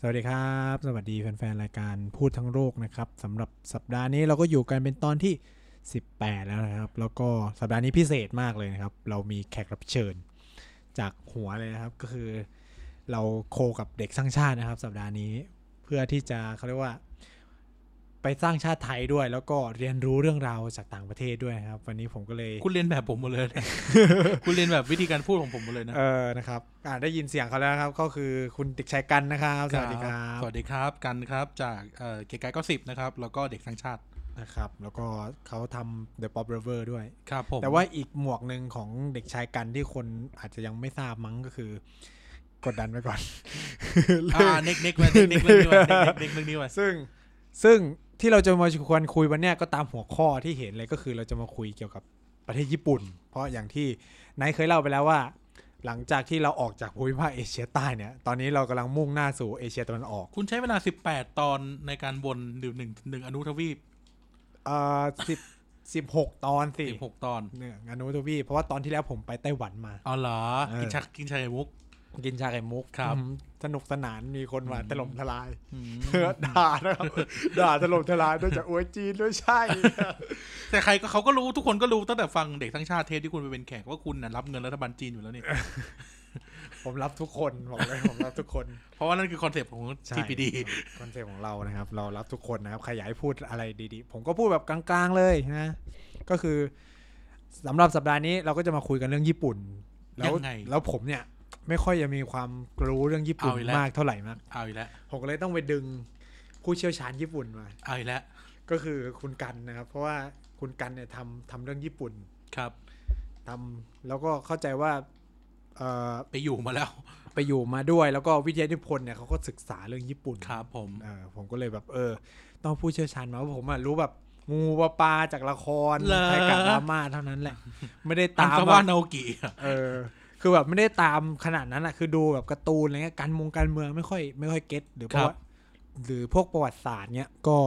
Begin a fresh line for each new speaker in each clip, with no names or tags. สวัสดีครับ สวัสดีแฟนๆ รายการพูดทั้งโลกนะครับสำหรับสัปดาห์นี้เราก็อยู่กันเป็นตอนที่ 18 แล้วนะครับ แล้วก็สัปดาห์นี้พิเศษมากเลยนะครับ เรามีแขกรับเชิญ จากหัวเลยนะครับก็คือ เราโคกับเด็กสร้างชาตินะครับ สัปดาห์นี้เพื่อที่จะเขาเรียกว่า ไปสร้างชาติไทยด้วย แล้วก็เรียนรู้เรื่องราวจากต่างประเทศด้วยนะครับ วันนี้ผมก็เลย
คุณเรียนแบบผมหมดเลย นะ คุณเรียนแบบวิธีการพูดของผมหมดเลยนะ
เออนะครับอ่าได้ยินเสียงเขาแล้วนะครับ ก็คือคุณเด็กชายกันนะครับสวัสดีครับ
สวัสดีครับกันครับจากเอ่อเกไกก็สิบนะครับ แล้วก็เด็กทั้งชาติ
นะครับแล้วก็เขาทำ The Pop River ด้วย
ครับผม
แต่ว่าอีกหมวกหนึ่งของเด็กชายกันที่คนอาจจะยังไม่ทราบมั้งก็คือ กดดันไว้ก่อน
อ่าเน็กเน็กไว้เน็กเน็กเรื่องนี้ไว้เน็กเน็กเรื่องนี้ไว้
ซึ่งซึ่งที่เราจะมาชวนคุยวันเนี้ยก็ตามหัวข้อที่เห็นเลยก็คือเราจะมาคุยเกี่ยวกับประเทศญี่ปุ่น เพราะอย่างที่นายเคยเล่าไปแล้วว่า หลังจากที่เราออกจากภูมิภาคเอเชียใต้เนี่ยตอนนี้เรากำลังมุ่งหน้าสู่เอเชียตะวันออก
คุณใช้เวลา 18 ตอนในการวนหรือหนึ่งหนึ่งอนุทวีป
เอ่อสิบสิบหกตอนสิ
สิบหกตอน
เนี่ยอนุทวีปเพราะว่าตอนที่แล้วผมไปไต้หวันมา
อ๋อเหรอ
เออ
กินชักกินชัยมุก
กินชาไข่มุก
ครับ
อืมสนุกสนานมีคนมาถล่มทลาย
อืม
ด่า นะครับ ด่าถล่มทลายด้วยจากอวยจีนด้วยใช่
แต่ใครก็เขาก็รู้ทุกคนก็รู้ตั้งแต่ฟังเด็กทั้งชาติเทปที่คุณไปเป็นแขกว่าคุณน่ะรับเงินรัฐบาลจีนอยู่แล้วนี่
ผมรับทุกคนบอกเลยผมรับทุก คน
เพราะว่านั่นคือคอนเซปต์ของ
ใช่
ทีพีดี
คอนเซ็ปต์ของเรานะครับ เรารับทุกคนนะครับใครอยากให้พูดอะไรดีๆ ผมก็พูดแบบกลางๆเลยนะ ก็คือสำหรับสัปดาห์นี้เราก็จะมาคุยกันเรื่องญี่ปุ่น แล้ว
ยังไง
แล้วผมเนี่ย ไม่ค่อยจะมีความรู้เรื่องญี่ปุ่น
เอาอีกแล้ว
มากเท่าไหร่มาก
เอาอีกแล้ว
ผมก็เลยต้องไปดึงผู้เชี่ยวชาญญี่ปุ่นมา
เอาอีกแล้ว
ก็คือคุณกันนะครับ เพราะว่าคุณกันเนี่ยทำทำเรื่องญี่ปุ่น
ครับ
ทำแล้วก็เข้าใจว่าเอ่อ
ไปอยู่มาแล้ว
ไปอยู่มาด้วย แล้วก็วิทยานิพนธ์เนี่ยเขาก็ศึกษาเรื่องญี่ปุ่น
ครับผม
เออผมก็เลยแบบเออ ต้องผู้เชี่ยวชาญมาเพราะผมอะรู้แบบงูปลาปลาจากละคร
เหรอ
ไทยกาดราม่าเท่านั้นแหละ ไม่ได้
อัน
ตาม
ซา
แบ
วา
บ
นาโอกิอะ
เออ คือแบบไม่ได้ตามขนาดนั้นอะคือดูแบบการ์ตูนอะไรเงี้ยการมงการเมืองไม่ค่อยไม่ค่อยเก็ตหรือเพ
ครั
ราะ
บ
ว่าหรือพวกประวัติศาสตร์เนี่ยก็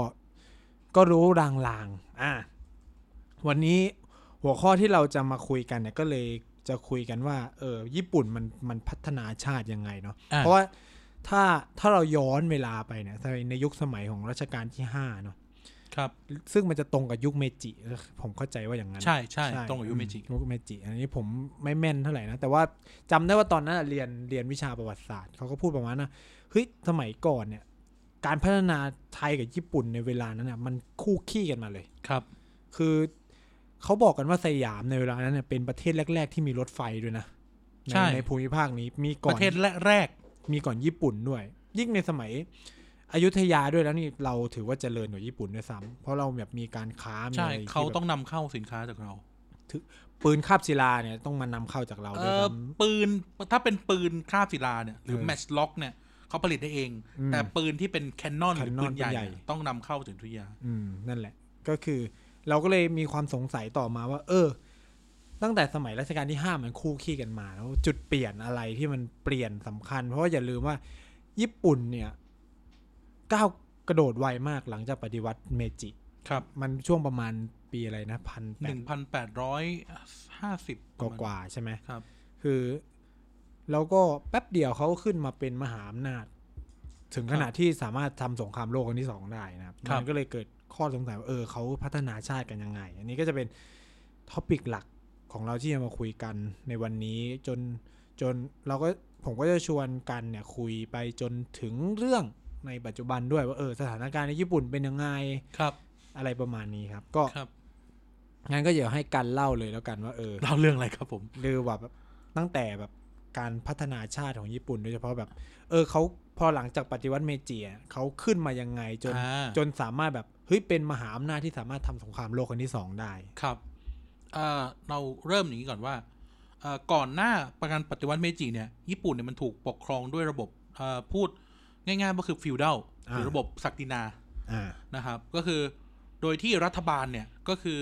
ก็รู้ลางๆอ่ะ วันนี้หัวข้อที่เราจะมาคุยกันเนี่ยก็เลยจะคุยกันว่าเออญี่ปุ่นมันมันพัฒนาชาติยังไงเนาะ
อ่ะ
เพราะว่าถ้าถ้าเราย้อนเวลาไปเนี่ยถ้าในยุคสมัยของรัชกาลที่ห้าเนาะ
ครับ
ซึ่งมันจะตรงกับยุคเมจิเออผมเข้าใจว่าอย่างนั้น
ใช่ใช่ตรงกับยูเมจิ
อืยุคเมจิอันนี้ผมไม่แม่นเท่าไหร่นะ แต่ว่าจำได้ว่าตอนนั้นอะเรียนเรียนวิชาประวัติศาสตร์เขาก็พูดประมาณนะเฮ้ยสมัยก่อนเนี่ยการพัฒนาไทยกับญี่ปุ่นในเวลานั้นน่ะมันคู่ขี้กันมาเลย
ครับ
คือเขาบอกกันว่าสยามในเวลานั้นเนี่ยเป็นประเทศแรก ๆ ที่มีรถไฟด้วยนะใน
ใช่
ในภูมิภาคนี้มี
ป
ก่อน
ระเทศแรก
มีก่อนญี่ปุ่นด้วย ยิ่งในสมัยอยุธยาด้วยแล้วนี่เราถือว่าเจริญกว่าญี่ปุ่นด้วยซ้ำเพราะเราแบบมีการค้า
ๆ
มี
ใช่
อะไรที่
เขาต้อง
แบบ
นำเข้าสินค้าจากเรา
ปืนคาบศิลาเนี่ยต้องมานำเข้าจากเรา
เอ
ด้วย
อ
ซ้
ปืนถ้าเป็นปืนคาบศิลาเนี่ยหรือ
เออ
แมชล็อกเนี่ยเขาผลิตได้เอง
อืม
แต่ปืนที่เป็นแคนนอนหรือ
Canon
ปืนใหญ่
ปืนใหญ่
เนี่ยต้องนำเข้าจากทุยา
ำอืมนั่นแหละ ก็คือ เราก็เลยมีความสงสัยต่อมาว่า เออ ตั้งแต่สมัยรัชกาลที่ห้ามันคู่ขี้กันมาแล้ว จุดเปลี่ยนอะไรที่มันเปลี่ยนสำคัญ เพราะว่าอย่าลืมว่า ญี่ปุ่นเนี่ยก้าวกระโดดไวมากหลังจากปฏิวัติเมจิ
ครับ
มันช่วงประมาณปีอะไรนะพัน
ห
แปด
นึ่งพันแปดร้อยห้าสิบ
กว่าๆใช่ไหม
ครับ
คือ แล้วก็แป๊บเดียวเขาก็ขึ้นมาเป็นมหาอำนาจ ถึงขนาดที่สามารถทำสงครามโลกครั้งที่สองได้นะครับ
ครับ
มันก็เลยเกิดข้อสงสัยว่าเออเขาพัฒนาชาติกันยังไง อันนี้ก็จะเป็นท็อปิกหลักของเราที่จะมาคุยกันในวันนี้จนจนเราก็ผมก็จะชวนกันเนี่ยคุยไปจนถึงเรื่องในปัจจุบันด้วยว่าเออสถานการณ์ในญี่ปุ่นเป็นยังไง
ครับ
อะไรประมาณนี้ครับ ก็
ครับ
งั้นก็เดี๋ยวให้กันเล่าเลยแล้วกันว่าเออ
เล่าเรื่องอะไรครับผม
หรือว่าแบบตั้งแต่แบบการพัฒนาชาติของญี่ปุ่นโดยเฉพาะแบบ เออเขาพอหลังจากปฏิวัติเมจิอะเขาขึ้นมายังไงจน
อ่า
จนสามารถแบบเฮ้ยเป็นมหาอำนาจที่สามารถทำสงครามโลกครั้งที่สองได้
ครับเอ่อเราเริ่มอย่างนี้ก่อนว่าเอ่อก่อนหน้าประการปฏิวัติเมจิเนี่ย ญี่ปุ่นเนี่ยมันถูกปกครองด้วยระบบ เอ่อพูดง่ายๆก็คือฟิวดัลหรือ
อ่า
ระบบศักดินา
อ่า
นะครับก็คือโดยที่รัฐบาลเนี่ยก็คือ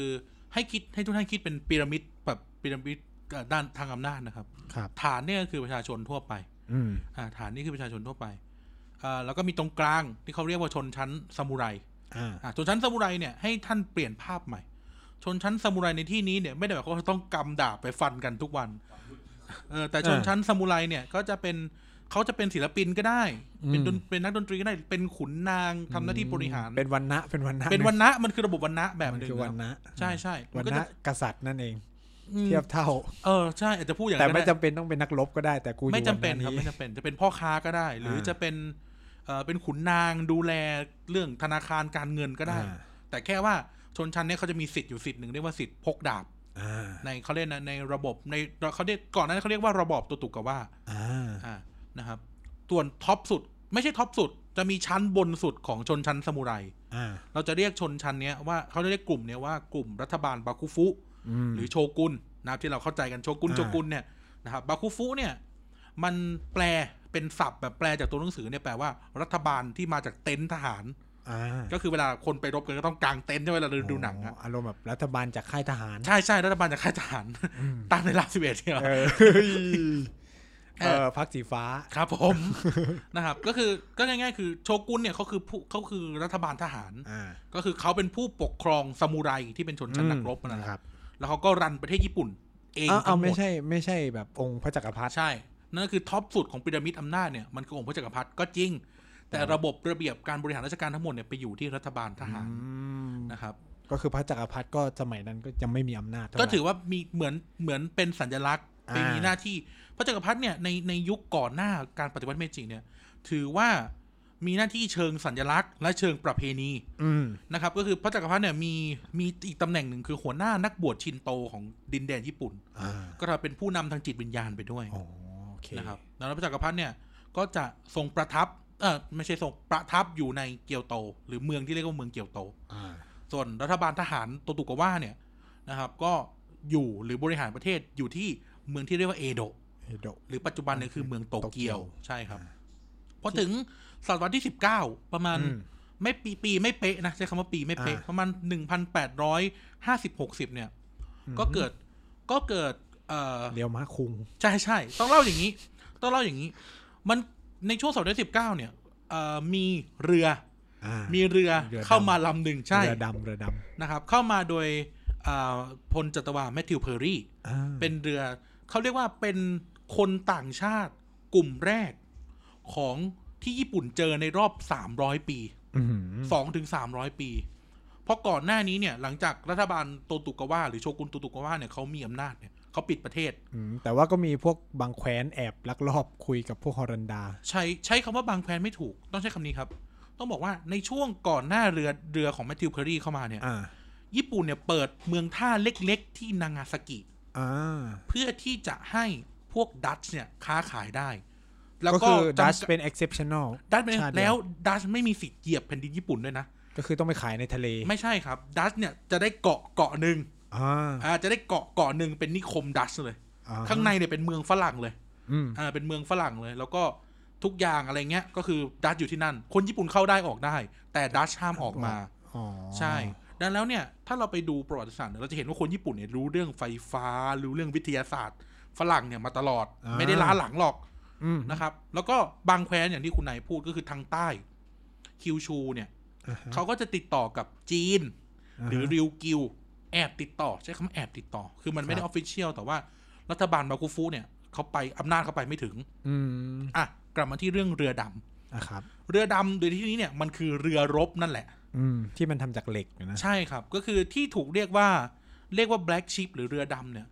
ให้คิดให้ทุกท่านคิดเป็นพีระมิดแบบพีระมิดเอ่อด้านทางอำนาจนะครับ
ครับ
ฐานเนี่ยก็คือประชาชนทั่วไป
อืม
อ่าฐานนี่คือประชาชนทั่วไปอ่าแล้วก็มีตรงกลางที่เขาเรียกว่าชนชั้นซามูไร
อ่า
อ่าชนชั้นซามูไรเนี่ยให้ท่านเปลี่ยนภาพใหม่ ชนชั้นซามูไรในที่นี้เนี่ยไม่ได้หมายความว่าต้องกำดาบไปฟันกันทุกวันเออแต่ชนชั้นซามูไรเนี่ยก็จะเป็นเขาจะเป็นศิลปินก็ได้ เป็นดนเป็นนักดนตรีก็ได้เป็นขุนนางทำหน้าที่บริหาร
เป็นวันนะเป็นวันนะ
เป็นวันนะมันคือระบบวันนะแบบ
มัน
หนึ่ง
คือวัน
ครับ
นะ
ใช่ใช่
วัน
มัก็
นะ
จะ
กษัตริย์นั่นเอง
อืม
เทียบเท่า
เออใช่อาจจะพูดอย่าง
แต่
นั้น
ไม่
ก็
จำ
ด้
เป็นต้องเป็นนักรบก็ได้แต่กูอยู่
ไม่จำเป็น
วั
ครับ
นี้
ไม่จำเป็นจะเป็นพ่อค้าก็ได้ หรืออา จะเป็นเอ่อเป็นขุนนางดูแลเรื่องธนาคารการเงินก็ได้
อ่า
แต่แค่ว่าชนชั้นเนี่ยเขาจะมีสิทธิ์อยู่สิทธิ์หนึ่งเรียกว่าสิทธิ์พกดาบ
อ่า
ในเขาเรียกนะในระบบในเขาเรียกก่อนหนานั้นเขาเรียกว่าระบอบตัวตุกกว่า
อ่า
อ่านะครับส่วนท็อปสุดไม่ใช่ท็อปสุด จะมีชั้นบนสุดของชนชั้นซามูไร
อ่า
เราจะเรียกชนชั้นเนี้ยว่าเขาเรียกกลุ่มเนี้ยว่ากลุ่มรัฐบาลบาคุฟุ
อืม
หรือโชกุนนะครับที่เราเข้าใจกันโชกุน
อ่า
โชกุนเนี่ยนะครับบาคุฟุเนี่ยมันแปลเป็นศัพท์แบบแปลจากตัวหนังสือเนี่ยแปลว่ารัฐบาลที่มาจากเต็นท์ทหาร
อ่า
ก็คือเวลาคนไปรบกันก็ต้องกางเต็นท์ใช่ไหมเวลาเราดูหนังอะ
โอารมณ์แบบรัฐบาลจากค่ายทหาร
ใช่ใช่รัฐบาลจากค่ายทหาร
อืม
ตามในลาสิเวตเนี่ยเหรอ
เออเฮ้ย
เอ
เอ
อ
อพักสีฟ้า
ครับผม นะครับก็คือก็ง่ายๆ คือโชกุนเนี่ยเขาคือผู้เขาคือรัฐบาลทหาร
อ่า
ก็คือเขาเป็นผู้ปกครองซามูไรที่เป็นชนชั้นนักรบนะ
นะ
ค
ครับ รับ
แล้วเขาก็รันประเทศญี่ปุ่น เอง
เอา
ทั้
เอา
งหม
ไม่
ด
ใช่ไม่ใช่แบบองค์พระจักรพรรดิ
ใช่ นั่นก็คือท็อปสุดของพีระมิดอำนาจเนี่ยมันคือองค์พระจักรพรรดิก็จริง แต่ระบบระเบียบการบริหารราชการทั้งหมดเนี่ยไปอยู่ที่รัฐบาลทหาร
อืม
นะครับ
ก็คือพระจักรพรรดิก็สมัยนั้นก็ยังไม่มีอำนาจเท่ไหร่
ก็ถือว่ามีเหมือนเหมือนเป็นสัญลักษณ์
อ่า
เป็นมีหน้าที่พระจักรพรรดิเนี่ยในในยุคก่อนหน้าการปฏิวัติเมจิเนี่ยถือว่ามีหน้าที่เชิงสัญลักษณ์ และเชิงประเพณี
อืม
นะครับก็คือพระจักรพรรดิเนี่ยมีมีอีกตำแหน่งหนึ่งคือหัวหน้านักบวชชินโตของดินแดนญี่ปุ่น
อ่า
ก็ถือเป็นผู้นำทางจิตวิญญาณไปด้วย
อ๋อโอเค
นะครับแล้วพระจักรพรรดิเนี่ยก็จะทรงประทับ เออไม่ใช่ทรงประทับอยู่ในเกียวโต หรือเมืองที่เรียกว่าเมืองเกียวโต
อ่า
ส่วนรัฐบาลทหารโตตุกาวะเนี่ยนะครับ ก็อยู่หรือบริหารประเทศอยู่ที่เมืองที่เรียกว่าเอโดะ
เฮโดะ
หรือปัจจุบันเนี่ยคือเมืองโตเกียว
โตเกียว
ใช่ครับ
อ่า
พอถึงศตวรรษที่ 19 ประมาณ
อืม
ไม่ปีปีไม่เป๊ะนะใช้คำว่าปีไม่เป๊ะ
อ่า
ประมาณ 1,850 60เนี่ย ก็เกิดก็เกิดเอ่อ
เรียวมาคุง
ใช่ใช่ต้องเล่าอย่างนี้ ต้องเล่าอย่างนี้ มันในช่วงศตวรรษที่สิบเก้าเนี่ยเอ่อมีเรือ
อ่า
มีเรือ
เรือดำ
เข้ามาลำหนึ่งใช่
เรือดำเรือด
นะครับ เข้ามาโดยเอ่อพลจัตวาแมทธิวเพอร์รี่
ำอ่า
เป็นเรือเขาเรียกว่าเป็นคนต่างชาติกลุ่มแรกของที่ญี่ปุ่นเจอในรอบ 300 ปี
อื้อหือ
สองถึงสามร้อยปี เพราะก่อนหน้านี้เนี่ยหลังจากรัฐบาลโตตุกาวะหรือโชกุนโตตุกาวะเนี่ยเขามีอำนาจเนี่ยเขาปิดประเทศ
อืมแต่ว่าก็มีพวกบางแคว้นแอบลักลอบคุยกับพวกฮอรันดา
ใช้ใช้คำว่าบางแคว้นไม่ถูกต้องใช้คำนี้ครับ ต้องบอกว่าในช่วงก่อนหน้าเรือเรือของแมทธิวเพอร์รี่เข้ามาเนี่ย
อ่า
ญี่ปุ่นเนี่ยเปิดเมืองท่าเล็กๆ ที่นางาซากิ
อ่า
เพื่อที่จะให้พวกดัตช์เนี่ยค้าขายได้ แล้ว
ก็
ก็
คือดัช
จำกั
เป็น exceptional
ดัตช์ไม่
ชาติเดียว
แล้วดัตช์ไม่มีสิทธิ์เหยียบแผ่นดินญี่ปุ่นด้วยนะ
ก็คือต้องไปขายในทะเล
ไม่ใช่ครับ ดัตช์เนี่ยจะได้เกาะเกาะหนึ่ง
อ่า
อ่าจะได้เกาะเกาะหนึ่งเป็นนิคมดัตช์เลย
อ่
ข้างในเนี่ยเป็นเมืองฝรั่งเลย
อืม
อ่าเป็นเมืองฝรั่งเลย แล้วก็ทุกอย่างอะไรเงี้ย ก็คือดัชอยู่ที่นั่น คนญี่ปุ่นเข้าได้ออกได้ แต่ดัชห้ามออกมา
อ๋อ
ใช่ดังแล้วเนี่ย ถ้าเราไปดูประวัติศาสตร์เนี่ยเราจะเห็นว่าคนญี่ปุ่นเนี่ยรู้เรื่องไฟฟ้า รู้เรื่องวิทยาศาสตร์ ฝรั่งเนี่ยมาตลอด ไม่ได้ล้าหลังหรอก
อืม
นะครับ แล้วก็บางแคว้นอย่างที่คุณนายพูดก็คือทางใต้คิวชูเนี่ย
อ่าฮะ
เขาก็จะติดต่อกับจีน
าฮะ
หรือริวกิวแอบติดต่อ ใช้คำว่าแอบติดต่อ คือมันไม่ได้
ค
อ
รับ
อฟฟิเชียลแต่ว่ารัฐบาลบาคูฟูเนี่ยเขาไปอำนาจเขาไปไม่ถึง
อืม
อ่ะกลับมาที่เรื่องเรือดำ
อ่ะครับ
เรือดำโดยที่นี้เนี่ยมันคือเรือรบนั่นแหละ
อืม ที่มันทำจากเหล็กอยู่นะ
ใช่ครับ ก็คือที่ถูกเรียกว่าเรียกว่า black ship หรือเรือดำเนี่ย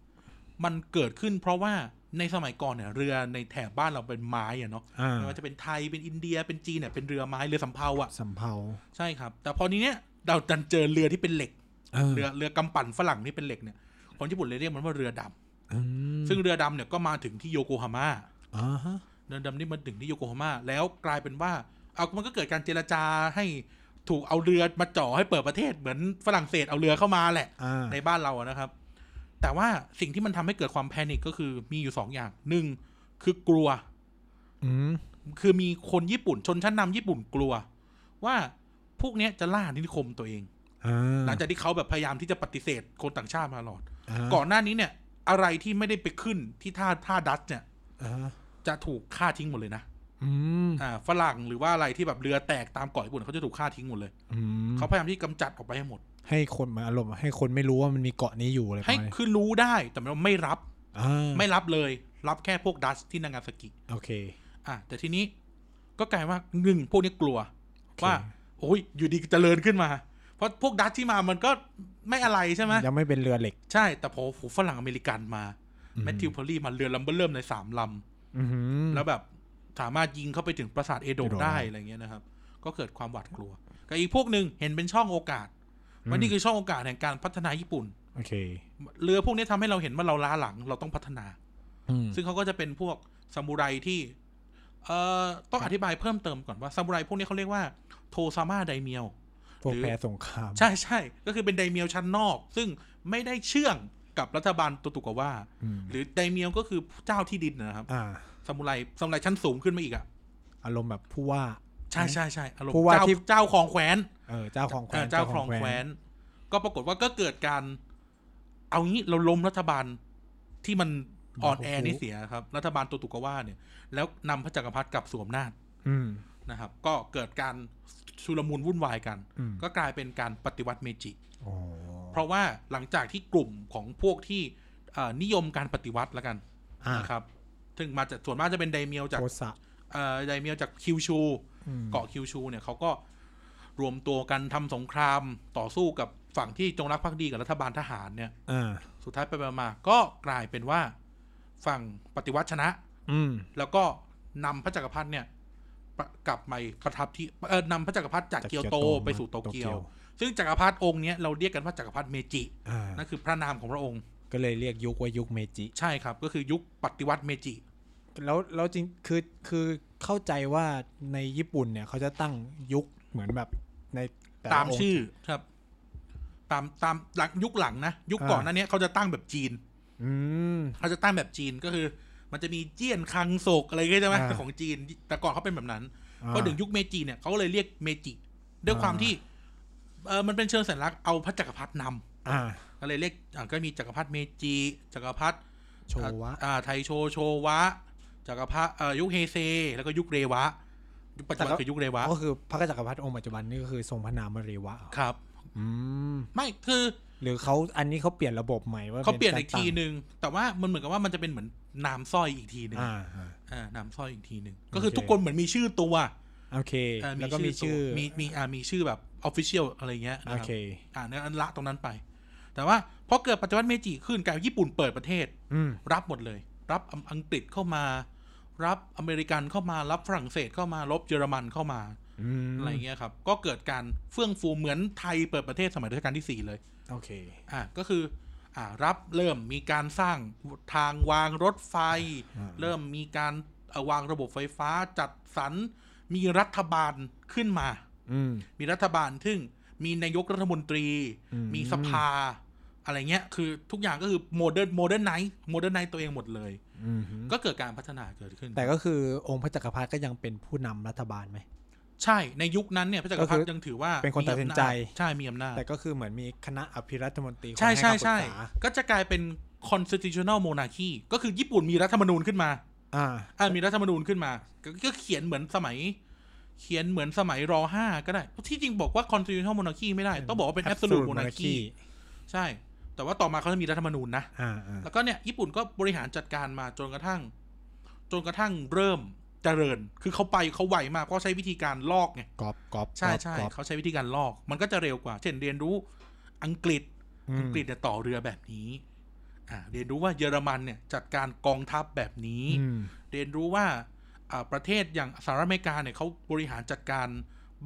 มันเกิดขึ้นเพราะว่าในสมัยก่อนเนี่ยเรือในแถบบ้านเราเป็นไม้อะเนาะ
อ่า
ไม่ว่าจะเป็นไทยเป็นอินเดียเป็นจีนเนี่ยเป็นเรือไม้เรือสำเภาอะ
สำเภา
ใช่ครับ แต่พอนี้เนี่ยเราดันเจอเรือที่เป็นเหล็ก
เออ
เรือเรือกำปั่นฝรั่งที่เป็นเหล็กเนี่ยคนญี่ปุ่นเลยเรียกมันว่าเรือดำ
อืม
ซึ่งเรือดำเนี่ยก็มาถึงที่โยโกฮาม่า
อ่าฮะ
เดินดำนี่มาถึงที่โยโกฮาม่าแล้วกลายเป็นว่าเอามันก็เกิดการเจรจาให้ถูกเอาเรือมาจ่อให้เปิดประเทศเหมือนฝรั่งเศสเอาเรือเข้ามาแหละ
อ่า
ในบ้านเราอะนะครับ แต่ว่าสิ่งที่มันทำให้เกิดความแพนิคก็คือมีอยู่สองอย่างหนึ่งคือกลัว
อืม
คือมีคนญี่ปุ่น ชนชั้นนำญี่ปุ่นกลัว ว่าพวกเนี้ยจะล่าอาณานิคมตัวเอง
อ่า
หลังจากที่เขาแบบพยายามที่จะปฏิเสธคนต่างชาติมาตลอด
า
ก่อนหน้านี้เนี่ย อะไรที่ไม่ได้ไปขึ้นที่ท่าท่าดัตช์เนี่ย
อ่า
จะถูกฆ่าทิ้งหมดเลยนะ
อืม
อ่าฝรั่งหรือว่าอะไรที่แบบเรือแตกตามเกาะญี่ปุ่นเขาจะถูกฆ่าทิ้งหมดเลย
อืม
เขาพยายามที่กำจัดออกไปให้หมด
ให้คนมาอารมณ์ให้คนไม่รู้ว่ามันมีเกาะนี้อยู่อะไรประ
ให้
มาณนี้
คือรู้ได้แต่ว่าไม่รับ
อ่า
ไม่รับเลย รับแค่พวกดัตช์ที่นางาซากิ
โอเค
อ่ะแต่ทีนี้ก็กลายว่าหนึ่งพวกนี้กลัว
อเค
ว่า โอ้ยอยู่ดีเจริญขึ้นมา เพราะพวกดัตช์ที่มามันก็ไม่อะไรใช่ไหม
ยังไม่เป็นเรือเหล็ก
ใช่ แต่พอฝูฝรั่งอเมริกันมาแมทธิวพอลลี่มาเรือลำเบิ้ลเริ่มในสามล
อือหือ
ำแล้วแบบสามารถยิงเข้าไปถึงปราสาทเอโดะ
เอโดะ
ได้
ได้
อะไรเงี้ยนะครับ ก็เกิดความหวาดกลัวกับอีกพวกหนึ่งเห็นเป็นช่องโอกาส
อืม
วันนี้คือช่องโอกาสแห่งการพัฒนาญี่ปุ่น
โอเค
เรือพวกนี้ทำให้เราเห็นว่าเราล้าหลังเราต้องพัฒนา
อืม
ซึ่งเขาก็จะเป็นพวกซามูไรที่เอ่อต้องอธิบายเพิ่มเติมก่อนว่าซามูไรพวกนี้เขาเรียกว่าโทซาม่าไดเมียว
พวก
หรือ
แพรสงคราม
ใช่ใช่ก็คือเป็นไดเมียวชั้นนอก ซึ่งไม่ได้เชื่องกับรัฐบาลโตตุกาวา
อืม
หรือไดเมียวก็คือเจ้าที่ดินนะครับ
อ่า
ซามูไรซามูไรชั้นสูงขึ้นมาอีกอ่ะ
อารมณ์แบบผู้ว่า
ใช่ใช่ใช่อารมณ์
ผู้ว่า
เจ้า
ที่
เจ้าของแคว้น
เออเจ้าของแค
เอ
ว้
อน เจ้าของแคว้น ก็ปรากฏว่าก็เกิดการ เอางี้เราล้มรัฐบาลที่มันอ่อนแอนี่เสียครับ รัฐบาลโตตุกาวาเนี่ย แล้วนำพระจักรพรรดิกลับสวมนาจ
อืม
นะครับก็เกิดการชุลมุนวุ่นวายกัน
อืม
ก็กลายเป็นการปฏิวัติเมจิ
อ๋อ
เพราะว่าหลังจากที่กลุ่มของพวกที่เอ่อนิยมการปฏิวัติแล้วกัน
อ่า
นะครับซึ่งมาจากส่วนมากจะเป็นไดเมียวจาก
โทสะ
เอ่อไดเมียวจากคิวชู
อืม
เกาะคิวชูเนี่ยเขาก็รวมตัวกันทำสงครามต่อสู้กับฝั่งที่จงรักภักดีกับรัฐบาลทหารเนี่ย
อ่า
สุดท้ายไปๆมาๆก็กลายเป็นว่าฝั่งปฏิวัติชนะ
อืม
แล้วก็นำพระจักรพรรดิเนี่ยประกลับมาประทับที่เออนำพระจักรพรรดิจาก
จาก
เกียวโต
เกียวโต
ไปสู่โตเกียว
โตเกียว
ซึ่งจักรพรรดิองค์เนี้ยเราเรียกกันว่าจักรพรรดิเมจิ
อ่า
นั่นคือพระนามของพระองค์
ก็เลยเรียกยุคว่ายุคเมจิ
ใช่ครับ ก็คือยุคปฏิวัติเมจิ
แล้วแล้วจริงคือคือเข้าใจว่าในญี่ปุ่นเนี่ยเขาจะตั้งยุคเหมือนแบบในแต่ละ
ตาม
งค์
ชื่อครับ ตามตามหลังยุคหลังนะยุคก่อนหนั้นเนี้ยเขาจะตั้งแบบจีน
อืม
เขาจะตั้งแบบจีนก็คือ มันจะมีเจี้ยนคังโศกอะไรอย่างเงี้ยใช่ไหม
อ่า
ของจีน แต่ก่อนเขาเป็นแบบนั้น
อ่า
พอถึงยุคเมจิเนี่ยเขาก็เลยเรียกเมจิด้วยความ
อ่า
ที่เออมันเป็นเชิงสัญลักษณ์เอาพระจักรพรรดินำ
อ่า
ก็เลยเรียกอ่ะก็มีจักรพรรดิเมจิ จักรพรรดิ
โชวะ
อ่าไทยโชโชวะ จักรพรรดิเอ่อยุคเฮเซ แล้วก็ยุคเรวะ ยุคปัจจุบั
แต่
น
ก็
คือยุคเรวะ
ก็คือพระจักรพรรดิองค์ปัจจุบันนี่ก็คือทรงพระนามวเรวะเหรอ
ครับ
อืม
ไม่คือ
หรือเขาอันนี้เขาเปลี่ยนระบบใหม่ว่า
เขาเปลี่ยน
กร
อีกทีหนึ่งแต่ว่ามันเหมือนกับว่ามันจะเป็นเหมือนนามสร้อยอีกทีหนึ่ง
อ่าอ่า
อ่านามสร้อยอีกทีหนึ่งก็คือ
โอเค
ทุกคนเหมือนมีชื่อตัว
โอเค
เอ่อ
แล้วก็มีชื่อ
ตัวมีมีอ่ามีชื่อแบบออฟฟิเชียลอะไรเงี้ย
โอ
นะครับ
เค
อ่าเนี่ยอันละตรงนั้นไป แต่ว่าพอเกิดปัจจุบันเมจิขึ้นกลายเป็นญี่ปุ่นเปิดประเทศ
อืม
รับหมดเลย รับอังอังกฤษเข้ามา รับอเมริกันเข้ามา รับฝรั่งเศสเข้ามา รับเยอรมันเข้ามา
อืม
อะไรเงี้ยครับ ก็เกิดการเฟื่องฟูเหมือนไทยเปิดประเทศสมัยรัชกาลที่ 4 เลย
โอเค
อ่ะก็คืออ่ารับเริ่มมีการสร้างทางวางรถไฟ
อ่า
เริ่มมีการเอ่อวางระบบไฟฟ้าจัดสรร มีรัฐบาลขึ้นมา
อืม
มีรัฐบาลซึ่งมีนายกรัฐมนตรี
อืม
มีสภา อะไรเงี้ย คือทุกอย่างก็คือโมเดิร์นโมเดิร์นไนท์โมเดิร์นไนท์ตัวเองหมดเลย
อืม
ก็เกิดการพัฒนาเกิดขึ้น
แต่ก็คือองค์พระจักรพรรดิก็ยังเป็นผู้นำรัฐบาลไหม
ใช่ในยุคนั้นเนี่ยพระจักรพรรดิยังถือว่า
เป็นคนตัดสินใจ
มีอำาจใช่มีอำนาจ
แต่ก็คือเหมือนมีคณะอภิรัฐมนตรีคอย
ใช่ใช่
ห้คำปรึก
ใช่
ษา
ก็จะกลายเป็น constitutional monarchy ก็คือญี่ปุ่นมีรัฐธรรมนูญขึ้นมา
อ่า
อ่ามีรัฐธรรมนูญขึ้นมาก็ก็เขียนเหมือนสมัย เขียนเหมือนสมัยรห้าก็ได้ ที่จริงบอกว่า constitutional monarchy ไม่ได้ ต้องบอกว่าเป็น absolute
Absolute
monarchy
monarchy
ใช่ แต่ว่าต่อมาเขาจะมีรัฐธรรมนูญนะ
อ่าอ่า
แล้วก็เนี่ยญี่ปุ่นก็บริหารจัดการมาจนกระทั่ง จนกระทั่งเริ่มเจริญ คือเขาไปเขาไวมากเพราะใช้วิธีการลอกไง
กรอบกรอบ
ใช่
กรอบ
ใช่
กรอบ
เขาใช้วิธีการลอก มันก็จะเร็วกว่า เช่นเรียนรู้อังกฤษ
อืม
อังกฤษเนี่ยต่อเรือแบบนี้อ่าเรียนรู้ว่าเยอรมันเนี่ยจัดการกองทัพแบบนี้
อืม
เรียนรู้ว่าอ่าประเทศอย่างสหรัฐอเมริกาเนี่ยเขาบริหารจัดการ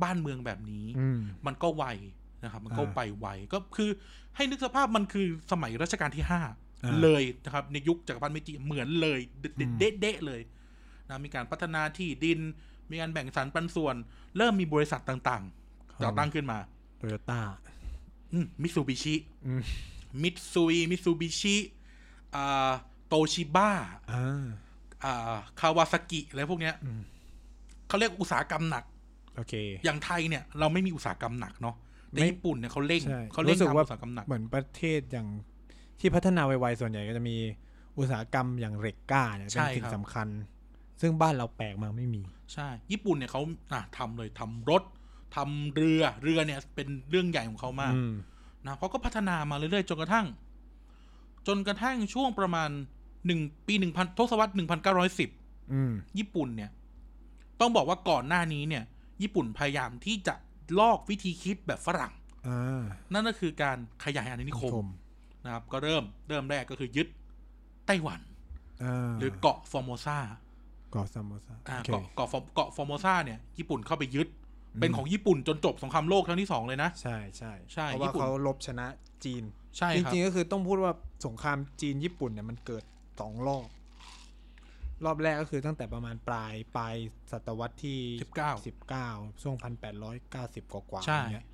บ้านเมืองแบบนี้
อืม
มันก็ไวนะครับ มันก็
อ่า
ไปไวก็คือให้นึกสภาพมันคือสมัยรัชกาลที่ห้า
อ่า
เลยนะครับ ในยุคจักรพรรดิเมจิเหมือนเลยเด
อืม
เดเดะเลยนะมีการพัฒนาที่ดิน มีการแบ่งสรรปันส่วน เริ่มมีบริษัทต่างๆก่อตั้งขึ้นมา
โตโยต้า
มิตซูบิชิ
อืม
มิตซูยมิตซูบิชิโตชิบ้า
อ่า
คาวาซากิอะไรพวกเนี้ย
อืม
เขาเรียกอุตสาหกรรมหนัก
โอเค
อย่างไทยเนี่ยเราไม่มีอุตสาหกรรมหนักเนาะแต่
ไม่
ญี่ปุ่นเนี่ยเขาเร่ง
ใช่
เขาเร่ง
รู้สึก
ทำ
ว่า
อุตสาหกรรมหนัก
เหมือนประเทศอย่างที่พัฒนาไวๆส่วนใหญ่ก็จะมีอุตสาหกรรมอย่างเหล็กกล้าเนี่ย
ใช่
เป็นสิ่ง
ครับ
สำคัญ ซึ่งบ้านเราแปลกมากไม่มี
ใช่ ญี่ปุ่นเนี่ยเขาอ่ะทำเลยทำรถทำเรือเรือเนี่ยเป็นเรื่องใหญ่ของเขามาก
อืม
นะเขาก็พัฒนามาเรื่อยๆจนกระทั่ง จนกระทั่งช่วงประมาณหนึ่งปีหนึ่งพันทศวรรษหนึ่งพันเก้าร้อยสิบ
อืม
ญี่ปุ่นเนี่ย ต้องบอกว่าก่อนหน้านี้เนี่ย ญี่ปุ่นพยายามที่จะลอกวิธีคิดแบบฝรั่ง
อ่า
นั่นก็คือการขยายอาณานิคมนะครับ ก็เริ่มเริ่มแรกก็คือยึดไต้หวัน
อ่า
หรือเกาะฟอร์โมซา
เกาะซามโมซา
อ่า
โอเค
เกาะเกาะฟอร์เกาะฟอร์โมซาเนี่ย ญี่ปุ่นเข้าไปยึด
อืม
เป็นของญี่ปุ่นจนจบสงครามโลกครั้งที่สองเลยนะ
ใช่ใช่
ใช่
เพราะ
ญี่
ว่า
ปุ่น
เขาลบชนะจีน
ใช่
จ
ครับ
ริงๆก็คือต้องพูดว่าสงครามจีนญี่ปุ่นเนี่ยมันเกิดสองรอบ รอบแรกก็คือตั้งแต่ประมาณปลายปลายศตวรรษที่
19
สิบเก้าช่วงพันแปดร้อยเก้าสิบกว่าๆ
ใช่
เนี่ย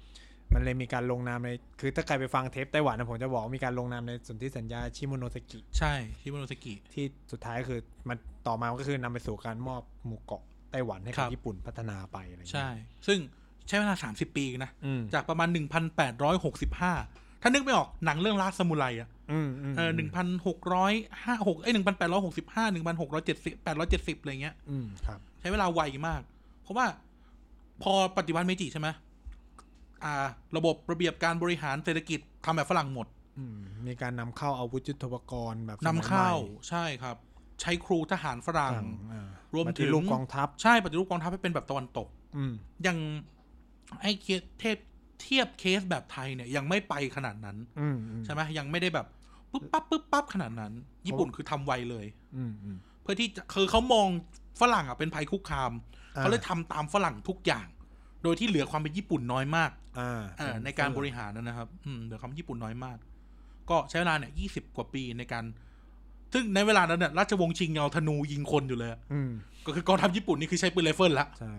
มันเลยมีการลงนามใน คือถ้าใครไปฟังเทปไต้หวันนะผมจะบอกว่ามีการลงนามในสนธิสัญญาชิโมโนซากิ
ใช่ชิโมโนสกิ
ที่สุดท้ายก็คือมันต่อมาก็คือนำไปสู่การมอบหมู่เกาะไต้หวันให้
ครั
กับบ ญี่ปุ่นพัฒนาไปอะไรอย่าง
ใช่
เงี้ย
ซึ่งใช้เวลาสามสิบปีนะ
อืม
จากประมาณหนึ่งพันแปดร้อยหกสิบห้าถ้านึกไม่ออกหนังเรื่องลาสซามูไรอะ
อืมอืม
เออหนึ่งพันหกร้อยห้าหกเอ้ยหนึ่งพันแปดร้อยหกสิบห้าหนึ่งพันหกร้อยเจ็ดสิบแปดร้อยเจ็ดสิบอะไรเงี้ย
อืมครับ
ใช้เวลาไวมาก เพราะว่าพอปฏิวัติเมจิใช่ไหมอ่า ระบบระเบียบการบริหารเศรษฐกิจทำแบบฝรั่งหมด
อืมมีการนำเข้าอาวุธยุทโธปกรณ์แบบส
นำ
มัยใหม่
เข้าใช่ครับ ใช้ครูทหารฝรั่ง
ต่างๆอ่าร
วมถึ
ป
ง
ฏิรูปกองทัพ
ใช่ปฏิรูปกองทัพให้เป็นแบบตะวันตก
อืม
ยังไอ้เคสเทพเทียบเคสแบบไทยเนี่ย ยังไม่ไปขนาดนั้น
อืมอืม
ใช่ไหมยังไม่ได้แบบปุ๊บปั๊บปุ๊บปั๊บขนาดนั้น ญี่ปุ่นคือทำไวเลย
อืมอืม
เพื่อที่จะคือเขามองฝรั่งอ่ะเป็นภัยคุกคาม
อ่
เขาเลยทำตามฝรั่งทุกอย่าง โดยที่เหลือความเป็นญี่ปุ่นน้อยมาก
อ่า
เอ่อในการบริหารนะครับ อืมเหลือความเป็นญี่ปุ่นน้อยมาก ก็ใช้เวลาเนี่ยยี่สิบกว่าปีในการ ซึ่งในเวลานั้นเนี่ยราชวงศ์ชิงเงาธนูยิงคนอยู่เลยอะ
อืม
ก็คือกองทัพญี่ปุ่นนี่คือใช้ปืนไรเฟิลละ
ใช่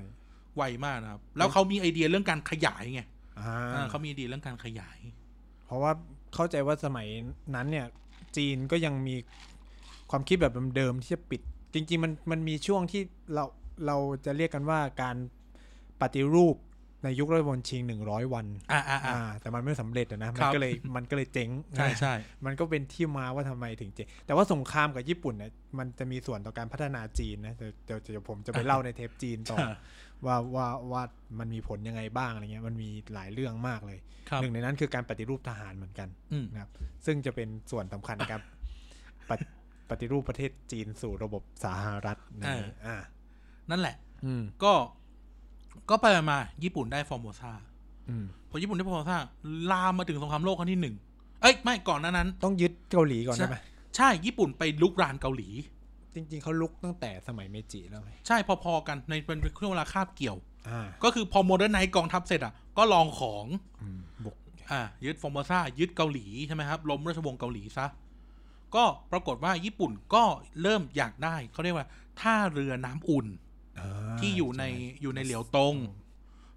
ไวมากนะครับ แล้วเขามีไอเดียเรื่องการขยายไง
อ่า
อ่าเขามีไอเดียเรื่องการขยาย
เพราะว่าเข้าใจว่าสมัยนั้นเนี่ย จีนก็ยังมีความคิดแบบเดิมๆที่จะปิด จริง ๆ มันมันมีช่วงที่เราเราจะเรียกกันว่าการปฏิรูปในยุครัฐบาลชิงหนึ่งร้อยวัน
อ่าอ่าอ่า
อ่า แต่มันไม่สำเร็จอะนะ มั
คน รับ
ก็เลยมันก็เลยเจ๊ง
ใช่ใช่
มันก็เป็นที่มาว่าทำไมถึงเจ๊งแต่ว่าสงครามกับญี่ปุ่นเนี่ยมันจะมีส่วนต่อการพัฒนาจีนนะเดี๋ยวเดี๋ยวเดี๋ยวผมจะไปเล่าในเทปจีนต่อ ว่าว่าว่ามันมีผลยังไงบ้างอะไรเงี้ยมันมีหลายเรื่องมากเลย
ครับ
หนึ่งในนั้นคือการปฏิรูปทหารเหมือนกัน
อืม
นะครับ ซึ่งจะเป็นส่วนสำคัญในการปฏิปฏิรูปประเทศจีนสู่ระบบสหรัฐนะฮะอ่า
นั่นแหละ
อืม
ก็ ก็ไปมาญี่ปุ่นได้ฟอร์โมซา
อืม
พอญี่ปุ่นได้พอซ่าลามมาถึงสงครามโลกครั้งที่หนึ่ง เอ้ย ไม่ก่อนหนานั้น
ต้องยึดเกาหลีก่อน
ใช่
ใช่ไหม
ใช่ญี่ปุ่นไปลุกรานเกาหลี
จริง ๆเขาลุกตั้งแต่สมัยเมจิแล้วไหม
ใช่พอๆกันในเป็นช่วงเวลาคาบเกี่ยว
อ่า
ก็คือพอโมเดิร์นไนท์กองทัพเสร็จอ่ะ ก็ลองของ
อืมบุก
อ่ายึดฟอร์โมซายึดเกาหลีใช่ไหมครับล้มราชวงศ์เกาหลีซะ ก็ปรากฏว่าญี่ปุ่นก็เริ่มอยากได้เขาเรียกว่าท่าเรือน้ำอุ่น
อ่า
ที่อยู่ใน
ช่
อยู่ในเหลียวตง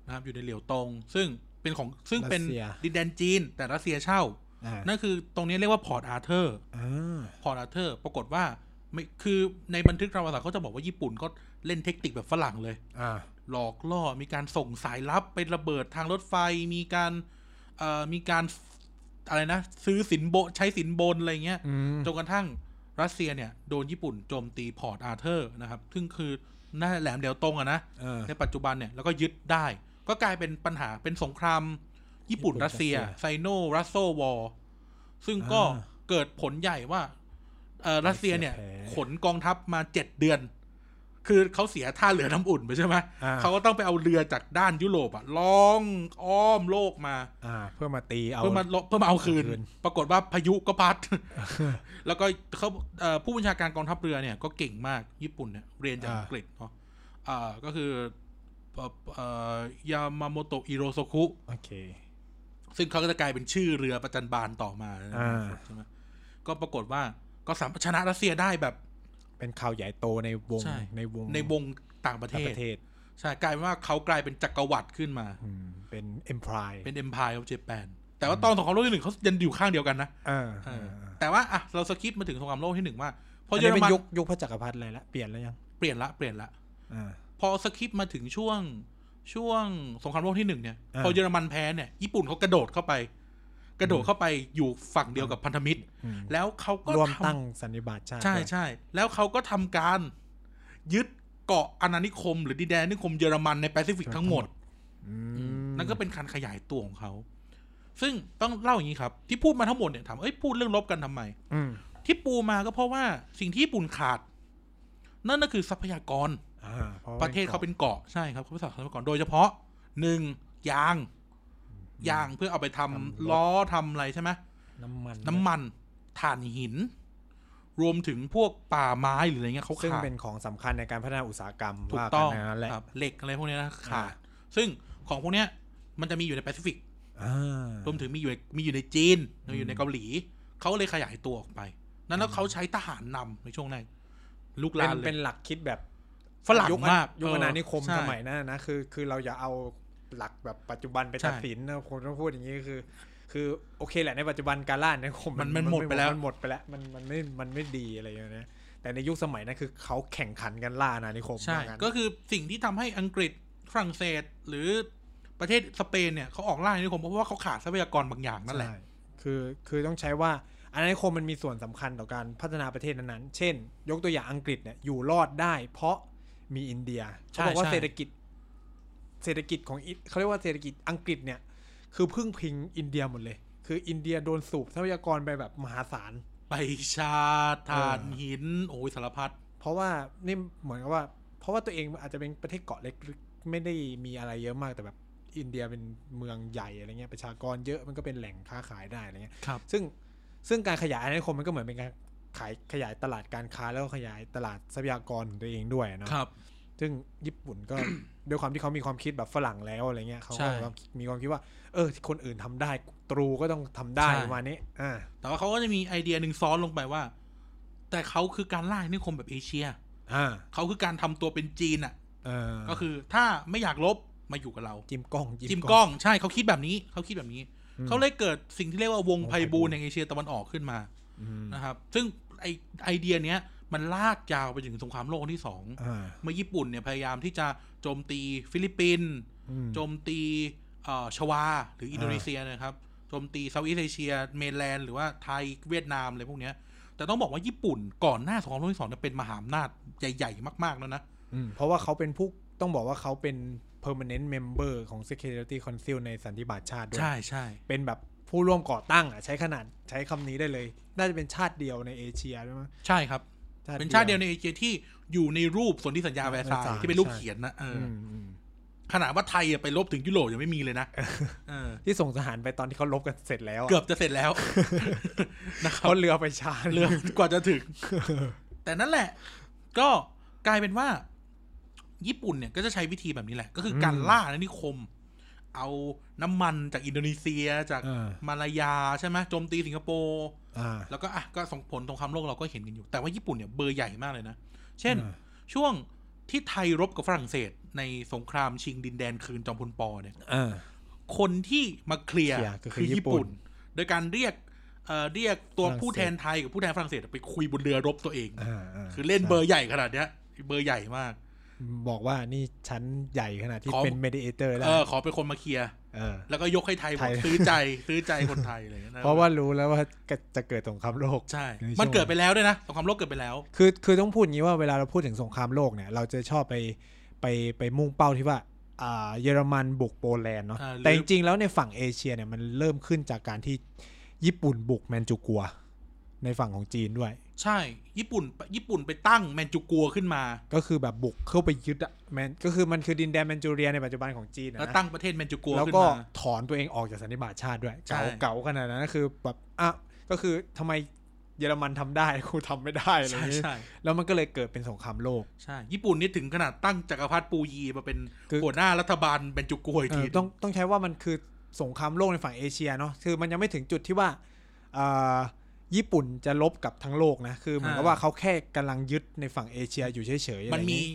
นะครับอยู่ในเหลียวตง ซึ่งเป็นของซึ่งเป็น
รัสเซีย
ดินแดนจีน แต่รัสเซียเช่า
อ่า
นั่นคือตรงนี้เรียกว่าพอร์ตอาร์เธอร์
อ่า
พอร์ตอาร์เธอร์ปรากฏว่าไม่คือในบันทึกประวัติศาสตร์เขาจะบอกว่าญี่ปุ่นก็เล่นเทคนิคแบบฝรั่งเลย
อ่า
หลอกล่อมีการส่งสายลับไประเบิดทางรถไฟมีการเอ่อมีการอะไรนะ ซื้อสินโบนใช้สินบนอะไรเงี้ย
อืม
จนกระทั่งรัสเซียเนี่ย โดนญี่ปุ่นโจมตีพอร์ตอาร์เธอร์นะครับ ซึ่งคือหน้าแหลมเดียวตรงอะนะ
อ่า
ในปัจจุบันเนี่ยแล้วก็ยึดได้ ก็กลายเป็นปัญหาเป็นสงคราม ญี่ปุ่น
ญี่ปุ่น
รัสเซีย
รัสเซีย
ไซโนรัสโซวอร์ซึ่งก็
อ่า
เกิดผลใหญ่ว่าเอ่อรัสเซียเนี่ย
รัสเซียแพ้
ขนกองทัพมาเจ็ดเดือน คือเขาเสียท่าเรือน้ำอุ่นไปใช่ไหม
อ่า
เขาก็ต้องไปเอาเรือจากด้านยุโรปอะล่องอ้อมโลกมา
อ่า เพื่อมาตีเอา
เพื่อมาลบเพื่อมาเอาคืน
เอาคืน
ปรากฏว่าพายุก็พั ด แล้วก็เขาเอ่อผู้บัญชาการกองทัพเรือเนี่ยก็เก่งมากญี่ปุ่นเนี่ยเรียนจากอังกฤษเนาะอ่าก็คือเอ่อเอ่อยามาโมโตะอิโรโซคุ
โอเค
ซึ่งเขาก็จะกลายเป็นชื่อเรือประจันบานต่อมา
อ่า
ใช่ไหมก็ปรากฏว่าก็สามารถชนะรัสเซียได้แบบ
เป็นข่าวใหญ่โตในวง
ใช่
ในวง
ในวงต่างประเท
ต่าง
ศ
ประเทศ
ใช่กลายเป็นว่าเขากลายเป็นจักรวรรดิขึ้นมา
อืมเป็นเอ็มพราย
เป็นเอ็มพายของเจแปนแต่ว่าตอนสงครามโลกที่หนึ่งเขายังอยู่ข้างเดียวกันนะ
อ่า
เออ
อ่า
แต่ว่าอ่ะเราสกิปมาถึงสงครามโลกที่หนึ่งว่าพอ
อัน
เย
นี้
อร
เป็น
มัน
ยุคยุคพระจักรพรรดิอะไรละเปลี่ยนแล้วยัง
เปลี่ยนละเปลี่ยนละ
อ่า
พ อสคริปต์มาถึงช่วงช่วงสงครามโลกที่หนึ่งเนี่ย
อ่า
พอเยอรมันแพ้เนี่ย ญี่ปุ่นเขากระโดดเข้าไป กระโดด
อืม
เข้าไปอยู่ฝั่งเดียวกับพันธมิตร
อืม
แล้วเขาก็
รวม
ทำ
ตั้งสันนิบาตชาติ
ใช่
ด้วย
ใช่ แล้วเขาก็ทำการยึดเกาะอาณานิคม หรือดินแดนอาณานิคมเยอรมันในแปซิฟิกทั้งหมด
อืม
นั่นก็เป็นการขยายตัวของเขา ซึ่งต้องเล่าอย่างนี้ครับ ที่พูดมาทั้งหมดเนี่ยถามเอ้ยพูดเรื่องลบกันทำไม
อืม
ที่ปูมาก็เพราะว่าสิ่งที่ญี่ปุ่นขาด นั่นก็คือทรัพยากร
อ่าพาว่า
ประเทศเขาเป็นเกาะใช่ครับเขาเป็นทรัพยากรโดยเฉพาะหนึ่งยาง ยางเพื่อเอาไปทำล้อทำอะไรใช่ไหม
น้ำมัน
น้ำมันถ่านหิน รวมถึงพวกป่าไม้หรืออะไรเงี้ยเขา
ซึ่ง
ขาด
เป็นของสำคัญในการพัฒนาอุตสาหกรรม
ถูก
ว่า
ต้อง
นนั้นแหละ
ครับเหล็กอะไรพวกเนี้ยนะขา
อ่า
ด ซึ่งของพวกเนี้ยมันจะมีอยู่ในแปซิฟิก
อ่าร
วมถึงมีอยู่ในมีอยู่ในจีนมีอยู่ในเกาหลี เขาเลยขยายตัวออกไป นั้นแล้วเขาใช้ทหารนำในช่วงแรกลูก
เป็
ลาน นเล
เป็
ย
นหลักคิดแบบ
ฝรั่ง
ยุค
มาก
ยุคอาณานิคม
เออใช่
สมัยนั้นนะคือ คือเราอย่าเอาหลักแบบปัจจุบันไป
ใช่
ตัดสินนะคนต้องพูดอย่างนี้คือ คือโอเคแหละในปัจจุบันการล่าในคม
มันมันหมดไปแล้ว
มันหมดไปแล้วมันมันไม่มันไม่ดีอะไรอย่างเงี้ยนะแต่ในยุคสมัยนั้นคือเขาแข่งขันกันล่าอาณานิคม
ใช่
ว่างั้น
ก็คือสิ่งที่ทำให้อังกฤษฝรั่งเศส หรือประเทศสเปนเนี่ยเขาออกล่าอาณานิคมเพราะว่าเขาขาดทรัพยากรบางอย่างนั่นแหละ
ใช่คือ คือต้องใช้ว่าอาณานิคมมันมีส่วนสำคัญต่อการพัฒนาประเทศนั้นๆ เช่น ยกตัวอย่างอังกฤษเนี่ยอยู่รอดได้ เพราะมีอินเดีย
ใช่
เขาบอกว่า
ใช่
เศรษฐกิจ เศรษฐกิจของอิเขาเรียกว่าเศรษฐกิจอังกฤษเนี่ย คือพึ่งพิงอินเดียหมดเลย คืออินเดียโดนสูบทรัพยากรไปแบบมหาศาล
ใบชาถ่านหินโอ้ยสารพัด
เพราะว่านี่เหมือนกับว่า เพราะว่าตัวเองอาจจะเป็นประเทศเกาะเล็กไม่ได้มีอะไรเยอะมากแต่แบบอินเดียเป็นเมืองใหญ่อะไรเงี้ยประชากรเยอะมันก็เป็นแหล่งค้าขายได้อะไรเงี้ย
ครับ
ซึ่งซึ่งการขยายอาณานิคมมันก็เหมือนเป็นการขายขยายตลาดการค้าแล้วก็ขยายตลาดทรัพยากรของตัวเองด้วยเนาะ
ครับ
ซึ่งญี่ปุ่น ก็ ด้วยความที่เขามีความคิดแบบฝรั่งแล้วอะไรเงี้ยเขา
ใช่
ก็มีความคิดว่า เออคนอื่นทำได้ตรูก็ต้องทำได้
ใช่
ประมาณนี้อ่า
แต่ว่าเขาก็จะมีไอเดียหนึ่งซ้อนลงไปว่า แต่เขาคือการล่าอาณานิคมแบบเอเชีย
อ่า
เขาคือการทำตัวเป็นจีนอ่ะ
เออ
ก็คือถ้าไม่อยากลบมาอยู่กับเรา
จิ้มกล้อง
จิมกล้องใช่เขาคิดแบบนี้เขาคิดแบบนี้ เขาเลยเกิดสิ่งที่เรียกว่าวง
วง
ไพ
ไพบู
บูล
ลย์
ในเอเชียตะวันออกขึ้นมา
อืม
นะครับ ซึ่งไอไอเดียเนี้ยมันลากยาวไปถึงสงครามโลกครั้งที่สอง
อ่า
เมื่อญี่ปุ่นเนี่ยพยายามที่จะโจมตีฟิลิปปินส์
อืม
โจมตีเอ่อชวา หรืออินโดนีเซียนะครับโจมตีเซาท์อีสเอเชียเมนแลนด์หรือว่าไทยเวียดนามอะไรพวกเนี้ย แต่ต้องบอกว่าญี่ปุ่นก่อนหน้าสงครามโลกครั้งที่สองเนี่ยเป็นมหาอำนาจใหญ่ ๆ มาก ๆ แล้วนะ
อืมเพราะว่าเขาเป็นผู้ต้องบอกว่าเขาเป็น permanent member ของ Security Council ในสันติบาตชาติด้วย
ใช่ใช่
เป็นแบบผู้ร่วมก่อตั้งอ่ะใช้ขนาดใช้คำนี้ได้เลย น่าจะเป็นชาติเดียวในเอเชียด้วยมั้ง
ใช่ครับ เป็นชาติเดียวในเอเชียที่อยู่ในรูปสนธิสัญญาแวร์ซายน์ที่เป็นรูปเขียนนะเออ
อืมอืม
ขนาดว่าไทยอะไปลบถึงยุโรปยังไม่มีเลยนะเออ
ที่ส่งทหารไปตอนที่เขาลบกันเสร็จแล้วะ
เกือบจะเสร็จแล้ว นะครับ
เพราะเรือไปชา
เรือกว่าจะ ถึง แต่นั่นแหละ ก็กลายเป็นว่า ญี่ปุ่นเนี่ยก็จะใช้วิธีแบบนี้แหละ ก็คือการล่าอาณานิคม เอาน้ำมันจากอินโดนีเซียจาก
อ่า
มาลายาใช่ไหมโจมตีสิงคโปร์
อ่า
แล้วก็อ่ะก็ส่งผลสงครามโลกเราก็เห็นกันอยู่ แต่ว่าญี่ปุ่นเนี่ยเบอร์ใหญ่มากเลยนะ เช่น
อ่า
ช่วงที่ไทยรบกับฝรั่งเศส ในสงครามชิงดินแดนคืนจอมพลปอเนี่ย
อ่า
คนที่มาเคลียร์
เคลียร์ก็คือ
คือ
ญี่
ญี่
ปุ่
ปุ่น
น
โดยการเรียกเอ่อเรียกตัว
ฝรั่งเศส
ผู้แทนไทยกับผู้แทนฝรั่งเศสไปคุยบนเรือรบตัวเอง
อ่าา
คือเล่นเบอร์ใหญ่ขนาดเนี้ย เบอร์ใหญ่มาก
บอกว่านี่ชั้นใหญ่ขนาดที่
ขอ
เป็น mediator ได้
เออขอเป็นคนมาเคลียร์
เออ
แล้วก็ยกให้ไทยหม
ไท
ด
ย
ซื้อใจซื้อใจคนไทยอะไรอย่างเงี้ยน
เพราะว่ารู้แล้วว่าจะเกิดสงครามโลก
ใช่
ในช่วง
มันเกิดไปแล้วด้วยนะสงครามโลกเกิดไปแล้ว
คือคือต้องพูดอย่างนี้ว่าเวลาเราพูดถึงสงครามโลกเนี่ย เราจะชอบไปไปไปมุ่งเป้าที่ว่าอ่าเยอรมันบุกโปแลนด์เนาะ
อ่าหรือ
แต่จริงๆแล้วในฝั่งเอเชียเนี่ยมันเริ่มขึ้นจากการที่ญี่ปุ่นบุกแมนจูกัว ในฝั่งของจีนด้วย
ใช่ ญี่ปุ่นญี่ปุ่นไปตั้งแมนจูกัวขึ้นมา
ก็คือแบบบุกเข้าไปยึดอะแมนก็คือมันคือดินแดนแมนจูเรียในปัจจุบันของจีนอะ
แล้ว
นะ
ตั้งประเทศแมนจูกัว
แล้ว
ขึ้น
ก็
มา
ถอนตัวเองออกจากสันนิบาตชาติด้วย
ใช่
เก่าเก่าขนาดนั้นก็คือแบบอ่ะก็คือทำไมเยอรมันทำได้ กูทำไม่ได้อะไรอ
ใช่
ย่างงี้
ใช่
แล้วมันก็เลยเกิดเป็นสงครามโลก
ใช่ ญี่ปุ่นนี่ถึงขนาดตั้งจักรพรรดิปูยีมาเป็น
คือ
หัวหน้ารัฐบาลแมนจูกัวอีก
เอ
ที
อต้องต้องใช้ว่ามันคือสงครามโลกในฝั่งเอเชียเนาะคือมันยังไม่ถึงจุดที่ว่าเอ่อญี่ปุ่นจะลบกับทั้งโลกนะคือเหมือนกับ
อ่า
ว่าเขาแค่กำลังยึดในฝั่งเอเชียอยู่เฉยๆอะไร
มัน
อย่าง
มี
งี้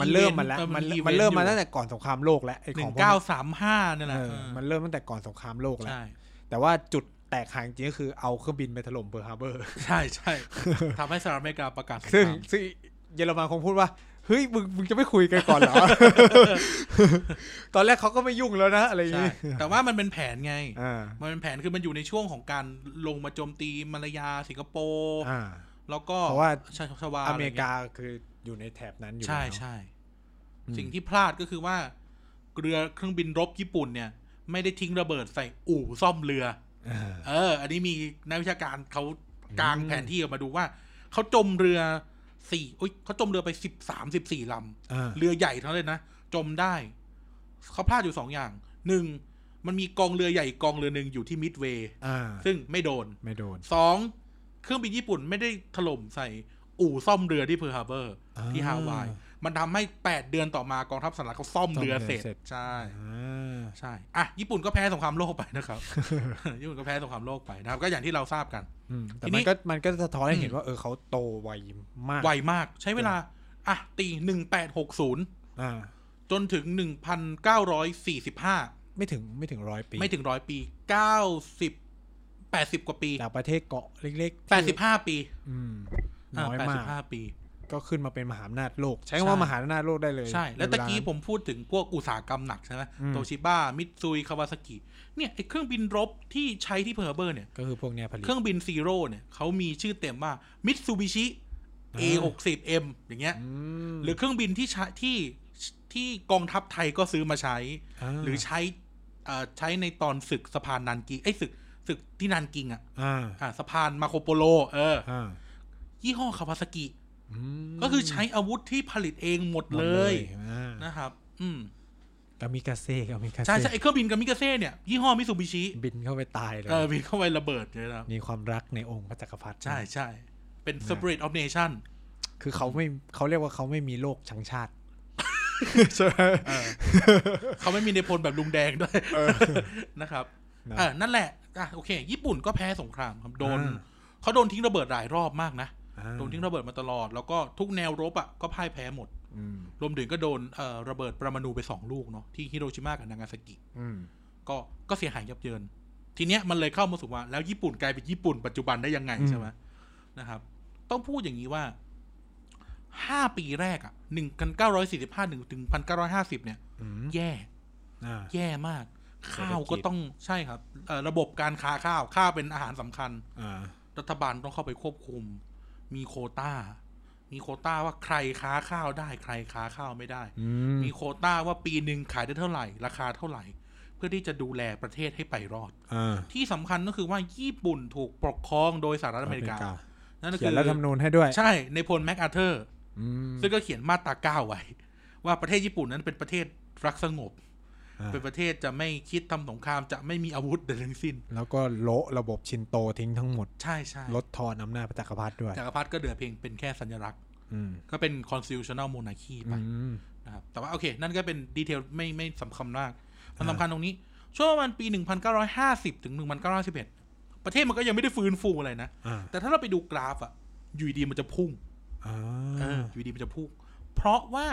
มันเริ่มมาแล้ว
ออ
มัน
อีว
มัน
ต์
เริ่มมา
อยู่
ตั้งแต่ก่อนสงครามโลกแล้วไอ้
ห
ขอ
นึ่
งพ
ง
วก
เก้า
นี้
สามห้านี่ยแหละ
เออ
เออ
มันเริ่มตั้งแต่ก่อนสงครามโลกแล้ว
ใช่
แต่ว่าจุดแตกหักจริงก็คือเอาเครื่องบินไปถล่มเบอร์ฮาร์เบอร์
ใช่ใช่ ทำให้สหรัฐอเมริกาประกาศสงค
ซึ่ง
ราม
ซึ่งเยอรมันคงพูดว่า เฮ้ยมึงมึงจะไม่คุยกันก่อนเหรอ ตอนแรกเขาก็ไม่ยุ่งแล้วนะอะไรอย่าง
ใช่
งี้
แต่ว่ามันเป็นแผนไง
อ่า
มันเป็นแผนคือมันอยู่ในช่วงของการลงมาโจมตีมาลายาสิงคโปร์
อ่า
แล้วก็
เพราะว่า
ชชวา
อเมริกาคืออยู่ในแถบนั้นอยู่
ใช่
แล้ว
ใช่
อืม
สิ่งที่พลาดก็คือว่าเรือเครื่องบินรบญี่ปุ่นเนี่ย ไม่ได้ทิ้งระเบิดใส่อู่ซ่อมเรือ
อ่า
เออ อันนี้มีนักวิชาการเขากาง
อืม
แผนที่ออกมาดูว่า เขาจมเรือสี่อุ้ยเขาจมเรือไปสิบสามสิบสี่ล
อ่า
ำ เรือใหญ่ทั้งนั้นเลยนะ จมได้ เขาพลาดอยู่สองอย่างหนึ่งมันมีกองเรือใหญ่อีกกองเรือหนึ่งอยู่ที่มิดเวย์
อ่า
ซึ่งไม่โดน
ไม่โดน
สองเครื่องบินญี่ปุ่นไม่ได้ถล่มใส่อู่ซ่อมเรือที่เพิร์ลฮาร์เบอร์ ที่ฮาวาย
อ่
มันทำให้ 8 เดือนต่อมากองทัพสหรัฐเขาซ่อม
ซ่อม
เรือ
เรือ
เสร็จ
เสร็จ
ใช่
อ่า
ใช่ อ่ะ ญี่ปุ่นก็แพ้สงครามโลกไปนะครับ ญี่ปุ่นก็แพ้สงครามโลกไปนะครับ ก็อย่างที่เราทราบกัน
อืมแต่
ที
มั
นี้
นก็มันก็สะท้อนให้เห็น
อืม
ว่าเออเขาโตไวมาก
ไวมาก ใช้เวลา อ่ะ ตี 1860
อ่า
จนถึง 1945
ไม่ถึงไม่ถึงร้อยปี
ไม่ถึงร้อยปี 90 80 กว่าปี
จากประเทศเกาะเล็กๆที่
85 ปี
อืม
อ่ะ
น้อยมาก
85 ปี
ก็ขึ้นมาเป็นมหาอำนาจโลก ใช้
ใช่
คำว่ามหาอำนาจโลกได้เลย
ใช่ แล้ว
ใน
ตะ
เา
กี้
นั้น
ผมพูดถึงพวกอุตสาหกรรมหนักใช่ไหม
อืม
โตชิบ้า มิตซุย คาวาซากิ เนี่ยไอ้เครื่องบินรบที่ใช้ที่เพิร์ลฮาร์เบอร์เนี่ย
ก็คือพวกเนี้ยผลิต
เครื่องบินซีโร่เนี่ยเขามีชื่อเต็มว่า Mitsubishi
อ่า
A60M อย่างเงี้ย
ม
หรือเครื่องบินที่ใช้ที่ที่กองทัพไทยก็ซื้อมาใช้
า
หรือใช้เอ่อใช้ในตอนศึกสะพานนันกิงไอ้ยศึกศึกที่นันกิงอ่ะ
อ่า
อ่ะสะพานมาโคโปโลเออ
อ่า
ยี่ห้อคาวาซากิ
อืม
ก็คือใช้อาวุธที่ผลิตเองหมด
หมด
เล
เลย
ย
อ่า
นะครับ อืม
กามิกาเซ่กามิกาเซ่
ใช่ใช่ไอ้เครื่องบินกามิกาเซ่เนี่ยยี่ห้อมิซูบิชิ
บินเข้าไปตายเลย
เออบินเข้าไประเบิดเลยนะครับ
มีความรักในองค์พระจักรพรรดิ
ใช่ใช่เป็น Spirit of Nation
คือเขาไม่เขาเรียกว่าเขาไม่มีโลกชังชาติใช่
เออ เขาไม่มีในพลแบบลุงแดงด้วย นะครับ
นะ
เออนั่นแหละอ่ะโอเค ญี่ปุ่นก็แพ้สงครามครับโดน
อ่า
เขาโดนทิ้งระเบิดหลายรอบมากนะ
อ่า
โดนทิ้งระเบิดมาตลอด แล้วก็ทุกแนวรบอ่ะก็พ่ายแพ้หมด
อืม
รวมถึงก็โดนเอ่อระเบิดปรมาณูไปสองลูกเนาะที่ฮิโรชิมากับนางาซากิ
อืม
ก็ก็เสียหายยับเยิน ทีเนี้ยมันเลยเข้ามาสู่ว่า แล้วญี่ปุ่นกลายเป็นญี่ปุ่นปัจจุบันได้ยังไง
อืม
ใช่ไหมนะครับ ต้องพูดอย่างนี้ว่าห้าปีแรกอ่ะหนึ่งพันเก้าร้อยสี่สิบห้าหนึ่งถึงพันเก้าร้อยห้าสิบเนี่ย
อืม
แย่
อ่า
แย่มาก
เศรษฐกิจ
ข้าวก็ต้องใช่ครับเอ่อระบบการค้าข้าว ข้าวเป็นอาหารสำคัญ
อ่า
รัฐบาลต้องเข้าไปควบคุม มีโควต้า มีโควต้าว่าใครค้าข้าวได้ใครค้าข้าวไม่ได้
อืม
มีโควต้าว่าปีหนึ่งขายได้เท่าไหร่ ราคาเท่าไหร่ เพื่อที่จะดูแลประเทศให้ไปรอด
อ่า
ที่สำคัญก็คือว่าญี่ปุ่นถูกปกครองโดยสหรัฐอเมริกา นั่นก็
เขีย
คื
น
อ
รัฐธรรมนูญให้ด้วย
ใช่ ในพลแมคอาเธอร์
อืม
ซึ่งก็เขียนมาตราเก้าไว้ ว่าประเทศญี่ปุ่นนั้นเป็นประเทศรักสงบ
อ่า
เป็นประเทศจะไม่คิดทำสงครามจะไม่มีอาวุธใดทั้งสิ้น
แล้วก็โละระบบชินโตทิ้งทั้งหมด
ใช่ใช่
ลดทอนอำนาจพระจักรพรรดิด้วย
จักรพรรดิก็เหลือเพียงเป็นแค่สัญลักษณ์
อืม
ก็เป็น constitutional monarchy ไป
อืม
นะครับ แต่ว่าโอเค นั่นก็เป็นดีเทลไม่ไม่สำคัญมาก มันสำคัญตรงนี้ ช่วงประมาณปี 1950 ถึง 1951 ประเทศมันก็ยังไม่ได้ฟื้นฟูอะไรนะ
อ่า
แต่ถ้าเราไปดูกราฟอะอยู่ดีมันจะพุ่ง
อ่า
เอออยู่ดีมันจะพุ่ง เพราะว่า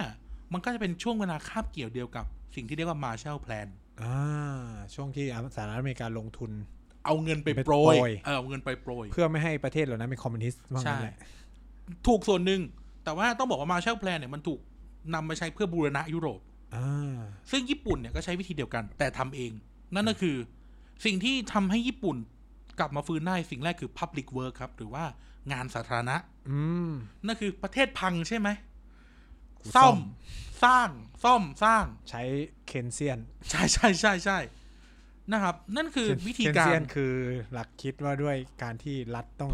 มันก็จะเป็นช่วงเวลาคาบเกี่ยวเดียวกับสิ่งที่เรียกว่า Marshall Plan
อ่าช่วงที่สหรัฐอเมริกาลงทุน
เอาเงินไปโปร
ไป
ย
โปรย
เออเอาเงินไปโปรย
เพื่อไม่ให้ประเทศเหล่านั้นเป็นคอมมิวนิสต์ว่างั้นแหละ
ถูกส่วนหนึ่ง แต่ว่าต้องบอกว่ามา s h ช l l แพลนเนี่ยมันถูกนำมาใช้เพื่อบูรณะยุโรป
อ่า
ซึ่งญี่ปุ่นเนี่ยก็ใช้วิธีเดียวกัน แต่ทำเอง นั่นก็คือ สิ่งที่ทำให้ญี่ปุ่นกลับมาฟื้นได้สิ่งแรกคือ Public Work ครับ หรือว่างานสาธารณะ
อืม
นั่นคือประเทศพังใช่ไหม
กูซ่
ซ่
อ
อ
ม
ม สร้าง ซ่อมสร้าง
ใช้เคนเซียน
ใช่ใช่ใช่ใช่นะครับ นั่นคือวิธีกา
เคนเซีย
ร
นคือหลักคิดว่าด้วยการที่รัฐต้อง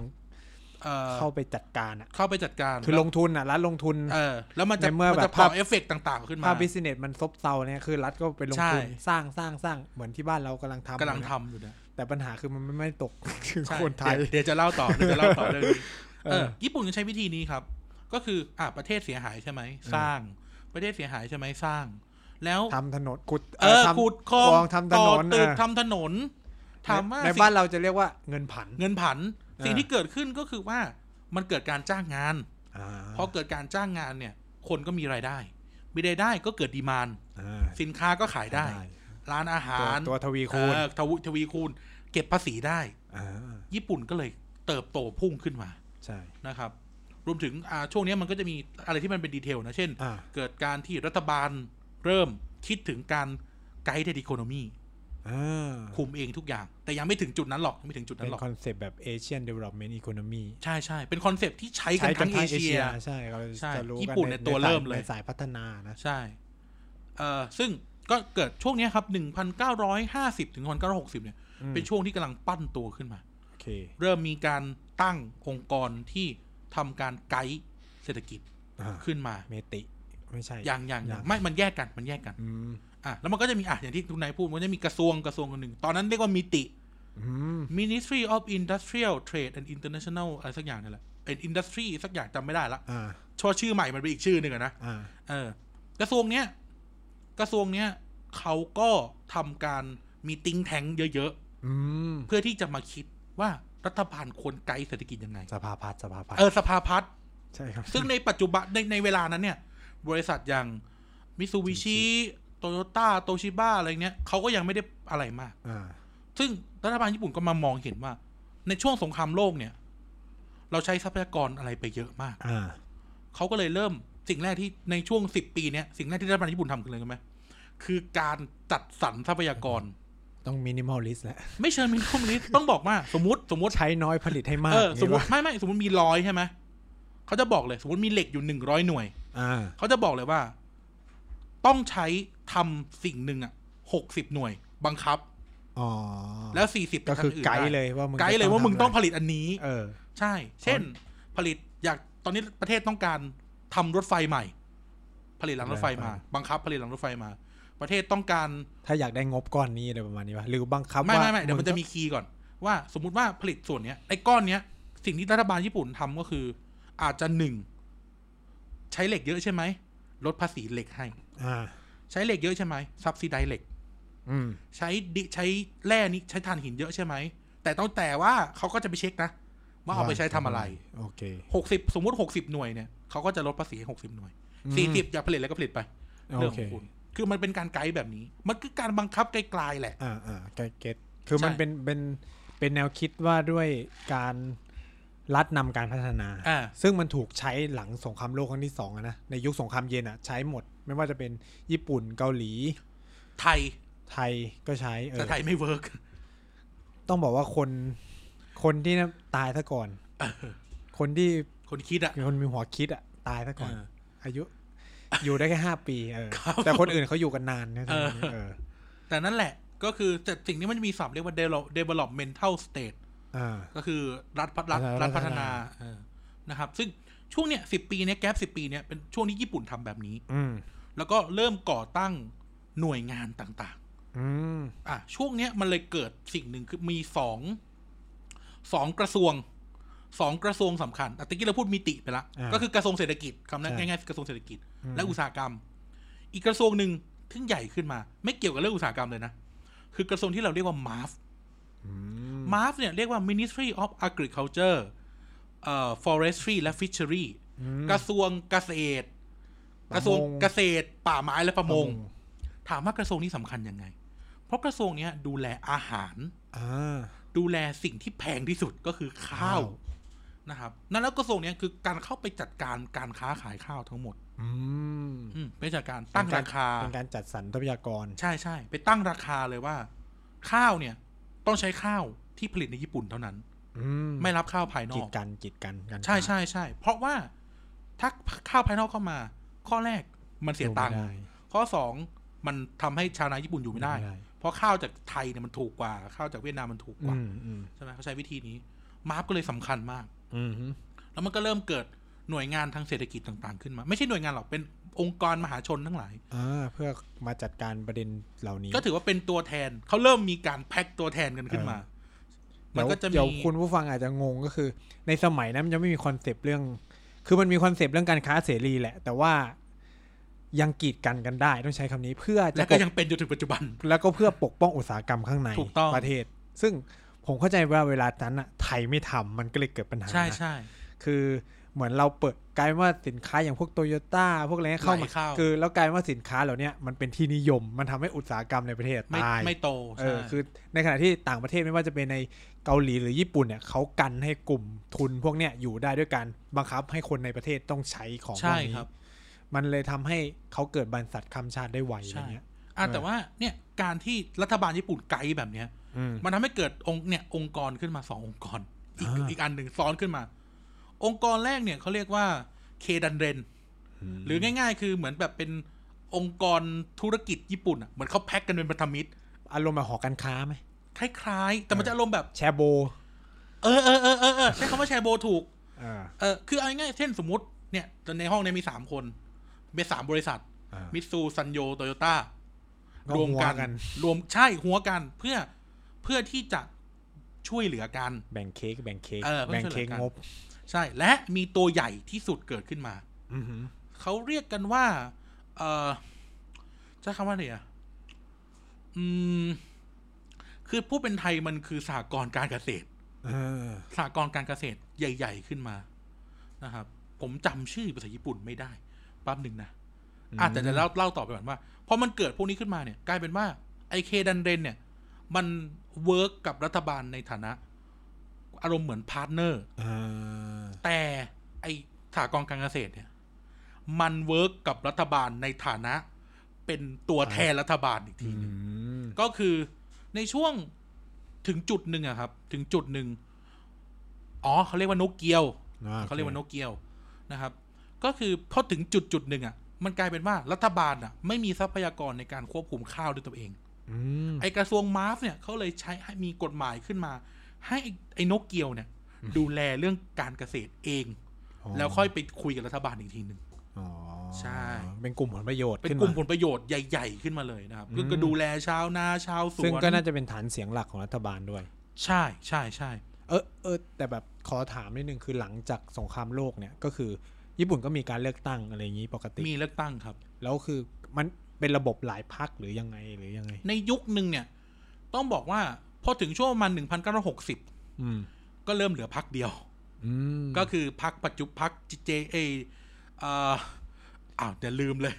เอ่อ
เข้าไปจัดการอ่ะ
เข้าไปจัดการ
คือลงทุนอ่ะรัฐลงทุน
เออ แล้วมันจะ
ในเมื่อ
มันจะ
แบบ
ก่อ
ภาพ
เอฟเฟกต์ต่าง ๆ ขึ้นมา
ภาพบิสเนสมันซบเซาเนี่ยคือรัฐก็ไปลงทุน
ใช่
สร้างสร้างสร้างเหมือนที่บ้านเรากำลังทำ
กำลัง
นะ
ทำอยู่เนะ
แต่ปัญหาคือมันไม่ไม่ตก ถึง
ใช่
คนไทย
เดี๋วเดี๋ยวจะเล่าต่อ เดี๋ยวจะเล่า ต่อเรื่องนี้
เออ
เออ ญี่ปุ่นก็ใช้วิธีนี้ครับ ก็คือ อ่ะประเทศเสียหายใช่ไหม
อืม
สร้าง ประเทศเสียหายใช่ไหมสร้าง แล้ว
ทำถนนขุด
เออ
ทำ
ขุดคลอง
ทำถนน
ตึก
เออ
ทำถนนถามว่า
ในใน
สิ่ง
บ้านเราจะเรียกว่าเงินผัน
เงินผัน
ออ
สิ่งที่เกิดขึ้นก็คือว่ามันเกิดการจ้างงาน
อ่า
พอเกิดการจ้างงานเนี่ย คนก็มีรายได้ มีรายได้ก็เกิดดีมานด์
อ่า
สินค้าก็ขายได้ ร้านอาหาร
ตัวตัวทวีคูณ
เออทวทวีคูณ เก็บภาษีได้
อ่า
ญี่ปุ่นก็เลยเติบโตพุ่งขึ้นมา
ใช่
นะครับ รวมถึงอ่าช่วงเนี้ยมันก็จะมีอะไรที่มันเป็นดีเทลนะ เช่น
อ่า
เกิดการที่รัฐบาลเริ่มคิดถึงการไกด์เดดิโคโนมี
อ่า
คุมเองทุกอย่าง แต่ยังไม่ถึงจุดนั้นหรอกยังไม่ถึงจุดนั้
เป็นน
หรอก
คอนเซปต์แบบ Asian Development Economy
ใช่ใช่เป็นคอนเซปต์ที่ใช้กันทั้งเอเชีย
ใช่เรา
ใช่
จะรู้กั
ญี่ปุ่นเนี่ยตัวเริ่มเลย
ในสายพัฒนานะ
ใช่ เอ่อ ซึ่งก็เกิดช่วงเนี้ยครับ 1,950 ถึง 1,960 เนี่ย
อืม
เป็นช่วงที่กำลังปั้นตัวขึ้นมา
โอเค
เริ่มมีการตั้งองค์กรที่ทำการไกด์เศรษฐกิจ
อ่า
ขึ้นมา
เมติ ไม่ใช่
อย่างอย่างอย่
อา
ย่าง งไม่ มันแยกกัน มันแยกกัน
อืม
อ่ะ แล้วมันก็จะมี อ่ะ อย่างที่คุณนายพูด มันจะมีกระทรวงกระทรวงหนึ่ง ตอนนั้นเรียกว่ามิติ
อืม
Ministry of Industrial Trade and International อะไรสักอย่างนี่แหละเอ็นอินดัสทรีสักอย่างจำไม่ได้ละ
อ่า
ชอชื่อใหม่มันเป็นอีกชื่อหนึ่งอะนะ
อ่า
เออกระทรวงเนี้ยกระทรวงเนี้ยเขาก็ทำการมีติ้งแทงเยอะ
อืม
ๆ เพื่อที่จะมาคิดว่ารัฐบาลควรไกด์เศรษฐกิจยังไง
สภาพัฒน์สภาพัฒน์
เออ สภาพัฒน์
ใช่ครับ
ซึ่งในปัจจุบันในในเวลานั้นเนี่ย บริษัทอย่างมิซูบิชิโตโยต้าโตชิบ้าอะไรเนี้ยเขาก็ยังไม่ได้อะไรมาก
อ่า
ซึ่งรัฐบาลญี่ปุ่นก็มามองเห็นว่า ในช่วงสงครามโลกเนี่ย เราใช้ทรัพยากรอะไรไปเยอะมาก
อ่า
เขาก็เลยเริ่มสิ่งแรกที่ในช่วงสิบปีเนี้ยสิ่งแรกที่รัฐบาลญี่ปุ่นทำคืออะไรรู้ไหมคือการจัดสรรทรัพยากร
ต้องมินิมอลลิสแหละ
ไม่เชิงมินิคอมมินิสต์ต้องบอกว่า สมมติสมมติ
ใช้น้อยผลิตให้มาก
เออสมมติ
อย่างนี้ปะ
ไม่ไม่สมมติมีร้อยใช่ไหมเขาจะบอกเลย สมมติมีเหล็กอยู่หนึ่งร้อยหน่วย
อ่า
เขาจะบอกเลยว่า ต้องใช้ทำสิ่งหนึ่งอ่ะหกสิบหน่วย บังคับ
อ๋อ
แล้วสี่สิบ
ก็คือไกด์เลยว่ามึง
ไกด์เลยว่ามึงต้องผ
ทำะไร
ลิตอันนี้
เออ
ใช่ เช่น ผลิตอยากตอนนี้ประเทศต้องการทำรถไฟใหม่ ผลิตหลังรถไฟ
ร
มา
ถไฟ
บังคับ ผลิตหลังรถไฟมา ประเทศต้องการ
ถ้าอยากได้งบก้อนนี้อะไรประมาณนี้ปะหรือบังคับ
ไม่
ว่า
ไม่ไม่เดี๋ยวมันจะมีคีย์ก่อน ว่า สมมุติว่าผลิตส่วนเนี้ยไอ้ก้อนเนี้ย สิ่งที่รัฐบาลญี่ปุ่นทำก็คือ อาจจะหนึ่งใช้เหล็กเยอะใช่ไหมลดภาษีเหล็กให้
อ่า
ใช้เหล็กเยอะใช่ไหมซับซิไดเหล็ก
อืม
ใช้ดิใช้แร่นี้ใช้ถ่านหินเยอะใช่ไหมแต่ต้องแต่ว่าเขาก็จะไปเช็คนะว่าเอาไปใช้ทำอะไร
โอเค
หกสิบสมมติหกสิบหน่วยเนี่ยเขาก็จะลดภาษีหกสิบหน่วยสี่สิบอยากผลิตแล้วก็ผลิตไป
โอ
เรื่อง
เค
ของคุณ คือมันเป็นการไกด์แบบนี้ มันคือการบังคับไกลๆแหละ
อ่าอ่าก็เก็ตคือมัน
ใช่
เป็นเป็นเป็นแนวคิดว่าด้วยการรัฐนำการพัฒนา
อ่า
ซึ่งมันถูกใช้หลังสงครามโลกครั้งที่สองอะนะ ในยุคสงครามเย็นอ่ะ ใช้หมด ไม่ว่าจะเป็นญี่ปุ่นเกาหลี
ไทย
ไทยก็ใช้เอ
แต่
อ
ไทยไม่เวิร์ก
ต้องบอกว่าคนคนที่นะตายซะก่อน คนที่
คนคิดอ่ะ
คนมีหัวคิดอ่ะ ตายซะก่อน
เออ
อายุ อยู่ได้แค่ห้าปีเออ
ครับ
แต่คนอื่นเขาอยู่กันนานนะ
เออ
เออ
แต่นั่นแหละ ก็คือแต่สิ่งนี้มันจะมีศัพท์เรียกว่า develop- developmental state
อ่า
ก็คือรัฐพัฒรัฐ
รั
รั
ฐ
ฐ
พั
พั
ฒ
ฒ
นา
นาเออนะครับ ซึ่งช่วงเนี้ยสิบปีเนี้ยแกลสิบปีเนี้ยเป็นช่วงที่ญี่ปุ่นทำแบบนี้
อืม
แล้วก็เริ่มก่อตั้งหน่วยงานต่างๆ
อืม
อ่ะช่วงเนี้ยมันเลยเกิดสิ่งหนึ่งคือมีสองสองกระทรวงสองกระทรวงสำคัญอ่ะตะกี้เราพูดมิติไปละ
า
ก็คือกระทรวงเศรษฐกิจคำนั้น
ใช่
ง่ายๆคือกระทรวงเศรษฐกิจ และอุตสาหกรรม อีกกระทรวงหนึ่งที่ใหญ่ขึ้นมา ไม่เกี่ยวกับเรื่องอุตสาหกรรมเลยนะ คือกระทรวงที่เราเรียกว่ามาฟ
อืม
มาฟเนี่ยเรียกว่า Ministry of Agriculture เอ่อ Forestry และ Fishery
อืม
กระทรวงเกษตร
ประมง
กระทรวงเกษตร ป่าไม้และประมง
ประ
ถามว่ากระทรวงนี้สำคัญยังไง เพราะกระทรวงเนี้ยดูแลอาหาร
อ่า
ดูแลสิ่งที่แพงที่สุดก็คือข้าว
ข้าว
นะครับนั่นแล้วกระทรวงเนี้ยคือการเข้าไปจัดการการค้าขายข้าวทั้งหมด
อืม
อืมไปจัดการตั้งราคา
เป็นการจัดสรรทรัพยากร
ใช่ใช่ไปตั้งราคาเลยว่า ข้าวเนี่ย ต้องใช้ข้าวที่ผลิตในญี่ปุ่นเท่านั้น
อืม
ไม่รับข้าวภายน
กี
อ
ด
ก
กันกีดกันกัน
ใช่ใช่ใช่เพราะว่าถ้าข้าวภายนอกเข้ามา ข้อแรกมันเสียตังค์
ดูไม่ได้
ข้อสองมันทำให้ชาวนาญี่ปุ่นอยู่ไม่ได้
ไม่ได้
เพราะข้าวจากไทยเนี่ยมันถูกกว่า ข้าวจากเวียดนามมันถูกกว่า
อืมอืม
ใช่ไหมเขาใช้วิธีนี้ มาร์ก็เลยสำคัญมาก
อืมฮึ
แล้วมันก็เริ่มเกิดหน่วยงานทางเศรษฐกิจต่างๆขึ้นมา ไม่ใช่หน่วยงานหรอก เป็นองค์กรมหาชนทั้งหลาย
อ่าเพื่อมาจัดการประเด็นเหล่านี้
ก็ถือว่าเป็นตัวแทนเขาเริ่มมีการแพ็คตัวแทนกันขึ้นมา มันก็จะ
เดี๋ยว
มี
เดี๋ยวคุณผู้ฟังอาจจะงงก็คือ ในสมัยนั้นมันยังไม่มีคอนเซปต์เรื่อง คือมันมีคอนเซปต์เรื่องการค้าเสรีแหละ แต่ว่ายังกีดกันกันได้ต้องใช้คำนี้เพื่อจะ
และก็
ป
ยังเป็นจนถึงปัจจุบัน
แล้วก็เพื่อปกป้องอุตสาหกรรมข้างใน
ถูกต้อง
ประเทศ ซึ่งผมเข้าใจว่าเวลานั้นอ่ะไทยไม่ทำมันก็เลยเกิดปัญหา
ใช่ใช่
คือ เหมือนเราเปิดกลายเป็นว่าสินค้าอย่างพวกโตโยต้าพวกอะไรเงี้ยเข้า
ไหล
มา
เข้า
คือแล้วกลายเป็นว่าสินค้าเหล่าเนี้ยมันเป็นที่นิยมมันทำให้อุตสาหกรรมในประเทศ
ไม่
ตาย
ไม่โต
เอ
ใช่
อคือในขณะที่ต่างประเทศไม่ว่าจะเป็นในเกาหลีหรือญี่ปุ่นเนี่ยเขากันให้กลุ่มทุนพวกเนี้ยอยู่ได้ด้วยการบังคับให้คนในประเทศต้องใช้ของพว
ใช่
กนี้
ครับ
มันเลยทำให้เขาเกิดบรรษัทคำชาติได้ไวอะไร
ใช่
เงี้ย
อ่ะแต่ว่าเนี่ยการที่รัฐบาลญี่ปุ่นไกด์แบบเนี้ย
อืม
มันทำให้เกิดองค์เนี่ยองค์กรขึ้นมาสององค์กร อีก
อ่า
อีกอันหนึ่งซ้อนขึ้นมา องค์กรแรกเนี่ยเขาเรียกว่าเคดันเรนหรือง่ายๆ คือเหมือนแบบเป็นองค์กรธุรกิจญี่ปุ่นอ่ะเหมือนเขาแพ็กกันเป็นพันธมิตร
อารมณ์แบบหอการค้าไหม
คล้ายๆ แต่มันจะอารมณ์แบบ
แชร์โบ
เออเออเออเออเออใช้คำว่าแชร์โบถูก
อ่า
เออคือเอาง่ายๆเช่นสมมติเนี่ยในห้องเนี่ยมีสามคนเป็นสามบริษัท
อ่า
มิตซูซันโยโตโยต้า
ก็
รวมกั
หัวกัน
น รวมใช่หัวกันเพื่อเพื่อที่จะช่วยเหลือกัน
แบ่งเค้กแบ่งเค้ก
เออเพื่อ
แบ่ง
ช่วยเห
เค้ก
ลือกัน
งบ
ใช่ และมีตัวใหญ่ที่สุดเกิดขึ้นมา
อือหือ
เขาเรียกกันว่า เออใช้คำว่าอะไรอ่ะอืม คือผู้เป็นไทยมันคือสหกรณ์การเกษตร
เออ
สหกรณ์การเกษตรใหญ่ ๆ ขึ้นมานะครับ ผมจำชื่อภาษาญี่ปุ่นไม่ได้แป๊บหนึ่งนะ
อ่ะ
อ่ะแต่จะเล่าเล่าต่อไปก่อนว่าพอมันเกิดพวกนี้ขึ้นมาเนี่ยกลายเป็นว่าไอเคดันเรนเนี่ย มันเวิร์กกับรัฐบาลในฐานะ อารมณ์เหมือนพาร์ทเนอร์
เออ
แต่ไอสากรณ์การเกษตรเนี่ย มันเวิร์กกับรัฐบาลในฐานะ เป็นตัวแทนรัฐบาลอีกที
อื
หนึง
ม
ก็คือในช่วงถึงจุดหนึ่งอะครับ ถึงจุดหนึ่งอ๋อเขาเรียกว่านกเกียว
อ่
เขาเรียกว่านกเกียวนะครับ ก็คือพอถึงจุดจุดหนึ่งอ่ะ มันกลายเป็นว่ารัฐบาลอ่ะ ไม่มีทรัพยากรในการควบคุมข้าวด้วยตัวเอง
อืม
ไอกระทรวงมาร์ฟเนี่ยเขาเลยใช้ให้มีกฎหมายขึ้นมา ให้ไอ้ไอ้นกเกียวเนี่ย ดูแลเรื่องการเกษตรเอง แล้วค่อยไปคุยกับรัฐบาลอีกทีหนึ่ง
อ๋อ
ใช่
เป็นกลุ่มผลประโยชน์
เป็น
ขึ้น
กลุ่มผ
มา
ลประโยชน์ใหญ่ ๆ ขึ้นมาเลยนะครับ
อืม
ก็ดูแลชาวนาชาวสวน
ซึ่งก็น่าจะเป็นฐานเสียงหลักของรัฐบาลด้วย
ใช่ใช่ใช่
เออเออแต่แบบขอถามนิดนึงคือหลังจากสงครามโลกเนี่ย ก็คือญี่ปุ่นก็มีการเลือกตั้งอะไรอย่างนี้ปกติ
มีเลือกตั้งครับ
แล้วคือมันเป็นระบบหลายพักหรือยังไงหรือยังไง
ในยุคหนึ่งเนี่ย ต้องบอกว่าพอถึงช่วงประมาณ1960
อืม
ก็เริ่มเหลือพักเดียว
อืม
ก็คือพักปัจจุพักจีเจเอเอ่ออ้าวเดี๋ยวลืมเลย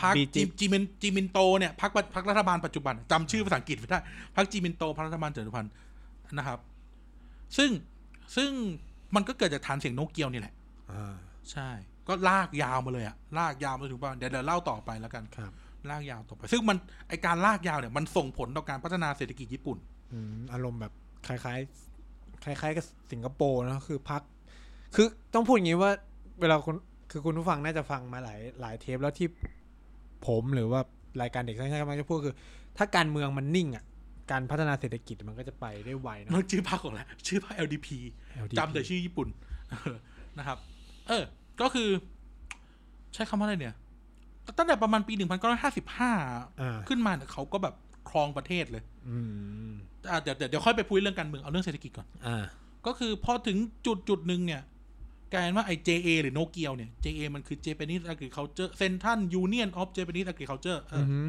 พักจิจิมินจิมินโตเนี่ยพักพักรัฐบาลปัจจุบันจำชื่อภาษาอังกฤษไม่ได้พักจิมินโตพักรัฐบาลเจริญพันธุ์นะครับ ซึ่งซึ่งมันก็เกิดจากฐานเสียงนกเกียวนี่แหละ
อ่า
ใช่ ก็ลากยาวมาเลยอะลากยาวมาถึงปัจจุบันเดี๋ยวเดี๋ยวเล่าต่อไปแล้วกัน
ครับ
ลากยาวต่อไป ซึ่งมันไอการลากยาวเนี่ยมันส่งผลต่อการพัฒนาเศรษฐกิจญี่ปุ่น
อืมอารมณ์แบบคล้าย ๆ คล้าย ๆ กับสิงคโปร์นะคือพัก คือต้องพูดอย่างนี้ว่า เวลาคุณคือคุณผู้ฟังน่าจะฟังมาหลายหลายเทปแล้วที่ผมหรือว่ารายการเด็กสร้างชาติกำลังจะพูดคือ ถ้าการเมืองมันนิ่งอ่ะการพัฒนาเศรษฐกิจมันก็จะไปได้ไวเน
นอ
อะ
กชื่อพรรคของแล้วชื่อพรรค LDP
LDP
จำแต่ชื่อญี่ปุ่น นะครับ เออ ก็คือ ใช้คำว่าอะไรเนี่ย ตั้งแต่ประมาณปี 1955
อ่า
ขึ้นมาเนี่ยเขาก็แบบครองประเทศเลย
อืม
อ่ะเดี๋ยวเดี๋ยวเดี๋ยวค่อยไปพูดเรื่องการเมือง เอาเรื่องเศรษฐกิจก่อน
อ่า
ก็คือพอถึงจุดจุดหนึ่งเนี่ย กลายเป็นว่าไอ้ JA หรือโนเกียวเนี่ย JA มันคือ Japanese Agriculture Central Union of Japanese Agriculture เอ
อื
อ
อหือ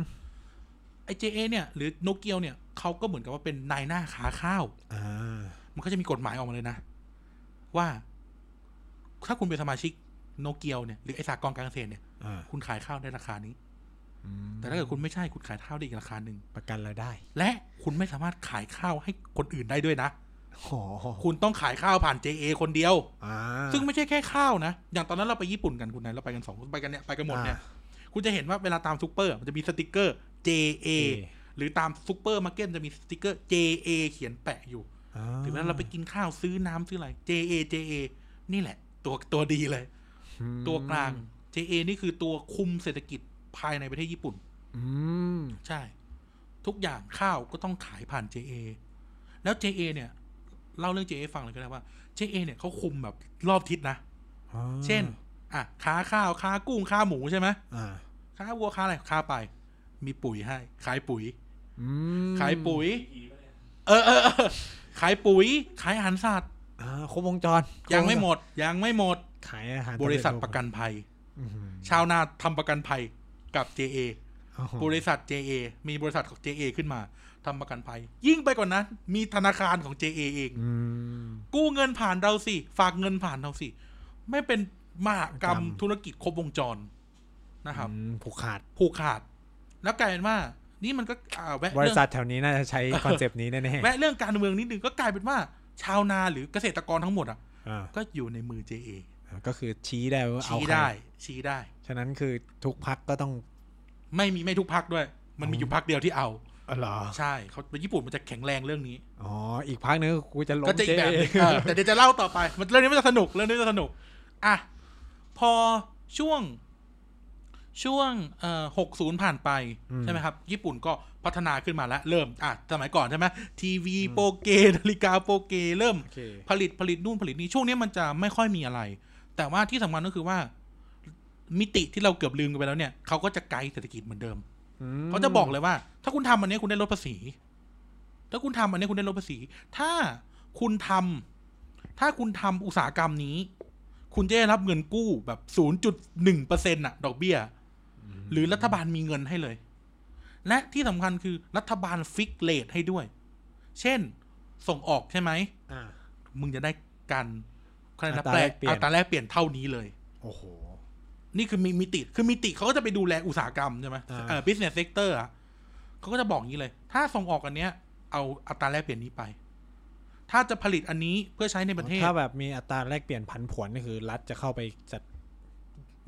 ไอ้ JA เนี่ย หรือโนเกียวเนี่ยเขาก็เหมือนกับว่าเป็นนายหน้าค้าข้าว
อ่า
มันก็จะมีกฎหมายออกมาเลยนะ ว่า ถ้าคุณเป็นสมาชิกโนเกียวเนี่ยหรือไอสากรณ์การเกษตรเนี่ย
อ่า
คุณขายข้าวได้ราคานี้
อืม
แต่ถ้าเกิดคุณไม่ใช่คุณขายข้าวได้อีกราคาหนึ่ง
ประกันรายได้
และคุณไม่สามารถขายข้าวให้คนอื่นได้ด้วยนะ
โอ้โห
คุณต้องขายข้าวผ่าน JA คนเดียว
อ่า
ซึ่งไม่ใช่แค่ข้าวนะ อย่างตอนนั้นเราไปญี่ปุ่นกันคุณนายเราไปกันสองคนไปกันเนี่ยไปกันหมดเนี่ยคุณจะเห็นว่าเวลาตามซูเปอร์มันจะมีสติกเกอร์ JA
เอ
หรือตามซูเปอร์มาร์เก็ตจะมีสติกเกอร์ JA เขียนแปะอยู่
อ่
ถึงนั้นเราไปกินข้าวซื้อน้ำซื้ออะไร JA JA นี่แหละ ตัวตัวดีเลย
อืม
ตัวกลาง JA นี่คือตัวคุมเศรษฐกิจภายในประเทศญี่ปุ่น
อืม
ใช่ ทุกอย่างข้าวก็ต้องขายผ่าน JA แล้ว JA เนี่ยเล่าเรื่อง JA ฟังเลยก็ได้ว่า JA เนี่ยเขาคุมแบบรอบทิศนะ
อ่า
เช่น อ่ะค้าข้าวค้ากุ้งค้าหมูใช่ไหม
อ่า
ค้าวัวค้าอะไรค้าไป มีปุ๋ยให้ ขายปุ๋ย
อืม
ขายปุ๋ย เออเออเออขายปุ๋ย ขายอาหารสัตว์
อ่าครบวงจร
ยังไม่หมดยังไม่หมด
ขายอาหาร
บริษัทประกันภัย
อื้อหือ
ชาวนาทำประกันภัยกับ JA
โอ้โห
บริษัท JA มีบริษัทของ JA ขึ้นมาทำประกันภัย ยิ่งไปกว่านั้น มีธนาคารของ JA เอง
อืม
กู้เงินผ่านเราสิ ฝากเงินผ่านเราสิ ไม่เป็นมหากรร
ม
ม
หากรรม
ธุรกิจครบวงจรนะครับ
อืมผูกขาด
ผูกขาด แล้วกลายเป็นว่า นี่มันก็อ่าแวะ
บริ
เรื่อง
ษัทแถวนี้น่าจะใช้คอนเซปต์นี้แน่
แวะเรื่องการเมืองนิดนึงก็กลายเป็นว่า ชาวนาหรือเกษตรกรทั้งหมดอ่ะ
ๆอ่า
ก็อยู่ในมือ JA
ก็คือชี้ได้ว่าเอาใค
ชี้
ร
ได้ ชี้ได้
ฉะนั้นคือทุกพักก็ต้อง
ไม่มีไม่ทุกพักด้วย มันมีอยู่พักเดียวที่เอา
เหรอ
ใช่เขาญี่ปุ่นมันจะแข็งแรงเรื่องนี้
อ๋ออีกพักนึงก็กูจะล้ม
ก็จะอีกแบบหนึงเออแต่เดี๋ยวจะเล่าต่อไป มันเรื่องนี้มันจะสนุกเรื่องนี้จะสนุก อ่ะ พอช่วงช่วงเอ่อหกศูนย์ผ่านไป ใช่ไหมครับ ญี่ปุ่นก็พัฒนาขึ้นมาแล้ว เริ่ม อ่ะ สมัยก่อนใช่ไหมทีวีโปเก นาฬิกาโปเกเริ่ม
โอเค
ผลิตผลิตนู่นผลิตนี่ช่วงนี้มันจะไม่ค่อยมีอะไร แต่ว่าที่สำคัญก็คือว่า มิติที่เราเกือบลืมกันไปแล้วเนี่ยเขาก็จะไกด์เศรษฐกิจเหมือนเดิม
ม
เขาจะบอกเลยว่า ถ้าคุณทำอันนี้คุณได้ลดภาษี ถ้าคุณทำอันนี้คุณได้ลดภาษี ถ้าคุณทำถ้าคุณทำอุตสาหกรรมนี้ คุณจะได้รับเงินกู้แบบศูนย์จุดหนึ่งเปอร์เซ็นต์ะดอกเบี้ย หรือรัฐบาลมีเงินให้เลย และที่สำคัญคือรัฐบาลฟิกเลทให้ด้วย เช่นส่งออกใช่ไหม
อ่า
มึงจะได้การคะแนนนับ
อัตรา
แปล
แล
ก
กเปลี่ยน
อัตราแลกเปลี่ยนเท่านี้เลย
โอ้โห
นี่คือมีมิติ คือมิติเขาก็จะไปดูแลอุตสาหกรรมใช่ไหม
อ่า
เออ business sector อ่ะเขาก็จะบอกอย่างนี้เลย ถ้าส่งออกอันเนี้ย เอาอัตราแลกเปลี่ยนนี้ไป ถ้าจะผลิตอันนี้เพื่อใช้ในประเทศ
ถ้าแบบมีอัตราแลกเปลี่ยนผันผวนนี่คือรัฐจะเข้าไปจัด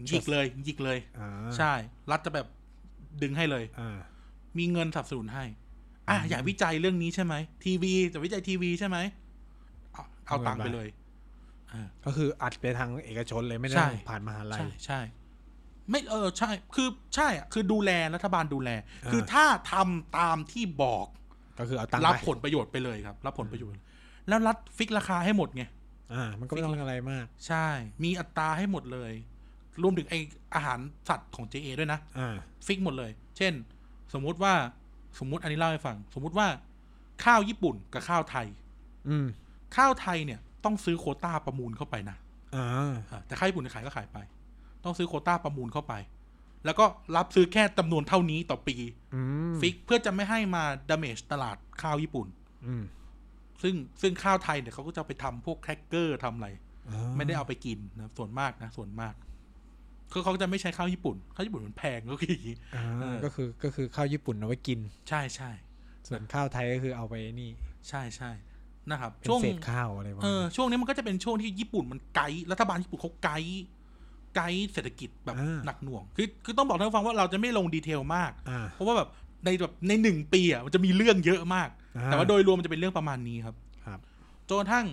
หยิกเลยหยิกเลย
อ่า
ใช่รัฐจะแบบดึงให้เลย
อ่า
มีเงินสนับสนุนให้ อ่ะ
อืม
อยากวิจัยเรื่องนี้ใช่ไหมทีวีจะวิจัยทีวีใช่ไหมเอาเอาตังค์
เอาเงิน
ไป
ไป
เลยเออ
ก็คืออัดไปทางเอกชนเลยไม่ได้
ใช่
ผ่านมหาลัย
ใช่ใช่ ไม่เออใช่ คือใช่อะคือดูแลรัฐบาลดูแล
อ่า
คือถ้าทำตามที่บอก
ก็คือเอาตังค์
รับ
ไป
ผลประโยชน์ไปเลยครับ รับผลประโยชน์ แล้วรัฐฟิกราคาให้หมดไง
อ่า มันก็ไม่ต้องอะไรมาก
ใช่ มีอัตราให้หมดเลย รวมถึงไออาหารสัตว์ของ JA ด้วยนะ
อ่า
ฟิกหมดเลย เช่น สมมุติว่าสมมุติอันนี้เล่าให้ฟัง สมมุติว่า ข้าวญี่ปุ่นกับข้าวไทย
อืม
ข้าวไทยเนี่ยต้องซื้อโควต้าประมูลเข้าไปนะ
อ่า
อ่ะแต่ค่ายญี่ปุ่นจะขายก็ขายไป ต้องซื้อโควต้าประมูลเข้าไป แล้วก็รับซื้อแค่จำนวนเท่านี้ต่อปี
อืม
ฟิกเพื่อจะไม่ให้มาด m เมจตลาดข้าวญี่ปุ่น
อืม
ซึ่งซึ่งข้าวไทยเนี่ยเขาก็จะเอาไปทำพวกแครกเกอร์ทำอะไร
อ่
ไม่ได้เอาไปกินนะส่วนมากนะ ส่วนมากคือเขาจะไม่ใช้ข้าวญี่ปุ่น ข้าวญี่ปุ่นมันแพงก็คืออย่างงี้
อ่า
เออ
ก็คือก็คือข้าวญี่ปุ่นเอาไว้กิน
ใช่ใช่
ส่วนข้าวไทยก็คือเอาไปนี่
ใช่ใช่นะครับ
เป็น
ช่วง
เศษข้าวอะไรประมา
เอ
ณ
อ
นั้น
ช่วงนี้มันก็จะเป็นช่วงที่ญี่ปุ่นมันไกด์รัฐบาลญี่ปุ่นเขาไกด์ไกด์เศรษฐกิจแบบ
อ่า
หนักหน่วง คือคือต้องบอกท่านผู้ฟังว่าเราจะไม่ลงดีเทลมาก
อ่า
เพราะว่าแบบในแบบในหนึ่งปีอ่ะมันจะมีเรื่องเยอะมาก
อ่า
แต่ว่าโดยรวมมันจะเป็นเรื่องประมาณนี้ครับ
ครับ
จนกระทั่ง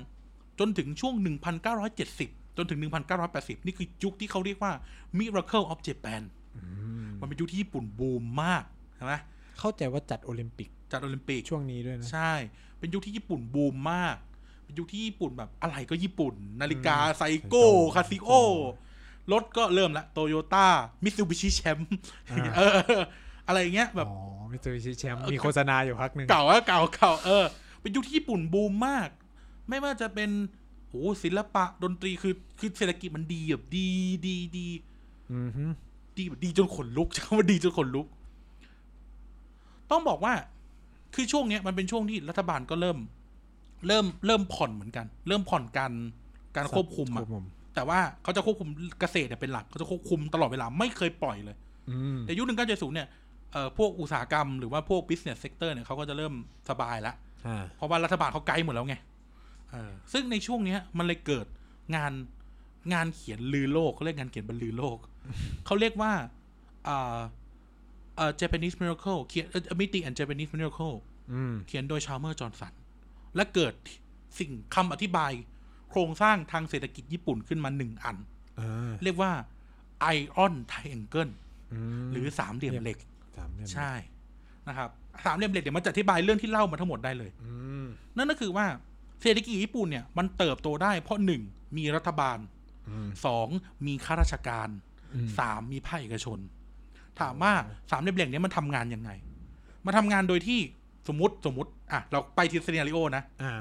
จนถึงช่วง 1970 จนถึง 1980 นี่คือยุคที่เขาเรียกว่า Miracle of Japan
อืม
มันเป็นยุคที่ญี่ปุ่นบูมมากใช่ไหม
เข้าใจว่าจัดโอลิมปิก
จัดโอลิมปิก
ช่วงนี้ด้วยนะ
ใช่ เป็นยุคที่ญี่ปุ่นบูมมาก เป็นยุคที่ญี่ปุ่นแบบอะไรก็ญี่ปุ่น นาฬิกา
อืม
ไซโก้
ไซโก้
คาซิโอ รถก็เริ่มละโตโยต้ามิตซูบิชิแชมป์
อ่า
เออ อะไรอย่างเงี้ยแบบ
อ๋อมิตซูบิชิแชมป์มีโฆษณาอยู่พักหนึ่ง
เก่าอะเก่าเก่าเออ เป็นยุคที่ญี่ปุ่นบูมมาก ไม่ว่าจะเป็นโอ้โหศิลปะดนตรีคือคือเศรษฐกิจมันดีแบบดีดีดี
อืมฮึ
ดีแบบดีจนขนลุก ใช้คำว่าดีจนขนลุก ต้องบอกว่า คือช่วงเนี้ยมันเป็นช่วงที่รัฐบาลก็เริ่ม เริ่มเริ่มผ่อนเหมือนกัน เริ่มผ่อนการการควบคุม
ค
อะ
วบคุม
แต่ว่าเขาจะควบคุมเกษตรเนี่ยเป็นหลักเขาจะควบคุมตลอดเวลาไม่เคยปล่อยเลย
อืม
แต่ยุคหนึ่งเก้าเจ็ดศูนย์เนี่ยเอ่อพวกอุตสาหกรรมหรือว่าพวก business sector เนี่ยเขาก็จะเริ่มสบายละ
อ่า
เพราะว่ารัฐบาลเขาไกด์หมดแล้วไงเออซึ่งในช่วงเนี้ย มันเลยเกิดงานงานเขียนลือโลกเขาเรียกงานเขียนบรรลือโลก เขาเรียกว่าอ่าเอ่อ Japanese miracle เขียนมิติ and Japanese miracle
อืม
เขียนโดยชา l เมอร์จอห์นสัน และเกิดสิ่งคำอธิบาย โครงสร้างทางเศรษฐกิจญี่ปุ่นขึ้นมาหนึ่งอัน
อ่า
เรียกว่า Iron Triangle
ม
หรือสามเหลี่ยมเหล็ก
สามเหลี่ยม
ใช่ นะครับสามเหลี่ยมเหล็กเดี๋ยวมันจะอธิบายเรื่องที่เล่ามาทั้งหมดได้เลย
อืม
นั่นก็คือว่าเศรษฐกิจญี่ปุ่นเนี่ยมันเติบโตได้เพราะหนึ่งมีรัฐบาล
อืม
สองมีข้าราชการ
อืม
สามมีภาคเอกชน ถามว่าสามเหลี่ยมเหล็กเนี้มันทำงานยังไง มันทำงานโดยที่สมมติสมมติอ่ะเราไปทีซีนาริโอนะ
อ่า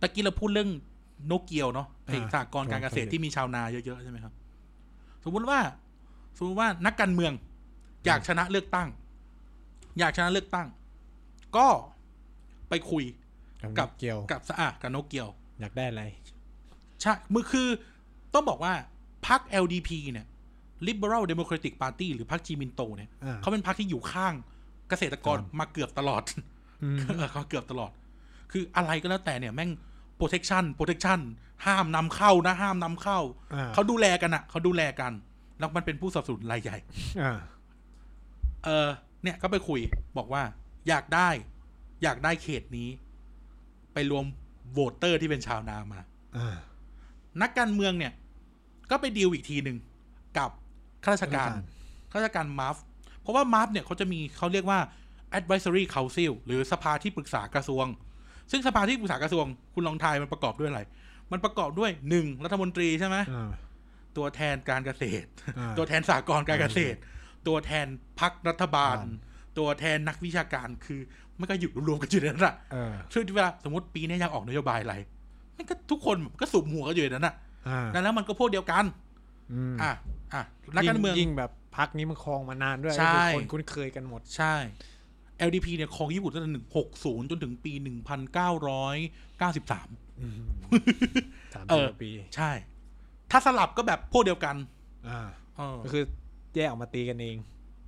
ตะกี้เราพูดเรื่องโนเกียวเนาะไอ้
อ่า
สากรณ์การเกษต
ค
ร
รับ
ที่มีชาวนาเยอะๆใช่ไหมครับ สมมุติว่า สมมติว่านักการเมือง อยากชนะเลือกตั้ง อยากชนะเลือกตั้ง ก็ไปคุย
กับ
กับ
เกี่ยว
กับสะอากับโนเกียว
อยากได้อะไร
ใช่มือคือ ต้องบอกว่าพรรค LDP เนี่ย Liberal Democratic Party หรือพรรคจีมินโตเนี่ย
อ่า
เขาเป็นพรรคที่อยู่ข้างเกษตรกร
ครับ
มาเกือบตลอด
อืม
เออเขาเกือบตลอด คืออะไรก็แล้วแต่เนี่ยแม่ง protection protection ห้ามนำเข้านะ ห้ามนำเข้า
อ่า
เขาดูแลกันอะเขาดูแลกัน แล้วมันเป็นผู้สนับสนุนรายใหญ่
อ่า
เออ เนี่ยก็ไปคุยบอกว่า อยากได้ อยากได้เขตนี้ ไปรวมโหวตเตอร์ที่เป็นชาวนามา
อ่า
นักการเมืองเนี่ย ก็ไปดีลอีกทีหนึ่งกับข้าราชการ ข้าราชการมาฟเพราะว่ามาฟเนี่ยเขาจะมีเขาเรียกว่า advisory council หรือสภาที่ปรึกษากระทรวง ซึ่งสภาที่ปรึกษากระทรวง คุณลองทายมันประกอบด้วยอะไร มันประกอบด้วยหนึ่งรัฐมนตรีใช่ไหม
อ่า
ตัวแทนการเกษตร
อ่า
ตัวแทนสากลการเกษตร ตัวแทนพักรัฐบาล
อ่
ตัวแทนนักวิชาการคือมันก็อยู่รวมๆกันอยู่ในนั้นแหละ
เออ
คือเวลาสมมติปีนี้อยากออกนโยบายอะไรมันก็ทุกคนก็สุมหัวกันอยู่ในนั้นน่ะ
อ่า
ดังนั้นมันก็พวกเดียวกัน
อืม
อ่ะอ่ะนักการเมือง
ยิ่ยิ่งแบบพักนี้มันครองมานานด้วย
ใช่
คือคนคุ้นเคยกันหมด
ใช่ LDP เนี่ยครองญี่ปุ่นตั้งแต่หนึ่งหกศูนย์จนถึงปีหนึ่งพันเก้าร้อยเก้าสิบสาม
อืมสาม
เอ
สิบ
อ
กว่าปี
ใช่ ถ้าสลับก็แบบพวกเดียวกัน
อ่า
เออ
ก็คือแยกออกมาตีกันเอง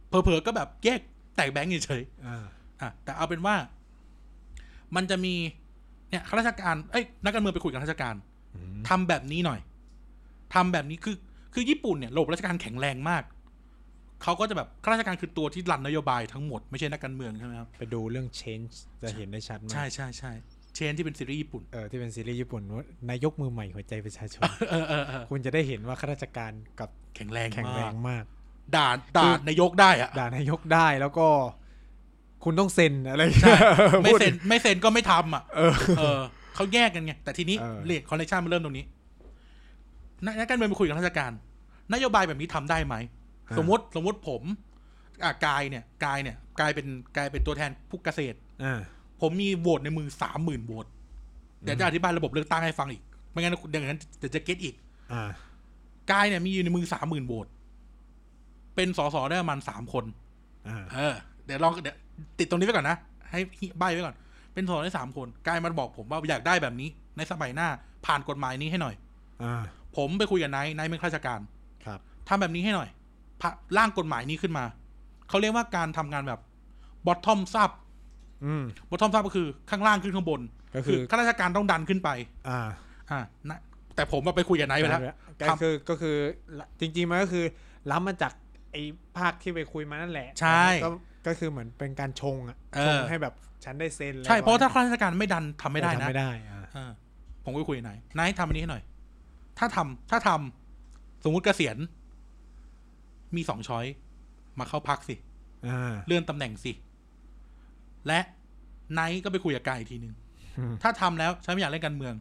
เผลอๆก็แบบแยกแตกแบงก์เฉย
อ่า
ๆอ่ะแต่เอาเป็นว่า มันจะมี เนี่ยข้าราชการเอ้ยนักการเมืองไปคุยกับข้าราชการ
อืม
ทำแบบนี้หน่อยทำแบบนี้คือ คือญี่ปุ่นเนี่ยระบบราชการแข็งแรงมากเขาก็จะแบบข้าราชการคือตัวที่รันนโยบายทั้งหมดไม่ใช่นักการเมืองใช่ไหมครับ
ไปดูเรื่อง change จะเห็นได้ชัดมาก
ใช่ใช่ใช่เชนที่เป็นซีรีส์ญี่ปุ่น
เออที่เป็นซีรีส์ญี่ปุ่นว่านายกมือใหม่หัวใจประชาชน
เออเออเออ
คุณจะได้เห็นว่าข้าราชการกับ
แข็งแรง
แข็งแร
มาก
งมาก
ด่าด่านายกได้อะ
ด่านายกได้แล้วก็ คุณต้องเซ็นอะไร
ใช่ ไม่
พูด
เซ็นไม่เซ็นก็ไม่ทำอ่ะ
เออ
เออเขาแยกกันไง แต่ทีนี้
เออ
เรทคอนเนคชันมันเริ่มตรงนี้นักนักการเมืองไปคุยกับข้าราชการ นโยบายแบบนี้ทำได้ไหม สมมติสมมติผมอ่ะกายเนี่ยกายเนี่ยกายเป็นกายเป็นตัวแทนผู้เกษตร
อ่า
ผมมีโหวตในมือสามหมื่นโหวตเดี๋ยวจะอธิบายระบบเลือกตั้งให้ฟังอีก ไม่งั้นเดี๋ยวนั้นเดี๋ยวจะเก็ตอีก
อ่าก
ายเนี่ยมีอยู่ในมือสามหมื่นโหวตเป็นสสได้ประมาณสามคน
อ่า
เออเดี๋ยวลองเดี๋ยวติดตรงนี้ไว้ก่อนนะ ให้ใบไว้ก่อน เป็นสองในสามคนกายมันบอกผมว่าอยากได้แบบนี้ ในสมัยหน้าผ่านกฎหมายนี้ให้หน่อย
อ่า
ผมไปคุยกับนายนายเป็นข้าราชการ
ครับ
ทำแบบนี้ให้หน่อยผ่าร่างกฎหมายนี้ขึ้นมา เขาเรียกว่าการทำงานแบบบอททอมซับ
อืม
บอททอมซับก็คือข้างล่างขึ้นข้างบน
ก็คือ
ข้าราชการต้องดันขึ้นไป
อ่า
อ่านะแต่ผมมาไปคุยกับนายไปแล้ว
ก็คือก็คือจริงๆมันก็คือล้ำมาจากไอ้ภาคที่ไปคุยมานั่นแหละ
ใช่
ก็ก็คือเหมือนเป็นการชงอะ
เออ
ชงให้แบบฉันได้เซ็นอไ
ใช่เพราะถ้า
ก่อน
ข้าราชการไม่ดันทำไม่ได้
ทำ
นะ
ไม่ได้อ่า
เออผมก็คุยกับนายนายทำอันนี้ให้หน่อย ถ้าทำถ้าทำสมมุติเกษียณ มีสองช้อย มาเข้าพักสิ
อ่า
เลื่อนตำแหน่งสิ และไนายก็ไปคุยกับกายอีกทีห นึ่งถ้าทำแล้วฉันไม่อยากเล่นการเมือง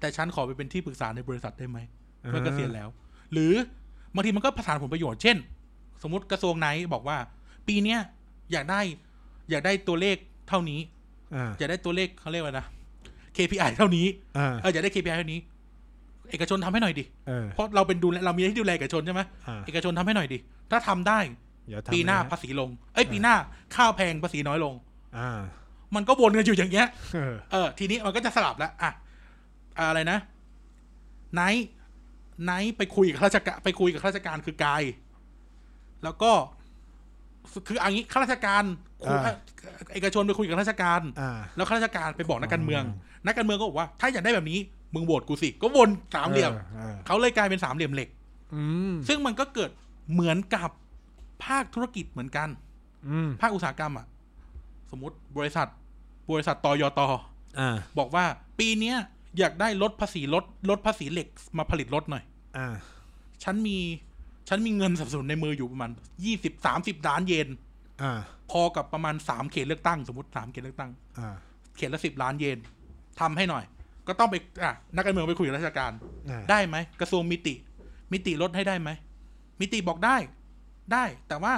แต่ฉันขอไปเป็นที่ปรึกษาในบริษัทได้ไหมเมื่อเกษียณแล้ว หรือบางทีมันก็ผสานผลประโยชน์ เช่น สมมติกระทรวงไนายบอกว่า ปีเนี้ยอยากได้ อยากได้ตัวเลขเท่านี้
อ่า
อยากได้ตัวเลขเขาเรียกว่าอะไรนะ KPI เท่านี้
อ่า
เอออยากได้ KPI เท่านี้ เอกชนทำให้หน่อยดิ
เออ
เพราะเราเป็นดูแลเรามีหน้าที่ดูแลเอกชนใช่ไหม
อ่า
เอกชนทำให้หน่อยดิ ถ้าทำได้
เดี๋ยวทำ
ปีหน้า
เลยะ
ภาษีลง เอ้ยปีหน้าข้าวแพงภาษีน้อยลง
อ่า
มันก็วนกันอยู่อย่างเงี้ย
เออ
เออ ทีนี้มันก็จะสลับแล้วอ่ะอะไรนะ ไนท์ไนท์ไปคุยกับข้าราชการไปคุยกับข้าราชการคือกาย แล้วก็ คืออันนี้ข้าราชการคุยเอกชนไปคุยกับข้าราชการ
อ่า
แล้วข้าราชการไปบอกนักการเมือง
อืม
นักการเมืองก็บอกว่า ถ้าอยากได้แบบนี้ มึงโหวตกูสิ ก็วนสามเหลี่ยม
เออเออ
เขาเลยกลายเป็นสามเหลี่ยมเหล็ก
อืม
ซึ่งมันก็เกิดเหมือนกับภาคธุรกิจเหมือนกัน
อืม
ภาคอุตสาหกรรมอ่ะ สมมติบริษัท บริษัทตยต
อ่า
บอกว่า ปีเนี้ยอยากได้ลดภาษีลดลดภาษีเหล็กมาผลิตรถหน่อย
อ่า
ฉันมี ฉันมีเงินสนับสนุนในมืออยู่ประมาณยี่สิบสามสิบล้านเยน
อ่า
พอกับประมาณสามเขตเลือกตั้ง สมมติสามเขตเลือกตั้ง
อ่า
เขตละสิบล้านเยนทำให้หน่อย ก็ต้องไปอ่ะนักการเมืองไปคุยกับราชการ
อ่า
ได้ไหมกระทรวงมิติ มิติลดให้ได้ไหมมิติบอกได้ ได้ แต่ว่า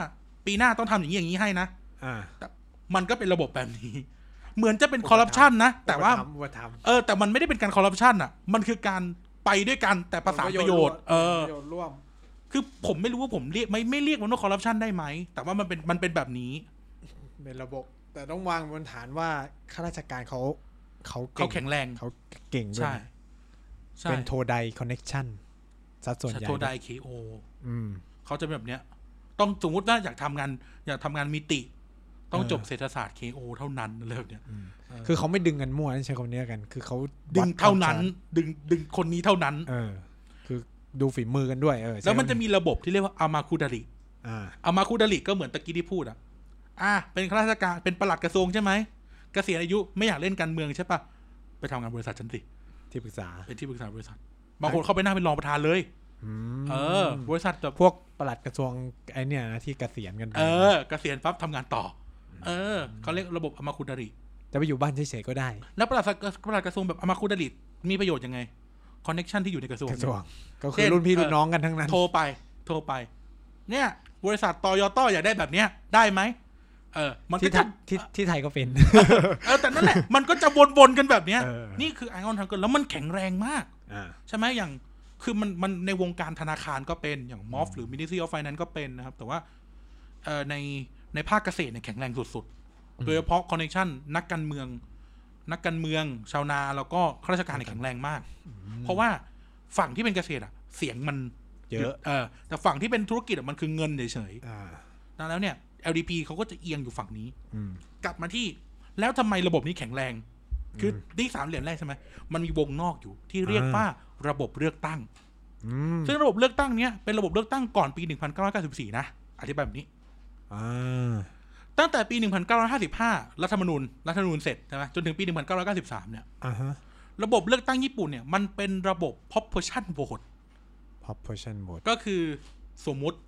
ปีหน้าต้องทำอย่างนี้อย่างนี้ให้นะ
อ่า
แต่มันก็เป็นระบบแบบนี้ เหมือนจะเป็นคอร์รัปชันนะแต่ว่า
อุปถัมภ์
เออ แต่มันไม่ได้เป็นการคอร์รัปชันอ่ะ มันคือการไปด้วยกันแต่
อุป
ภาษา
ถัมภ์
ประโยชน์ เออ
ประโยชน์ร่วม
คือผมไม่รู้ว่าผมเรียกไม่ไม่เรียกมันว่าคอร์รัปชันได้ไหมแต่ว่ามันเป็นมันเป็นแบบนี้
เป็นระบบ แต่ต้องวางบนฐานว่าข้าราชการเขาเขา
เขา
ก่
แข็งแรง
เขาเก่งด้ว
ใช่
ยนะ
ใช่
เป็นโทไดคอนเน็ชัน สัดส่วน
ชา
ใหญ่
โตไดเคโอ
อืม
เขาจะเป็นแบบเนี้ย ต้องสมมติว่าอยากทำงาน อยากทำงานมิติ ต้องจบ
เออ
เศรษฐศาสตร์เคโอเท่านั้นอะไรแบบเนี้ย เออ
คือเขาไม่ดึงกันมั่วนะใช้คำนี้แล้วกัน คือเขา
ดึ
วั
ง
ด
เท่านั้น
ควมส
ดึงดึงคนนี้เท่านั้น
มเออ คือดูฝีมือกันด้วยเออใช้
แล้วมัน
คำ
จะมีระบบที่เรียกว่าอามาคูดาริ
อ่า
อามาคูดาริก็เหมือนตะกี้ที่พูดอ่ะ อ่ะเป็นข้าราชการเป็นปลัดกระทรวงใช่ไหมเกษียณอายุไม่อยากเล่นการเมืองใช่ปะไปทำงานบริษัทฉันสิ
ที่ปรึกษา
เป็นที่ปรึกษาบริษัทบางคนเข้าไปนั่งเป็นรองประธานเลย
อืม
เออ บริษัทแบบ
พวกปลัดกระทรวงไอเนี่ยนะที่เกษียณกันไป
เออ เกษียณปั๊บทำงานต่อ เออเขาเรียกระบบอามาคูดาริ
จะไปอยู่บ้านเฉยๆก็ได้
แล้วประหลัดสประหลัดกระทรวงแบบอามาคูดาริมีประโยชน์ยังไง คอนเน็ชันที่อยู่ในกระทรวง
กระทรวง
เนี่ย
ก็คื
เช่
อนรุ่นพี่
เอ่อ
รุ่นน้องกันทั้งนั้น
โทรไป โทรไป เนี่ย บริษัทตอยอต้ออยากได้แบบเนี้ย ได้ไหม เออ มันก็
ที่ไท
จะ
ยที่ที่ไทยก็เป็น
เออ แต่นั่นแหละ มันก็จะวนๆกันแบบเนี้ย
เออ
นี่คือไอออนทำกันแล้วมันแข็งแรงมาก
อ่า
ใช่ไหมอย่างคือมันมันในวงการธนาคารก็เป็นอย่างมอฟหรือมินิซี่ออฟไฟแนนซ์ก็เป็นนะครับ แต่ว่าเอ่อในในภาคเกษตรเนี่ยแข็งแรงสุดๆ โดยเฉพาะคอนเนคชันนักการเมือง นักการเมือง ชาวนาแล้วก็ข้าราชการเนี่ยแข็งแรงมาก เพราะว่าฝั่งที่เป็นเกษตรอะเสียงมัน
เยอะ
เออแต่ฝั่งที่เป็นธุรกิจอะมันคือเงินเฉย
อ่า
ๆดังนั้นเนี่ย LDP เขาก็จะเอียงอยู่ฝั่งนี้
อืม
กลับมาที่แล้วทำไมระบบนี้แข็งแรง คือที่สามเหรียญแรกใช่ไหมมันมีวงนอกอยู่ที่เรียก
อ่า
ว่าระบบเลือกตั้ง
อืม
ซึ่งระบบเลือกตั้งเนี้ยเป็นระบบเลือกตั้งก่อนปี 1994 นะ อธิบายแบบนี้
อ่า
ตั้งแต่ปี 1955 รัฐธรรมนูญรัฐธรรมนูญเสร็จใช่ไหมจนถึงปี 1993 เนี่ย
อ่าฮะ
ระบบเลือกตั้งญี่ปุ่นเนี่ย มันเป็นระบบ proportion vote
proportion mode
ก็คือสมมติ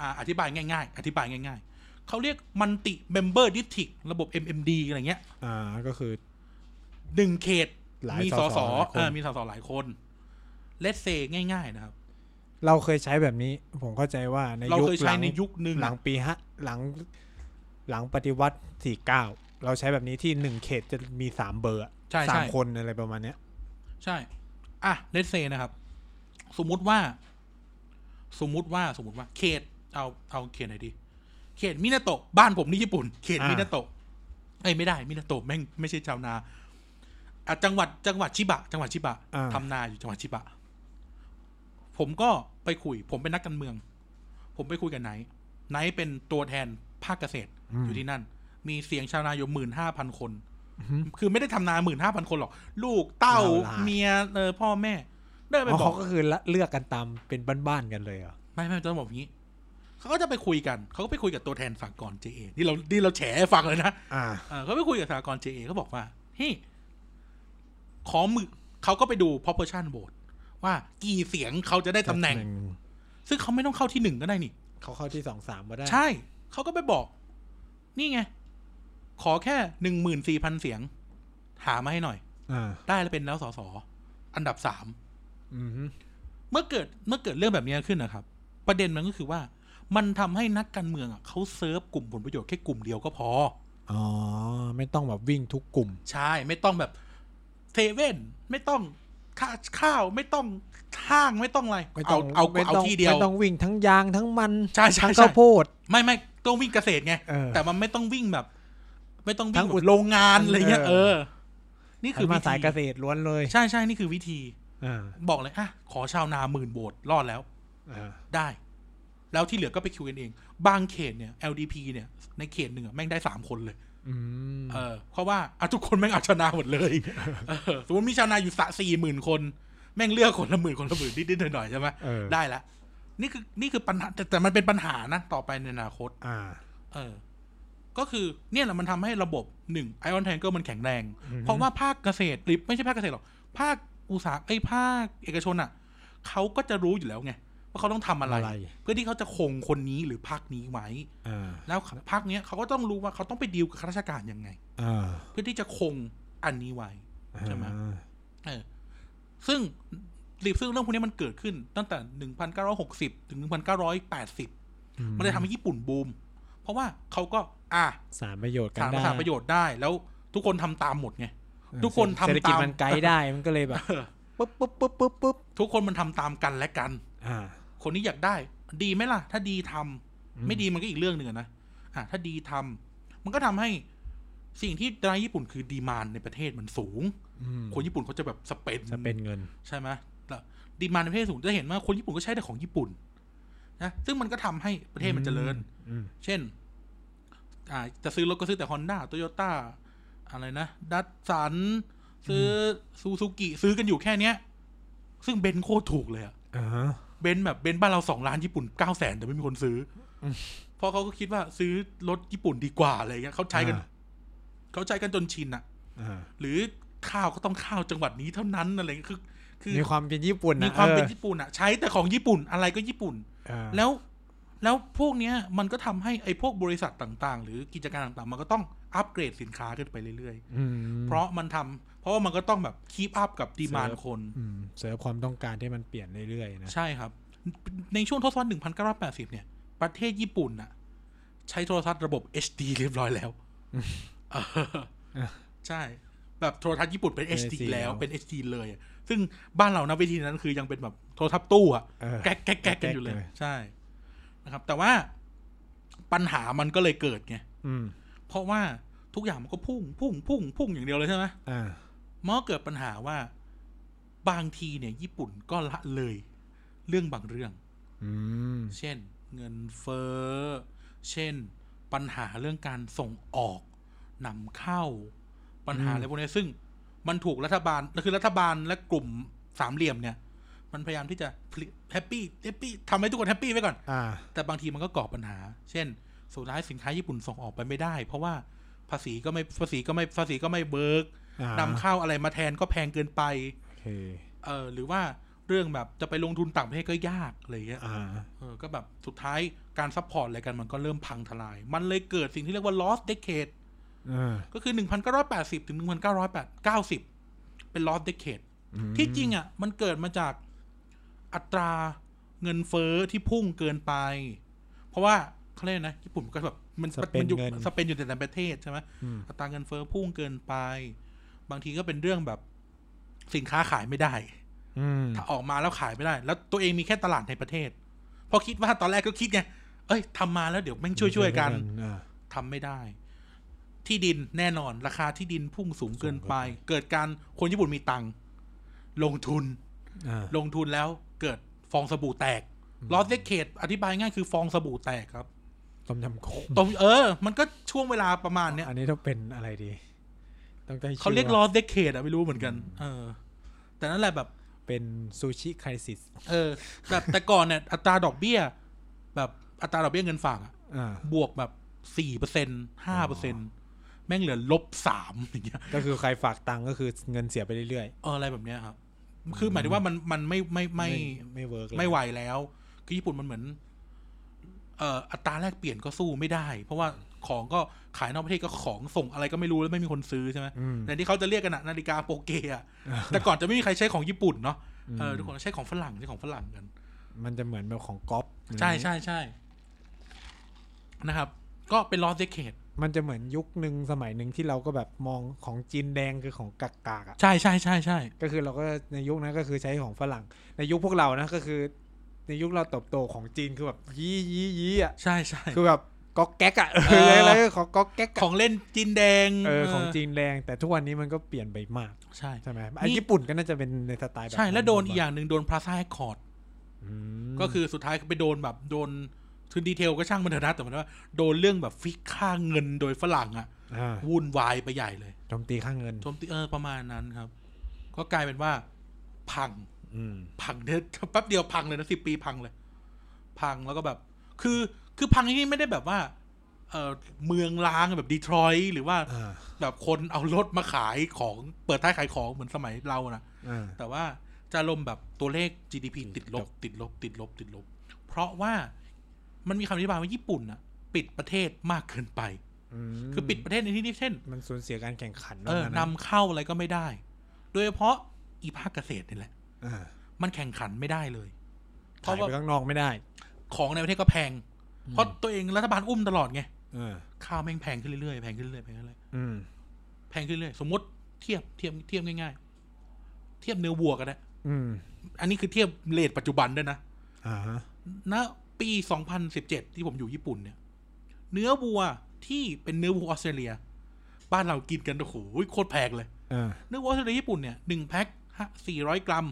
อ่าอธิบายง่ายๆ อธิบายง่ายๆ เขาเรียก multi member district ระบบ MMD อะไรเงี้ย
อ่าก็คือ
หนึ่งเขต
หลาย
มี
ส
ส
อส
ส
อหลายคน
เออมีสสหลายคนเลสเซง่าย ๆ นะครับ
เราเคยใช้แบบนี้ ผมเข้าใจว่าใน
เรา
ยุค
เคย
ห
ใช้
ลัง
ในยุคหนึ่ง
หลังปีฮะหลังหลังปฏิวัติสี่เก้าเราใช้แบบนี้ที่หนึ่งเขตจะมีสามเบอร์อะ
ใช่
สาม
ใช่
คนอะไรประมาณเนี้ย
ใช่ อ่ะเลสเซนะครับ สมมุติว่า สมมุติว่า สมมติว่า เขต เอา เอาเขตไหนดี เขตมินาโตะ บ้านผมที่ญี่ปุ่น เขต
อ่ามิ
มินาโตะ เอ้ยไม่ได้ มินาโตะแม่งไม่ใช่ชาวนา อ่ะจังหวัด จังหวัดชิบะ จังหวัดชิบะ
อ่า
ทำนาอยู่จังหวัดชิบะ ผมก็ไปคุย ผมเป็นนักการเมือง ผมไปคุยกับไนท์ไนท์เป็นตัวแทนภาคเกษตร
อืม
อยู่ที่นั่น มีเสียงชาวนาอยู่หมื่นห้าพันคน
อืม
คือไม่ได้ทำนาหมื่นห้าพันคนหรอก ลูกเต้า
เอาล่ะ
เมียเออพ่อแม่ ได้ไป
อ๋อบ
อ
เขา
ก
ก็คือละเลือกกันตามเป็นบ้านๆกันเลยเหรอ
ไม่ไม่ต้องบอกอย่างนี้เขาก็จะไปคุยกัน เขาก็ไปคุยกับตัวแทนสากล JA นี่เรานี่เราแฉให้ฟังเลยนะ
อ่า
เออเขาไปคุยกับสากล JA เขาบอกว่าเฮ้ยขอมือเขาก็ไปดู proportion vote ว่ากี่เสียงเขาจะได้ตำแหน่ง ซึ่งเขาไม่ต้องเข้าที่หนึ่งก็ได้นี่
เขาเข้าที่สองสามก็ได้
ใช่เขาก็ไปบอก นี่ไง ขอแค่หนึ่งหมื่นสี่พันเสียง หามาให้หน่อย
อ่า
ได้แล้วเป็นแล้วสสอันดับสาม
อืม
เมื่อเกิดเมื่อเกิดเรื่องแบบนี้ขึ้นนะครับ ประเด็นมันก็คือว่า มันทำให้นักการเมืองอะเขาเซิร์ฟกลุ่มผลประโยชน์แค่กลุ่มเดียวก็พอ
อ๋อ ไม่ต้องแบบวิ่งทุกกลุ่ม
ใช่ ไม่ต้องแบบเทเว่นไม่ต้องข้าข้าวไม่ต้องห้างไม่ต้องอะไร
ไม่ต้
เอา
อง
เอา
ไม่
เอา
ต้อง
ที่เดียว
ไม่ต้องวิ่งทั้งยางทั้งมัน
ใช่ใช่
ทั้ง
ใช่
ข้าวโพด
ไม่ไม่ต้องวิ่งเกษตรไง
เออ
แต่มันไม่ต้องวิ่งแบบ ไม่ต้องวิ่
ทั้
ง
ง
แบ
อุ
บ
ด
โรงงานอะไรเงี้ย
เอ
เอ
อ
อ นี่คือ
หันมา
วิ
สา
ธี
ยเกษตรล้วนเลย
ใช่ใช่นี่คือวิธี
อ่า
บอกเลยอ่ะขอชาวนาหมื่นโบสรอดแล้ว
อ่า
ได้ แล้วที่เหลือก็ไปคิวกันเอง บางเขตเนี่ย LDP เนี่ย ในเขตหนึ่งอะแม่งได้สามคนเลย
อืม
เออเพราะว่าอ่ะทุกคนแม่งเอาชนะหมดเลยเออสมมติมีชาวนาอยู่สะสี่หมื่นคน แม่งเลือกคนละหมื่นคนละหมื่นนิดๆหน่อยๆใช่ไหม
เออ
ได้ละ นี่คือนี่คือปัญหาแต่แต่มันเป็นปัญหานะ ต่อไปในอนาคต
อ่า
เออ ก็คือเนี่ยแหละมันทำให้ระบบหนึ่งไอออนแทงเกิลมันแข็งแรง
อือฮึ
เพราะว่าภาคเกษตรหรือไม่ใช่ภาคเกษตรหรอก ภาคอุตสาหไอยภาคเอกชนอ่ะเขาก็จะรู้อยู่แล้วไงว่าเขาต้องทำอะไร เพื่อที่เขาจะคงคนนี้หรือพักนี้ไว้
อ่า
แล้วพักเนี้ยเขาก็ต้องรู้ว่าเขาต้องไปดีลกับข้าราชการยังไง
อ่า
เพื่อที่จะคงอันนี้ไว้ ใช่ไหม
อ่า
เออซึ่งรีบซึ่งเรื่องพวกนี้มันเกิดขึ้นตั้งแต่ 1960 ถึง 1980
อื
มันเลยทำให้ญี่ปุ่นบูม เพราะว่าเขาก็อ่ะ
สารประโยชน์กัน
สามาร
ได้
ถสามประโยชน์ได้ แล้วทุกคนทำตามหมดไง
เออ
ทุกคนทำตาม
เศรษฐกิจมันไกลได้ มันก็เลยแบบ
เออ
ปุ๊บปุ๊บปุ๊บปุ๊บปุ๊บ
ทุกคนมันทำตามกันและกัน
อ่า
คนนี้อยากได้ ดีไหมล่ะ ถ้าดีทำ
อื
ไม่ดีมันก็อีกเรื่องหนึ่งอะนะ อ่ะถ้าดีทำมันก็ทำให้สิ่งที่ในญี่ปุ่นคือดีมานในประเทศมันสูง
อืม
คนญี่ปุ่นเขาจะแบบสเปน
จะเป็นเงิน
ใช่ไหมแล้ว ดีมานในประเทศสูงจะเห็นว่าคนญี่ปุ่นก็ใช้แต่ของญี่ปุ่นนะซึ่งมันก็ทำให้ประเทศมันเจริญ
อืม
เช่น อ่า จะซื้อรถก็ซื้อแต่ Honda Toyota อะไรนะ ดัตสัน ซื้อซูซูกิ ซื้อกันอยู่แค่เนี้ย ซึ่งเบนซ์โคตรถูกเลยอะ
อ่าฮะ
เบนซ์แบบเบนซ์บ้านเราสองล้านญี่ปุ่นเก้าแสนแต่ไม่มีคนซื้ออ
ม
เพราะเขาก็คิดว่าซื้อรถญี่ปุ่นดีกว่าอะไรเงี้ยเขาใช้กัน
อ่า
เขาใช้กันจนชินอะ
อ่า
หรือข้าวก็ต้องข้าวจังหวัดนี้เท่านั้นอะไรเงี้ยคือ คือ
มีความเป็นญี่ปุ่นนะ
มีความเป็น
ออ
ญี่ปุ่นอะใช้แต่ของญี่ปุ่นอะไรก็ญี่ปุ่น
อ่า
แล้วแล้วพวกเนี้ยมันก็ทำให้ไอ้พวกบริษัทต่างๆ หรือกิจการต่างๆ มันก็ต้องอัปเกรดสินค้าขึ้นไปเรื่อย
อืม
ๆ เพราะมันทำเพราะว่ามันก็ต้องแบบคีปอัพกับดีมาน
เสริม
คน
อืมเสริมความต้องการที่มันเปลี่ยนเรื่อยๆนะ
ใช่ครับ ในช่วงทศวรรษ 1980 เนี่ย ประเทศญี่ปุ่นน่ะ ใช้โทรทัศน์ระบบ HD เรียบร้อยแล้วเออใช่ แบบโทรทัศน์ญี่ปุ่นเป็น HD แล้วเป็น HD เลย ซึ่งบ้านเรานะวิธีนั้นคือยังเป็นแบบโทรทัศน์ตู้อะ
เออ
แก๊กแก๊กแก๊กกันอยู่เลย
แก๊กเลย
ใช่นะครับ แต่ว่าปัญหามันก็เลยเกิดไง
อืม
เพราะว่าทุกอย่างมันก็พุ่งพุ่งพุ่งพุ่งอย่างเดียวเลยใช่ไหม
อ่า
มันก็เกิดปัญหาว่าบางทีเนี่ย ญี่ปุ่นก็ละเลย เรื่องบางเรื่อง
อืม
เช่น เงินเฟ้อเช่น ปัญหาเรื่องการส่งออกนำเข้า ปัญหาอะไรพวกนี้ซึ่งมันถูกรัฐบาลคือรัฐบาลและกลุ่มสามเหลี่ยมเนี่ย มันพยายามที่จะแฮปปี้แฮปปี้ทำให้ทุกคนแฮปปี้ไว้ก่อน
อ่า
แต่บางทีมันก็ก่อปัญหา เช่น สุดท้ายสินค้าญี่ปุ่นส่งออกไปไม่ได้ เพราะว่าภาษีก็ไม่ภาษีก็ไม่ภาษีก็ไม่เบิก
อ่าน
ำเข้าอะไรมาแทนก็แพงเกินไป
โอเค
เออหรือว่าเรื่องแบบจะไปลงทุนต่างประเทศก็ยากอะไรอย่างเงี้ย
อ่า
เออก็แบบสุดท้ายการซัพพอร์ตอะไรกันมันก็เริ่มพังทลาย มันเลยเกิดสิ่งที่เรียกว่า lost decade
เออ
ก็คือ 1980 ถึง 1990 เป็น lost decade
อืม
ที่จริงอ่ะ มันเกิดมาจากอัตราเงินเฟ้อที่พุ่งเกินไป เพราะว่าเขาเรียกนะ ญี่ปุ่นก็แบบ มันมัอยู่สเปนอยู่แต่ในประเทศใช่ไหม
อืม
อัตราเงินเฟ้อพุ่งเกินไป บางทีก็เป็นเรื่องแบบสินค้าขายไม่ได้
อืม
ถ้าออกมาแล้วขายไม่ได้ แล้วตัวเองมีแค่ตลาดในประเทศเพราะคิดว่าตอนแรกก็คิดไง เอ้ยทำมาแล้วเดี๋ยวแม่งช่วยช่วยๆกัน
อ่า
ทำไม่ได้ ที่ดินแน่นอน ราคาที่ดินพุ่งสูงเกินไป เกิดการคนญี่ปุ่นมีตังค์ลงทุน
อ่า
ลงทุนแล้วเกิดฟองสบู่แตก
อืม
ลอสเดเคดอธิบายง่ายคือฟองสบู่แตกครับ
ต้มยำกุ้ง
ตรงเออ มันก็ช่วงเวลาประมาณเนี้ย
อันนี้ต้องเป็นอะไรดี ต้องได้ชื่
เขาเรียกล
ว่
อสเดเคดอะไม่รู้เหมือนกัน เออ แต่นั่นแหละแบบ
เป็นซูชิไครซิส
เออแบบแต่ก่อนเนี่ยอัตราดอกเบี้ย แบบอัตราดอกเบี้ยเงินฝากอะ
อ่า
บวกแบบสี่เปอร์เซ็นห้าเปอร์เซ็นแม่งเหลือลบสามอย่างเงี้ย
ก็คือใครฝากตังค์ก็คือเงินเสียไปเรื่อย
เอออะไรแบบเนี้ยครับ คือหมายถึงว่ามันมันไม่ไม่
ๆ
ไม่
ไม่เวิร์กเลย
ไม่ไหวแล้ว คือญี่ปุ่นมันเหมือน เอ่ออัตราแลกเปลี่ยนก็สู้ไม่ได้ เพราะว่าของก็ขายนอกประเทศก็ของส่งอะไรก็ไม่รู้แล้วไม่มีคนซื้อใช่ไหม
อืม
แต่ที่เขาจะเรียกกันอะนาฬิกาโปเกะอะแต่ก่อนจะไม่มีใครใช้ของญี่ปุ่นเนาะเออ
อืม
ทุกคนใช้ของฝรั่งใช้ของฝรั่งกัน
มันจะเหมือนแบบของก๊อป
ใช่ใช่ใช่นะครับ ก็เป็น lost decade
มันจะเหมือนยุคหนึ่งสมัยหนึ่งที่เราก็แบบมองของจีนแดงคือของกากๆอ่ะ
ใช่ใช่ใช่ใช่
ก็คือเราก็ในยุคนั้นก็คือใช้ของฝรั่ง ในยุคพวกเรานะก็คือ ในยุคเราเติบโตของจีนคือแบบยี่ยี่ยี่อ่ะ
ใช่ใช่
คือแบบก๊อกแก๊กอ่ะเอ
เออ
ออะไรๆของก๊อกแก๊ก
ข
อะ
องเล่นจีนแดง
เออของจีนแดง แต่ทุกวันนี้มันก็เปลี่ยนไปมาก
ใช่
ใช่ไหมไอ้ญี่ปุ่นก็น่าจะเป็นในสไตล์แบบ
ใช่แล้วโดนอีกอย่างหนึ่งโดน plaza accord
อืม
ก็คือสุดท้ายก็ไปโดนแบบโดนทุนดีเทลก็ช่างมันเถอะนะแต่หมันว่าโดนเรื่องแบบฟิกค่าเงินโดยฝรั่งอะ
า
วุ่นวายไปใหญ่เลย
โจมตีค่าเงิน
โจมตีเออประมาณนั้นครับ ก็กลายเป็นว่า พัง
อืม
พัง เนี่ยแป๊บเดียวพังเลยนะสิปีพังเลย พังแล้วก็แบบ คือคือพังที่ไม่ได้แบบว่า เออเมืองล้างแบบดีทรอยต์หรือว่า
อ่า
แบบคนเอารถมาขายของเปิดท้ายขายของเหมือนสมัยเรานะ
อ่า
แต่ว่าจะลมณ์แบบตัวเลข GDP ติดลบ ติดลบ ติดลบ ติดลบ เพราะว่ามันมีคำอธิบายว่าญี่ปุ่นนะปิดประเทศมากเกินไป
ม
คือปิดประเทศในที่นี้เช่น
มันสูญเสียการแข่งขัน
เออ
มากะ
นำเข้าอะไรก็ไม่ได้ โดยเฉพาะอีภาคเกษตรนี่แหละ
อ่า
มันแข่งขันไม่ได้เลย เพ
ขาย
ราะว่า
ไปข้างนอกไม่ได้
ของในประเทศก็แพง เพราะตัวเองรัฐบาลอุ้มตลอดไง
เออ
ข้าวแม่งแพงขึ้นเรื่อยๆ แพงขึ้นเรื่อยๆ แพงขึ้นเรื่อย
อืม
ๆแพงขึ้นเรื่อยๆสมมติเทียบเทียบเทียบง่ายๆ เทียบเนื้อวัวกันนะ
อืม
อันนี้คือเทียบเลทปัจจุบันด้วยนะ
อ่าฮะ
ณ ปี 2017 ที่ผมอยู่ญี่ปุ่นเนี่ย เนื้อวัวที่เป็นเนื้อวัวออสเตรเลีย บ้านเรากินกันโอ้โหโคตรแพงเลย
อ่า
เนื้อวัวออสเตรเลียญี่ปุ่นเนี่ยหนึ่งแพ็คสี่ร้อยกรัม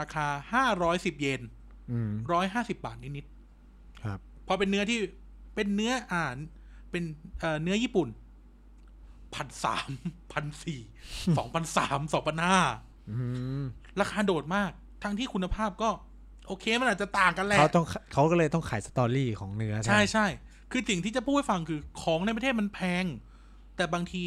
ราคาห้าร้อยสิบเยน
อืม
ร้อยห้าสิบาทนิด
ครับ
ๆพอเป็นเนื้อที่เป็นเนื้ออ่านเป็นเอ่อเนื้อญี่ปุ่นพันสามพันสี่สองพันสามสองพันห้า
อืม
ราคาโดดมาก ทั้งที่คุณภาพก็ โอเคมันอาจจะต่างกันแหละ
เขาต้องเขาก็เลยต้องขายสตอรี่ของเนื้อไห
ใช่
ม
ใช่ คือสิ่งที่จะพูดให้ฟังคือของในประเทศมันแพง แต่บางที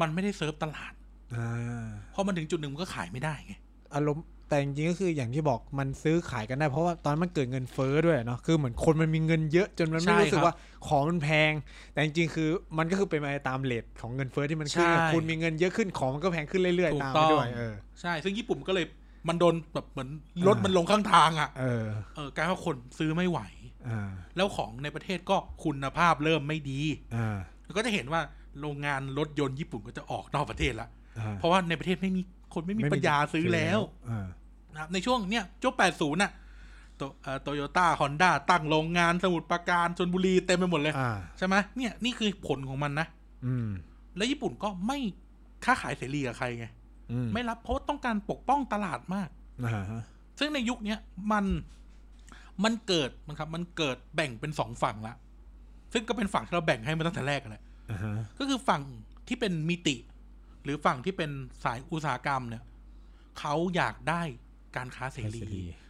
มันไม่ได้เซิร์ฟตลาด
อ่า
พอมันถึงจุดหนึ่งมันก็ขายไม่ได้ไง
อารมณ์แต่จริงๆก็คืออย่างที่บอกมันซื้อขายกันได้เพราะว่าตอนมันเกิดเงินเฟ้อด้วยเนาะคือเหมือนคนมันมีเงินเยอะจนมันไม่
ใช่
รู้สึก
ครับ
ว่าของมันแพง แต่จริงๆคือมันก็คือเป็นไปตามเลทของเงินเฟ้อที่มันขึ้นอะ
ใช่
คุณมีเงินเยอะขึ้นของมันก็แพงขึ้นเรื่อย
ถู
ๆ
ก
ตาม
ต้
ไป
อง
ด้วยเออ
ใช่ ซึ่งญี่ปุ่นก็เลยมันโดนแบบเหมือนรถ
อ่ามั
มันลงข้างทางอะ่ะ
เออ
เออกลายว่าคนซื้อไม่ไหว
อ่า
แล้วของในประเทศก็คุณภาพเริ่มไม่ดี
อ่า
แล้วก็จะเห็นว่าโรงงานรถยนต์ญี่ปุ่นก็จะออกนอกประเทศละ
อ่า
เพราะว่าในประเทศไม่มีคนไม่มีปัญญาซื้อแล้ว
อ่า
นะครับในช่วงเนี้ยช่วง80น่ะโตโยต้าฮอนด้าตั้งโรงงานสมุทรปราการชนบุรีเต็มไปหมดเลย
อ่า
ใช่ไหมเนี่ยนี่คือผลของมันนะ
อืม
แล้วญี่ปุ่นก็ไม่ค้าขายเสรีกับใครไง
อืม
ไม่รับเพราะว่าต้องการปกป้องตลาดมาก
อ่าฮะ
ซึ่งในยุคเนี้ยมันมันเกิดมันครับ มันเกิดแบ่งเป็นสองฝั่งละ ซึ่งก็เป็นฝั่งที่เราแบ่งให้มาตั้งแต่แรกกันแหละ
อ่าฮะ
ก็คือฝั่งที่เป็นมิติ หรือฝั่งที่เป็นสายอุตสาหกรรมเนี่ยเขาอยากได้การค้าเสรี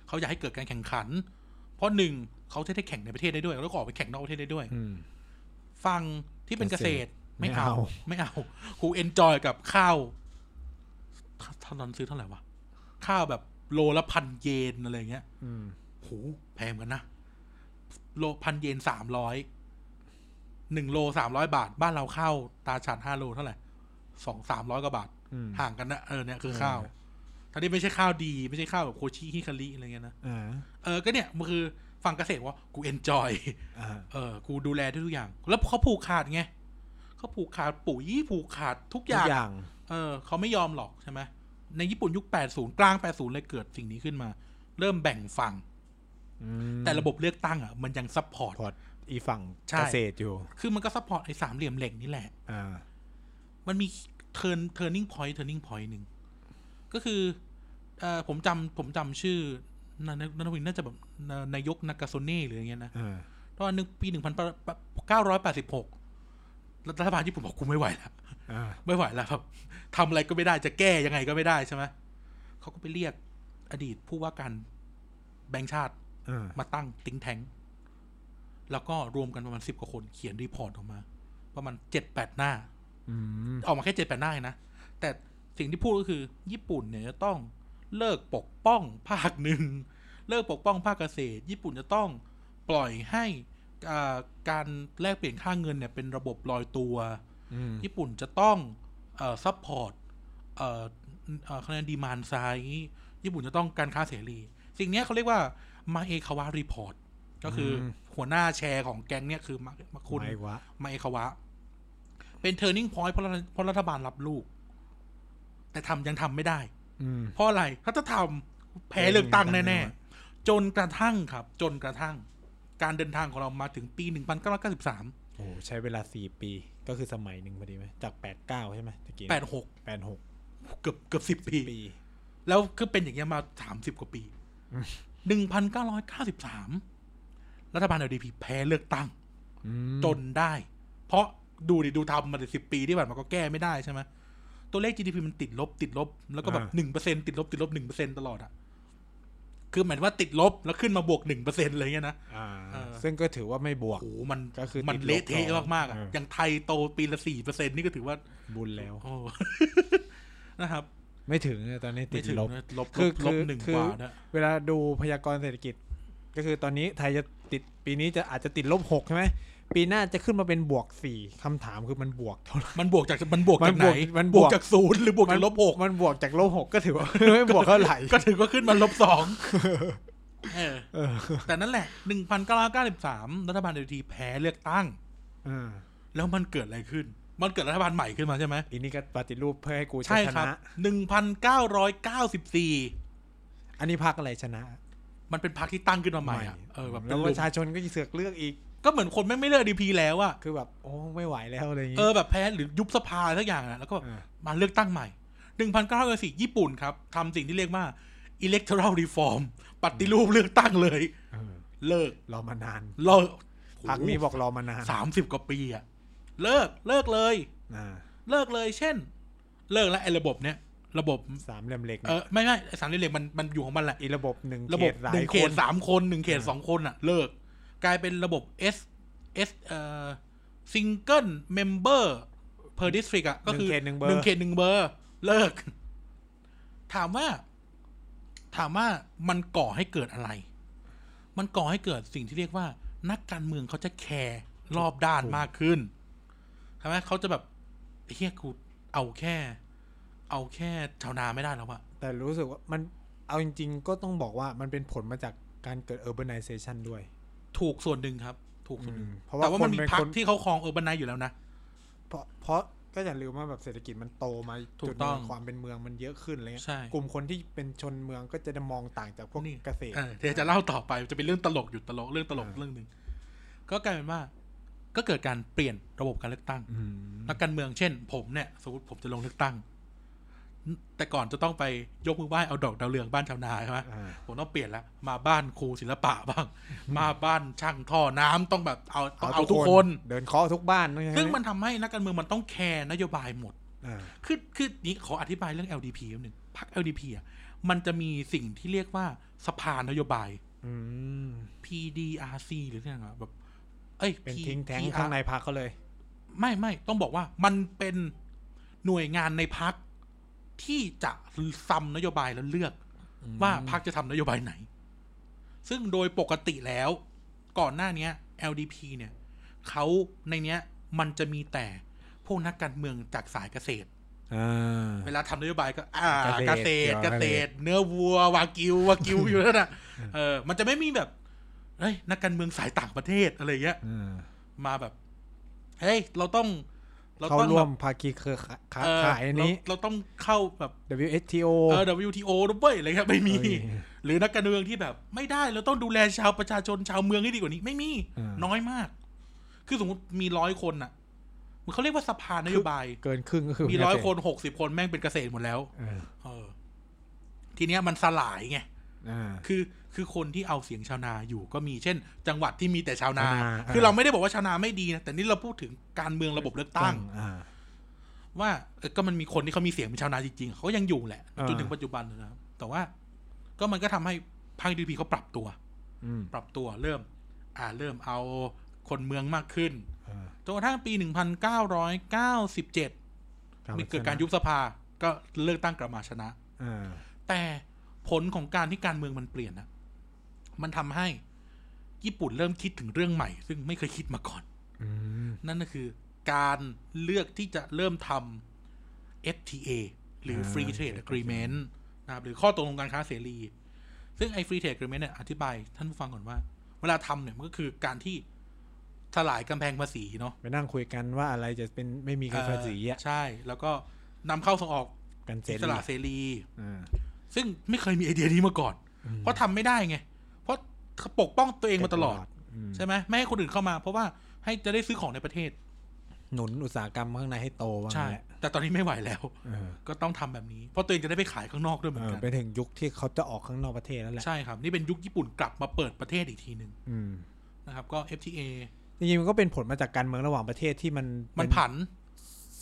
เขาอยากให้เกิดการแข่งขัน เพราะหนึ่งเขาจะได้แข่งในประเทศได้ด้วย แล้วก็ออกไปแข่งนอกประเทศได้ด้วย
อืม
ฟังที่เป็นเกษตร
ไม่
ไม่
เอา
เอา ไม่เอาครูเอนจอยกับข้าวเท่านั้นซื้อเท่าไหร่วะ ข้าวแบบโลละพันเยนอะไรเงี้ย
อืม
โหแพงเหมือนกันนะ โลพันเยนสามร้อยหนึ่งโลสามร้อยบาท บ้านเราข้าวตาฉันห้าโลเท่าไหร่สองสามร้อยกว่าบาท
อืม
ห่างกันนะเออเนี่ยคือ
เออ
ข้าวทั้งที่ไม่ใช่ข้าวดี ไม่ใช่ข้าวแบบโคชิฮิคาริอะไรเงี้ยนะ
อ่า
เออ ก็เนี่ย มันคือฝั่งเกษตรว่า กูเอนจอย
อ่า
เออ กูดูแลทุกอย่าง แล้วเขาผูกขาดไงเขาผูกขาดปุ๋ยผูกขาดทุก
ทุ
อก ย่าง
อย่าง
เออ เขาไม่ยอมหรอกใช่ไหม ในญี่ปุ่นยุค 80 กลาง 80 เลยเกิดสิ่งนี้ขึ้นมา เริ่มแบ่งฝั่ง
อืม
แต่ระบบเลือกตั้งอ่ะ มันยังซัพพอร์ต
พอร์ตอีฝั่ง
ใช่
เกษตรอยู่
คือมันก็ซัพพอร์ตไอ้สามเหลี่ยมเหล็กนี่แหละ
อ่า
มันมีเทิร์นเทิร์นิ่งพอยต์เทิร์นิ่งพอยต์หนึ่ง ก็คือเออผมจำผมจำชื่อนานานาวินน่าจะแบบนานายกนากาโซเน่หรืออย่างเงี้ยนะ
อ่า
ตอนหนึ่งปีหนึ่งพันเก้าร้อยแปดสิบหกรัฐบาลญี่ปุ่นบอกกูไม่ไหวแล้ว
อ่า
ไม่ไหวแล้วครับทำอะไรก็ไม่ได้จะแก้ยังไงก็ไม่ได้ใช่ไหมเขาก็ไปเรียกอดีตผู้ว่าการแบงค์ชาติ
อ่า
มาตั้งติงแทงแล้วก็รวมกันประมาณสิบกว่าคนเขียนรีพอร์ตออกมา ประมาณเจ็ดแปดหน้า
อืม
ออกมาแค่เจ็ดแปดหน้าเองนะ แต่สิ่งที่พูดก็คือ ญี่ปุ่นเนี่ยจะต้องเลิกปกป้องภาคหนึ่ง เลิกปกป้องภาคเกษตร ญี่ปุ่นจะต้องปล่อยให้อ่าการแลกเปลี่ยนค่าเงินเนี่ยเป็นระบบลอยตัว
อืม
ญี่ปุ่นจะต้องซัพพอร์ตคะแนนดีมานไซญี่ปุ่นจะต้องการค้าเสรี สิ่งเนี้ยเขาเรียกว่ามาเอคาวะรีพอร์ตก็คืออ
ม
หัวหน้าแชร์ของแก๊งเนี่ยคือมามาคุณ
ไม่วะ
ไมเอคาวะ เป็น turning point เพราะรัฐเพราะรัฐบาลรับลูก แต่ทำยังทำไม่ได้
อืม
เพราะอะไรถ้าจะทำแพ้เลือกตั้งแน่ ๆ จนกระทั่งครับ จนกระทั่ง การเดินทางของเรามาถึงปี 1993
โอ้ ใช้เวลาสี่ปี ก็คือสมัยหนึ่งพอดีไหม จากแปดเก้าใช่ไหมตะกี้
86
แปดหก
เกือบเกือบสิบปี
ปี
แล้วคือเป็นอย่างเงี้ยมา 30 กว่าปี
อื
1993 รัฐบาลเอลดีพีแพ้เลือกตั้ง
อืม
จนได้ เพราะดูดิดูทำมาสิบปีที่ผ่านมาก็แก้ไม่ได้ใช่ไหมตัวเลข GDP มันติดลบ ติดลบ แล้วก็แบบหนึ่งเปอร์เซ็นติดลบ ติดลบหนึ่งเปอร์เซ็นตลอดอะคือหมายถึงว่าติดลบแล้วขึ้นมาบวกหนึ่งเปอร์เซ็นต์เลยเงี้ยนะ
อ่า
เออ
ซึ่งก็ถือว่าไม่บว
โอ้
ก
โหมัน
ก็คือ
มัน
ติดลบ
เละเทะ
ต่อ
มากๆอะ
เอออ
อย่างไทยโตปีละสี่เปอร์เซ็นนี่ก็ถือว่า
บุญแล้ว
โอ้ นะครับ
ไม่ถึงตอนนี้ติ
ไม่
ด
ถึง
ลบ
นะลบ
คื
ล
อบ
ลบ
คือ
หนึ่ง
คือ
กว่านะ
เวลาดูพยากรณ์เศรษฐกิจ ก็คือตอนนี้ไทยจะติดปีนี้จะอาจจะติดลบหกใช่ไหมปีหน้าจะขึ้นมาเป็นบวกสี่คำถามคือมันบวกเท่าไหร่
มันบวกจากมันบวก
มั
จา
น
กไห
บ
น
วกมันบบ ว
ว
ก
กจากศูนย์หรือบวกจากลบหก
มันบวกจากลบหกก็ ถือว่า ไม่บวกเท่าไหร่
ก็ถือว่าขึ้นมาลบสองเออ
เออ
แต่นั่นแหละ 1993 รัฐบาลเดทีแพ้เลือกตั้ง
อ่า
แล้วมันเกิดอะไรขึ้น มันเกิดรัฐบาลใหม่ขึ้นมาใช่ไหม
อีนี่ก็ปฏิรูปเพื่อให้กูช
ใช่ครั
นะ
บ 1994
อันนี้พักอะไรชนะ
มันเป็นพรรคที่ตั้งขึ้นมาใหม่อะเออแบบ
แล้ว
เป็น
ป
ลุม
ระชาชนก็เสือกเลือกอีก
ก็เหมือนคนไม่งไม่เลือกดีพีแล้วอะ
คือแบบ โอ้ไม่ไหวแล้วอะไรอย่าง
เอ
งี้
อแบบแพ้หรือยุบสภาสักอย่างนะแล้วก็แบบ
เออ
มาเลือกตั้งใหม่ 1994 ญี่ปุ่นครับทำสิ่งที่เรียกว่า electoral reform ปฏิรูปเลือกตั้งเลย
เออ
เลิก
รอมานาน
เลิก
พักนี้บอกรอมานาน
สามสิบกว่าปีอะเลิกเลิกเลย
อ่า
เลิกเลย เช่น เลิกแล้วไอ้ระบบเนี้ยระบบ
สามเหลี่ยมเหล็ก
เออไม่ไม่ไอ้สามเหลี่ยมเหล็กมันมันอยู่ของมันแหละ
อีระบบหนึ่ง
ระ
เข
บบ
ตหลาย
หนึ่ง
ค
เขต
น
สามคนหนึ่งเขต
อ่า
สองคนอ่ะ เลิก กลายเป็นระบบ S S เอ่อ single member per district อ่ะ ก็คือ
หนึ่งเขตหนึ่งเบอร์
หนึ่งเขตหนึ่งเบอร์ เลิก ถามว่า ถามว่ามันก่อให้เกิดอะไร มันก่อให้เกิดสิ่งที่เรียกว่า นักการเมืองเขาจะแคร์รอบด้านมากขึ้นใช่ไหมเขาจะแบบเฮียกูเอาแค่ เอาแค่ชาวนาไม่ได้แล้วอะ
แต่รู้สึกว่ามันเอาจริง ๆ ก็ต้องบอกว่ามันเป็นผลมาจากการเกิด urbanization ด้วย
ถูกส่วนหนึ่งครับ ถูกส่วนหนึ่ง
อืมเพราะว่า
แต่ว่ามันมี
คนเป็น
พัก
คน
ที่เขาครองเออร์บานไนอยู่แล้วนะ
เพราะเพราะก็อย่าลืมว่าแบบเศรษฐกิจมันโตมา
ถูก
จุดหนึ่
ต้อง
ความเป็นเมืองมันเยอะขึ้นอะไรเงี้ย
ใช่
กลุ่มคนที่เป็นชนเมืองก็จะมองต่างจากพวก
นี่
เกษตร
เออเดี๋ยวจะเล่าต่อไปจะเป็นเรื่องตลกอยู่ตลกเรื่องตลก
อ่า
เรื่องหนึ่งก็กลายเป็นว่า ก็เกิดการเปลี่ยนระบบการเลือกตั้ง
อืม
นักการเมืองเช่น ผมเนี่ยสมมติผมจะลงเลือกตั้ง แต่ก่อนจะต้องไปยกมือไหว้เอาดอกดาวเรืองบ้านชาวนาใช่ไหม
อ่า
ผมต้องเปลี่ยนแล้วมาบ้านครูศิลปะ บ้าง มาบ้านช่างท่อน้ำต้องแบบเอาต้องเอาทุกคน
เดินเคาะทุกบ้านต้องใช่ไห
ซึ่งมันทำให้นักการเมืองมันต้องแคร์นโยบายหมด
อ่า
คือคือนี้ขออธิบายเรื่อง LDP นิดหนึ่งพรรค LDP อ่ะมันจะมีสิ่งที่เรียกว่าสภานโยบาย
อืม
PDRC หรือเรื่องอะไรแบบ เอ้ย
เป็น
P-
ทิ้งแท้ง
PR
ข้างในพักเขาเลย
ไม่ไม่ต้องบอกว่ามันเป็นหน่วยงานในพักที่จะซ้ำนโยบายแล้วเลือก ว่าพักจะทำนโยบายไหน ซึ่งโดยปกติแล้ว ก่อนหน้าเนี้ย LDP เนี่ยเขาในเนี้ยมันจะมีแต่พวกนักการเมืองจากสายเกษตร
อ่า
เวลาทำนโยบายก็อ่าเก
เก
ษ
ษต
ตร
ร
เกษตร เนื้อวัว วากิว วากิว อยู่นั่นน่ะเออ มันจะไม่มีแบบเฮ้ยนักการเมืองสายต่างประเทศอะไรเงี้ย
อืม
มาแบบ เฮ้ย เราต้อง เรา
เข้า
ต้อง
ร่ว
แบ
ม
บ
ภาคีเครือข่ายค้า
เออ
ขายอันนี้
เราเราต้องเข้าแบบ
WTO
เออ WTO ด้วยอะไรเงี้ยไม่มี
เออ
หรือนักการเมืองที่แบบ ไม่ได้ เราต้องดูแลชาวประชาชนชาวเมืองให้ดีกว่านี้ ไม่มี
เออ
น้อยมาก คือสมมติมีร้อยคนน่ะมันเขาเรียกว่าสภานโยบาย
เกินครึ่งก็คือ
มีร้อย
เกษต
คนหกสิบคนแม่งเป็นเกษตรหมดแล้ว
เออ
เออทีเนี้ยมันสลายไง
อ่า
คือคือคนที่เอาเสียงชาวนาอยู่ก็มีเช่น จังหวัดที่มีแต่ชาวนา
ชาวนาเออ
คือเราไม่ได้บอกว่าชาวนาไม่ดีนะแต่นี่เราพูดถึงการเมืองระบบเลือกตั้ง
อ่า
ว่าเออก็มันมีคนที่เขามีเสียงเป็นชาวนาจริงๆเขาก็ยังอยู่แหละ
เออ
จนถึงปัจจุบันนะครับแต่ว่า ก็มันก็ทำให้พรรคดีพีเขาปรับตัว
อืม
ปรับตัวเริ่ม อ่าเริ่มเอาคนเมืองมากขึ้น
อ่า
จนกระทั่งปี 1997มีเกิดการยุบสภา ก็เลือกตั้งกลับมาชนะ
อ่า
แต่ผลของการที่การเมืองมันเปลี่ยนนะมันทำให้ญี่ปุ่นเริ่มคิดถึงเรื่องใหม่ ซึ่งไม่เคยคิดมาก่อน
อืม
นั่นก็คือ การเลือกที่จะเริ่มทำ FTA หรือ Free Trade Agreement นะครับหรือข้อตกลงการค้าเสรี ซึ่งไอ้ Free Trade Agreement เนี่ยอธิบายท่านผู้ฟังก่อนว่า เวลาทำเนี่ยมันก็คือการที่สลายกำแพงภาษีเนาะ
ไปนั่งคุยกันว่าอะไรจะเป็นไม่มีการภาษีอ่ะ
ใช่ แล้วก็นำเข้าส่งออก
กันเส
อิส
รี
ระเสรี
อ่า
ซึ่งไม่เคยมีไอเดียนี้มาก่อน
อืม
เพราะทำไม่ได้ไง เพราะเขาปกป้องตัวเองมาตลอด
ม
ใช่ไหมไม่ให้คนอื่นเข้ามา เพราะว่าให้จะได้ซื้อของในประเทศ
หนุนอุตสาหกรรมข้างในให้โตว่า
ใช่
งั้นแหละ
แต่ตอนนี้ไม่ไหวแล้ว
เออ
ก็ต้องทำแบบนี้ เพราะตัวเองจะได้ไปขายข้างนอกด้วยเหมื
เอ
อน
อ
กัน
ไปถึงยุคที่เขาจะออกข้างนอกประเทศแล้วแหละ
ใช่ครับ นี่เป็นยุคญี่ปุ่นกลับมาเปิดประเทศอีกทีหนึ่ง
อืม
นะครับ ก็ FTA
จริงๆมันก็เป็นผลมาจากการเมืองระหว่างประเทศที่มัน
มัน
เป็
ผัน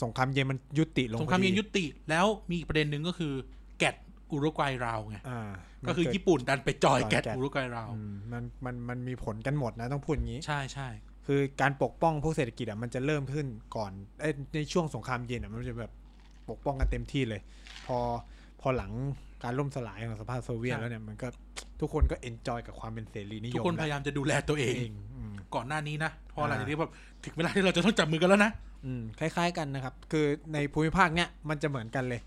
สงครามเย็นมันยุติลง
สงครามเย็น
พอดี
ยุติ แล้วมีอีกประเด็นหนึ่งก็คือแกดอุรุกวัยเราวไง
อ่า
ก็คือ
มันเด
ญี่ปุ่นดันไปจอย
จอย
แกด
แกด
อุรุกวัยเราว
อืมมันมันมันมีผลกันหมดนะต้องพูดอย่างนี้
ใช่ใช่
คือการปกป้องพวกเศรษฐกิจอ่ะมันจะเริ่มขึ้นก่อนเอ้ยในช่วงสงครามเย็นอ่ะมันจะแบบปกป้องกันเต็มที่เลย พอพอหลังการล่มสลายของสภาพโซเวียตแล้วเนี่ยมันก็ทุกคนก็เอนจอยกับความเป็นเสรีนิยม
ทุกคนพยายามจะดูแลตัวเอ
เอง งอืม
ก่อนหน้านี้นะเพราะหลัง
อ่า
จากนี้แบบถึงเวลาที่เราจะต้องจับมือกันแล้วนะ
อืมคล้าย ๆกันนะครับ คือในภูมิภาคเนี้ยมันจะเหมือนกันเลย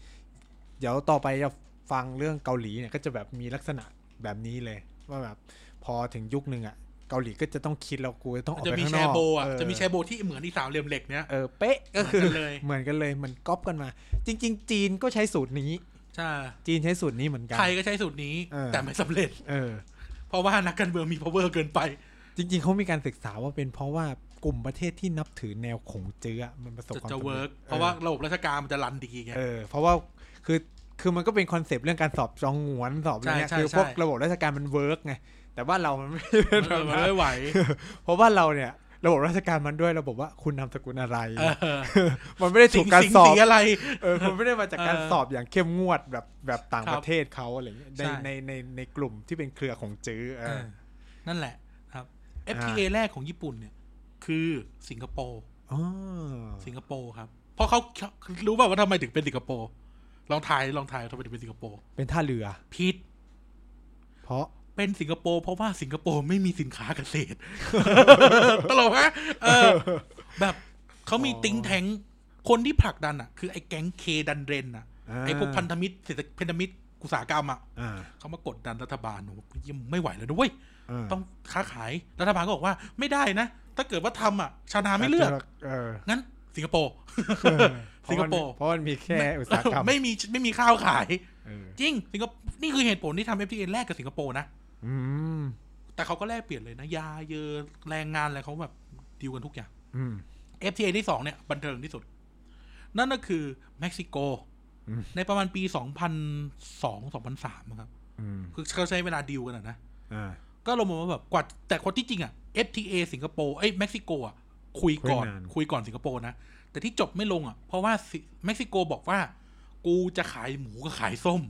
เดี๋ยวต่อไปจะฟังเรื่องเกาหลีเนี่ยก็จะแบบมีลักษณะแบบนี้เลย ว่าแบบพอถึงยุคหนึ่งอ่ะเกาหลีก็จะต้องคิดแล้วกูจะต้องออก
จะ
ไป
มี
ข้าง
แช
น
ร์
อก
โบอ่ะ
เออ
จะมีแชร์โบที่เหมือนที่สามเหลี่ยมเหล็กเนี้ย
เออเป๊ะก็คือ
เหมือนกันเลย
เหมือนกันเลยเหมือนก๊อปกันมา จริง ๆ จีนก็ใช้สูตรนี้
ใช่
จีนใช้สูตรนี้เหมือนกัน
ไทยก็ใช้สูตรนี้
เออ
แต่ไม่สำเร็จ
เออ
เพราะว่านักการเมืองมี power เกินไป
จริง ๆเขามีการศึกษาว่าเป็นเพราะว่ากลุ่มประเทศที่นับถือแนวขงเจื้อมันประสบ
จะ
ความ
จะ
สำเร็
work
จ
เพราะว่าระบบราชการมันจะรันดีไง
เออ เพราะว่าคือ คือมันก็เป็นคอนเซปต์เรื่องการสอบจองหวนสอบอะไรเงี้ย
ใช่ใช่
คือพวก
ใช่
ระบบราชการมันเวิร์กไงแต่ว่านเรามันไม่ได้เป็น
เอ
แบ
อบมัน
นั้น
ไม่ไหว
เพราะว่าเราเนี่ย ระบบราชการมันด้วยระบบว่าคุณนามสกุลอะไร
เออ
มันไม่ได้
สิ
ถู
ง
กการ
สิง
สอบ
สีอะไร
เออมันไม่ได้มาจากการ
เออ
สอบอย่างเข้มงวดแบบแบบต่าง
ครับ
ประเทศเขาอะไรเงี้ยใน
ใช่
ในในในกลุ่มที่เป็นเครือของจื้อเอ
เอ
อ
อนั่นแหละครับ
อ่า
FTA แรกของญี่ปุ่นเนี่ย คือสิงคโปร์
อ๋อ
สิงคโปร์ครับ เพราะเขารู้ป่าว่าทำไมถึงเป็นสิงคโปร์ลองทายลองทายทำไมถึงเป็นสิงคโปร์
เป็นท่าเรือ
พิษ
เพราะ
เป็นสิงคโปร์เพราะว่าสิงคโปร์ไม่มีสินค้าเกษตร ตลกฮะเออ แบบเขามีติ้งแทงคนที่ผลักดันอ่ะ คือไอ้แก๊งเคดันเรนอ่ะไอ้พวกพันธมิตรเศรษฐพันธมิตรอุตสาหกรรมอ่ะ
อ่า
เขามากดดันรัฐบาลโอ้โหยิ่งไม่ไหวแล้วนะเว้ย
า
ต้องค้าขาย รัฐบาลก็บอกว่าไม่ได้นะ ถ้าเกิดว่าทำอ่ะ ชาวนาไม่เลือก
เออ
งั้น สิงคโปร์
เพ
สิ
ราะมั
งค
น
โปร์
เพราะมันมีแค่อุตสาหกรรม
ไม่มีไม่มีข้าวขาย
เออ
จริง สิงคโปร์นี่คือเหตุผลที่ทำ FTA แรกกับสิงคโปร์นะ
อืม
แต่เขาก็แลกเปลี่ยนเลยนะ ยาเยอแรงงานอะไรเขาแบบดีลกันทุกอย่าง
อืม
FTA ที่สองเนี่ย บันเทิงที่สุด นั่นก็คือเม็กซิโก
อืม
ในประมาณปี 2002-2003ครับ
อืม
คือเขาใช้เวลาดีลกันอะนะ
อ่า
ก็ลงมาว่าแบบกว่าแต่คนที่จริงอ่ะ FTA สิงคโปร์เอ้ยเม็กซิโกอ่ะคุยก่อน คุยก่อนสิงคโปร์นะ แต่ที่จบไม่ลงอ่ะ เพราะว่าสิเม็กซิโกบอกว่า กูจะขายหมูกับขายส้ม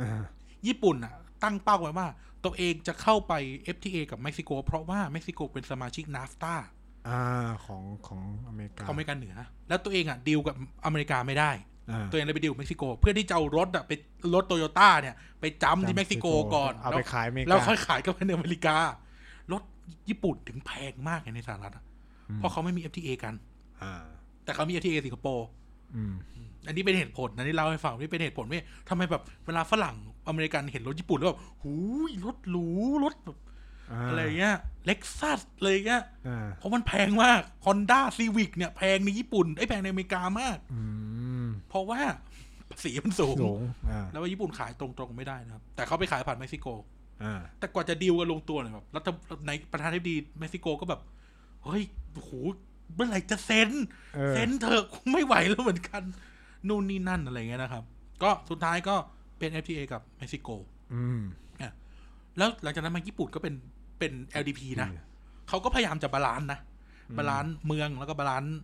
อ่า
ญี่ปุ่นอ่ะ ตั้งเป้าไว้ว่า ตัวเองจะเข้าไป FTA กับเม็กซิโก เพราะว่าเม็กซิโกเป็นสมาชิกนาฟตา
อ่าของของอเมริกา
ของอเมริกาเหนือ แล้วตัวเองอ่ะดีลกับอเมริกาไม่ได้
อ่า
ตัวเองเลยไปดีลกับเม็กซิโก เพื่อที่จะเอารถอ่ะไปรถโตโยต้าเนี่ย ไปจำที่เม็กซิโกก่อน
เอาไปขายอเมริกา
แล้วค่อยขายกับในอเมริกา รถญี่ปุ่นถึงแพงมากไงในสหรัฐอะ
อืม
เพราะเขาไม่มี FTA กัน
อ่า
แต่เขามี FTA สิงคโปร์
อืม
อันนี้เป็นเหตุผลนะที่เล่าให้ฟังนี่เป็นเหตุผลว่าทำไมแบบเวลาฝรั่งอเมริกันเห็นรถญี่ปุ่นแล้วแบบหูยรถหรูรถแบบอะไรเงี้ยเล็กซัสเลยเงี้ย
อ่า
เพราะมันแพงมากฮอนด้าซีวิกเนี่ยแพงในญี่ปุ่นไอ้ยแพงในอเมริกามาก
อืม
เพราะว่าภาษีมันสูง
สูงอ่า
แล้วว่าญี่ปุ่นขายตรงๆไม่ได้นะครับ แต่เขาไปขายผ่านเม็กซิโก
อ่า
แต่กว่าจะดีลกันลงตัวเนี่ยแบบรัฐในประธานาธิบดีเม็กซิโกก็แบบ เฮ้ยโอ้โหเมื่อไหร่จะเซ็น
เออ
เซ็นเถอะกูไม่ไหวแล้วเหมือนกัน นู่นนี่นั่นอะไรเงี้ยนะครับ ก็สุดท้ายก็เป็น FTA กับเม็กซิโก
อืม
แล้วหลังจากนั้นมาญี่ปุ่นก็เป็นเป็น LDP นะเขาก็พยายามจะบาลานซ์นะ บาลานซ์เมืองแล้วก็บาลานซ์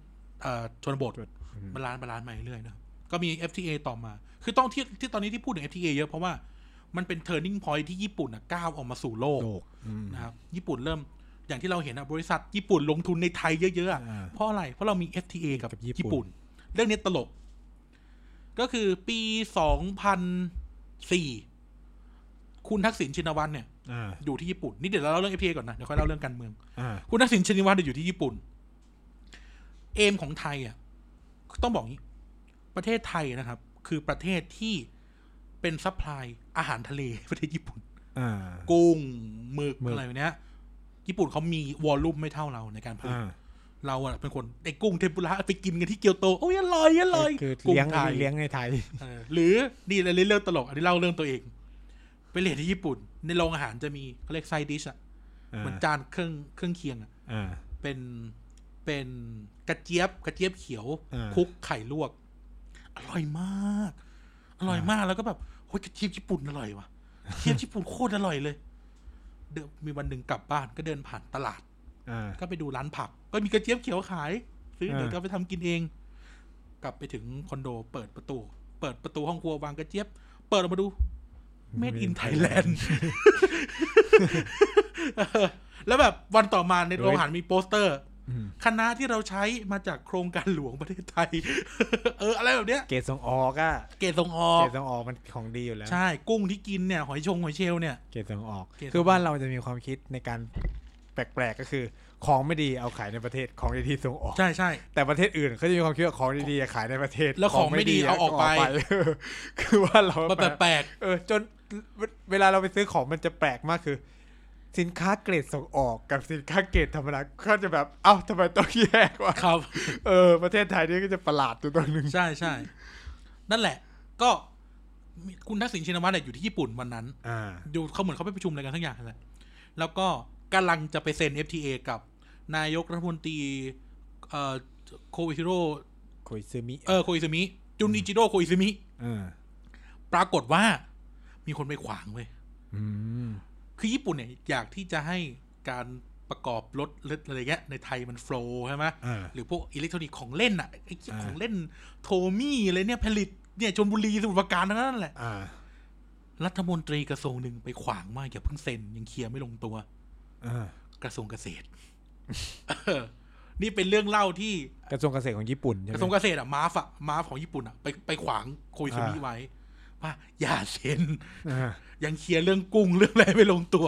เอ่อชนบท
อืม
บาลานซ์บาลานซ์มาเรื่อยๆนะครับก็มี FTA ต่อมา คือต้องที่ที่ตอนนี้ที่พูดถึง FTA เยอะเพราะว่ามันเป็น turning point ที่ญี่ปุ่นน่ะก้าวออกมาสู่โลก
โลกอืม
นะครับญี่ปุ่นเริ่มอย่างที่เราเห็นอะบริษัทญี่ปุ่นลงทุนในไทยเยอะๆอะ
อ่า
เพราะอะไร เพราะเรามี FTA กับ
กับญี่ปุ่น
ญี่ปุ่น เรื่องนี้ตลก ก็คือปีสองพันสี่คุณทักษิณชินวัตรเนี่ย
อ่า
อยู่ที่ญี่ปุ่น นี่เดี๋ยวเราเล่าเรื่อง FTA ก่อนนะ เดี๋ยวค่อยเล่าเรื่องการเมือง
อ่า
คุณทักษิณชินวัตรเนี่ยอยู่ที่ญี่ปุ่น เอมของไทยอ่ะต้องบอกงี้ ประเทศไทยนะครับ คือประเทศที่เป็นซัพพลายอาหารทะเลประเทศญี่ปุ่น
อ่า
กุ้งหมึก
หมึก
อะไรแบบเนี้ย ญี่ปุ่นเขามีวอลลุ่มไม่เท่าเราในการผลิต
อ่า
เราอะเป็นคนไอ้กุ้งเทมปุระไปกินกันที่เกียวโต โอ้ยอร่อยอร่อย
คือ
กุ้
เลี้ยง
ไทย
เลี้ยงในไทย
เออหรือนี่เรื่องเรื่องตลก อันนี้เล่าเรื่องตัวเอง ไปเรียนที่ญี่ปุ่น ในโรงอาหารจะมีเขาเรียกไซดิชอะเหมือนจานเครื่องเครื่องเคียงอะ
อ่า
เป็นเป็นกระเจี๊ยบกระเจี๊ยบเขียว
อ่า
คลุกไข่ลวก อร่อยมาก อร่อยมากแล้วก็แบบโอ้ยกระเทียมญี่ปุ่นอร่อยว่ะกระเทียมญี่ปุ่นโคตรอร่อยเลย เดี๋ยวมีวันหนึ่งกลับบ้านก็เดินผ่านตลาด
อ่า
ก็ไปดูร้านผักก็มีกระเจี๊ยบเขียวขาย ซื้อ
อ่า
เดี๋ยวจะเอาไปทำกินเอง กลับไปถึงคอนโดเปิดประตู เปิดประตูห้องครัววางกระเจี๊ยบ เปิดออกมาดู Made in Thailand เออแล้วแบบวันต่อมาในโรงอาหารมีโปสเตอร์
อืม
คณะที่เราใช้มาจากโครงการหลวงประเทศไทย เออ อะไรแบบเนี้ย
เกรดส่งออกอ่ะ
เกรดส่งออ
เก
ก
รดส่งออกมันของดีอยู่แล้ว
ใช่ กุ้งที่กินเนี่ย หอยชง หอยเชลล์เนี่ย
เกตส่งออก
เกรดส่งออก
คือบ้านเราจะมีความคิดในการแปลกๆก็คือ ของไม่ดีเอาขายในประเทศของดีๆส่งออก
ใช่ใช่
แต่ประเทศอื่นเขาจะมีความคิดว่าของดีๆขายในประเทศ
แล้วของไม่ดีเอาออกไป
คือว่าเรา
มันแปลก
เออจนเวเวลาเราไปซื้อของมันจะแปลกมากคือ สินค้าเกรดส่งออกกับสินค้าเกรดธรรมดาก็จะแบบเอ้าทำไมต้องแยกวะ
ๆครับ
เออประเทศไทยนี่ก็จะประหลาดอยู่ตรงนึง
ใช่ใช่ นั่นแหละ ก็มีคุณทักษิณชินวัตรเนี่ยอยู่ที่ญี่ปุ่นวันนั้น
อ่า
ดูเขาเหมือนเขาไปประชุมอะไรกันทั้งอย่างนั่นแหละแล้วก็กำลังจะไปเซ็น FTA กับนายกรัฐมนตรีเอ่อโคอิชิโร่
คุยซื้อมิ
เออโคอิซึมิ จุนอิจิโร่โคอิซึมิ
เออ
ปรากฏว่ามีคนไปขวางเว้ย
อืม
คือญี่ปุ่นเนี่ยอยากที่จะให้การประกอบรถรถอะไรเงี้ยในไทยมันโฟล์ใช่ไหม
อ่า
หรือพวกอิเล็กทรอนิกส์ของเล่นอะไอ้เหี้ย
อ่า
ของเล่นโทมี่อะไรเนี่ยผลิตเนี่ยชนบุรีสมุทรปราการทั้งนั้นแหละ
อ่า
รัฐมนตรีกระทรวงหนึ่งไปขวางว่าอย่าเพิ่งเซ็น ยังเคลียร์ไม่ลงตัว
อ่า
กระทรวงเกษตร เออนี่เป็นเรื่องเล่าที่
กระทรวงเกษตรของญี่ปุ่นใช่ไหม
กระทรวงเกษตรอะมาฟอะมาฟของญี่ปุ่นอะไปไปขวางโคยคุมิ
อ่า
ไว้ ว่าอย่าเซ็น
อ่า
ยังเคลียร์เรื่องกุ้ง เรื่องอะไรไม่ลงตัว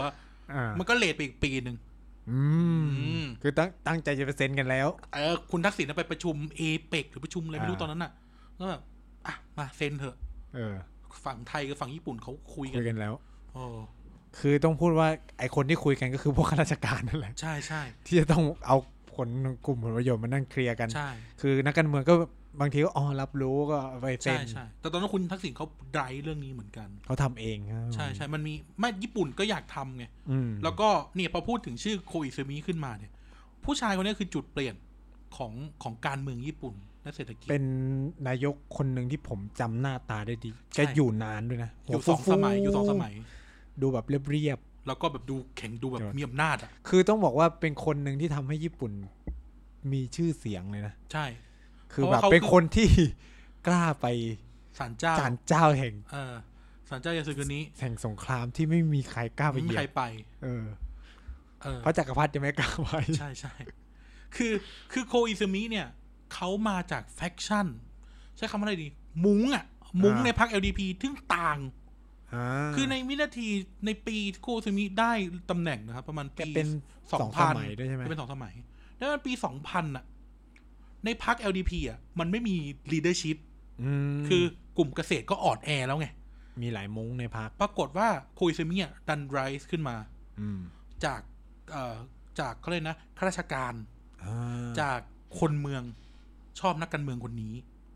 อ่า
มันก็เลทไปอีกปีหนึ่ง
อื
อื
ม
ม
คือตั้งตั้งใจจะไปเซ็นกันแล้ว
เออคุณทักษิณน่ะไปประชุมเอเปกหรือประชุมอะไรไม่รู้
อ่า
ตอนนั้นน่ะแล้วแบบอ่ะมาเซ็นเถอะ
เออ
ฝั่งไทยกับฝั่งญี่ปุ่นเขาคุยกั
คุ
น
ยกันแล้ว
โอ้
คือต้องพูดว่าไอคนที่คุยกันก็คือพวกข้าราชการนั่นแหละ
ใช่ใช่
ที่จะต้องเอาผลกลุ่มผลประโยชน์มานั่งเคลียร์กัน
ใช่
คือนักการเมืองก็บางทีก็อ๋อรับรู้ก็เอาไป
ใช่
เซ็น
ใช่ แต่ตอนนั้นคุณทักษิณเขาไดรฟ์เรื่องนี้เหมือนกัน
เขาทำเองครับ
ใช่ใช่มันมีไม่ญี่ปุ่นก็อยากทำไง
อืม
แล้วก็เนี่ยพอพูดถึงชื่อโคอิซึมิขึ้นมาเนี่ย ผู้ชายคนนี้คือจุดเปลี่ยนของของการเมืองญี่ปุ่นและเศรษฐกิจ
เป็นนายกคนหนึ่งที่ผมจำหน้าตาได้ดี
ใช่
แกอยู่นานด้วยนะ
อยู่
หั
ส
ว
อง
ฟูๆ
สมัยอยู่สองสมัย
ดูแบบเรียบ
แล้วก็แบบดูแข็งดูแบบ
เดี๋ยว
มีอำนาจอ่ะ
ๆคือต้องบอกว่าเป็นคนหนึ่งที่ทำให้ญี่ปุ่นมีชื่อเสียงเลยนะ
ใช่
คือ
เพราะ
แบบ
ว่าเขา
เป็นคนที่ กล้าไป
ศาลเจ้า
ศาลเจ้าแห่ง
เออศาลเจ้ายาสึกนี้
แห่งสงครามที่ไม่มีใครกล้าไป
ไม่
เห
มี
ยีย
ใคร
บ
ไป
เออ
เออ
พระจักรพรรดิยังไม่กล้าไป
ใช่ใช่ คือคือโคอิซึมิเนี่ย เขามาจากแฟคชั่น ใช้คำว่าอะไรดี มุ้งอ่ะ มุ้งในพรรค LDP ทึ่งต่าง
า
คือในวินาทีในปีที่โคอิซึมิได้ตำแหน่งนะครับ ประมาณ
แก
ปี
เป็นส
ส
อ
อง ง
ส
พัน
มัยด้วยใช่ไหม
เป็นสองสมัย แล้วมันปีสองพันอ่ะ ในพรรค LDP อ่ะ มันไม่มีลีดเดอร์ชิพ
ม
คือกลุ่มเกษตรก็อ่อนแอแล้วไง
มีหลายมุ้งในพัก
ปรากฏว่าโคอิซึมิอ่ะดันไรส์ขึ้นมา
อืม
จากเอ่อจากเขาเรียกนะข้าราชการ
อ่
จากคนเมืองชอบนักการเมืองคนนี้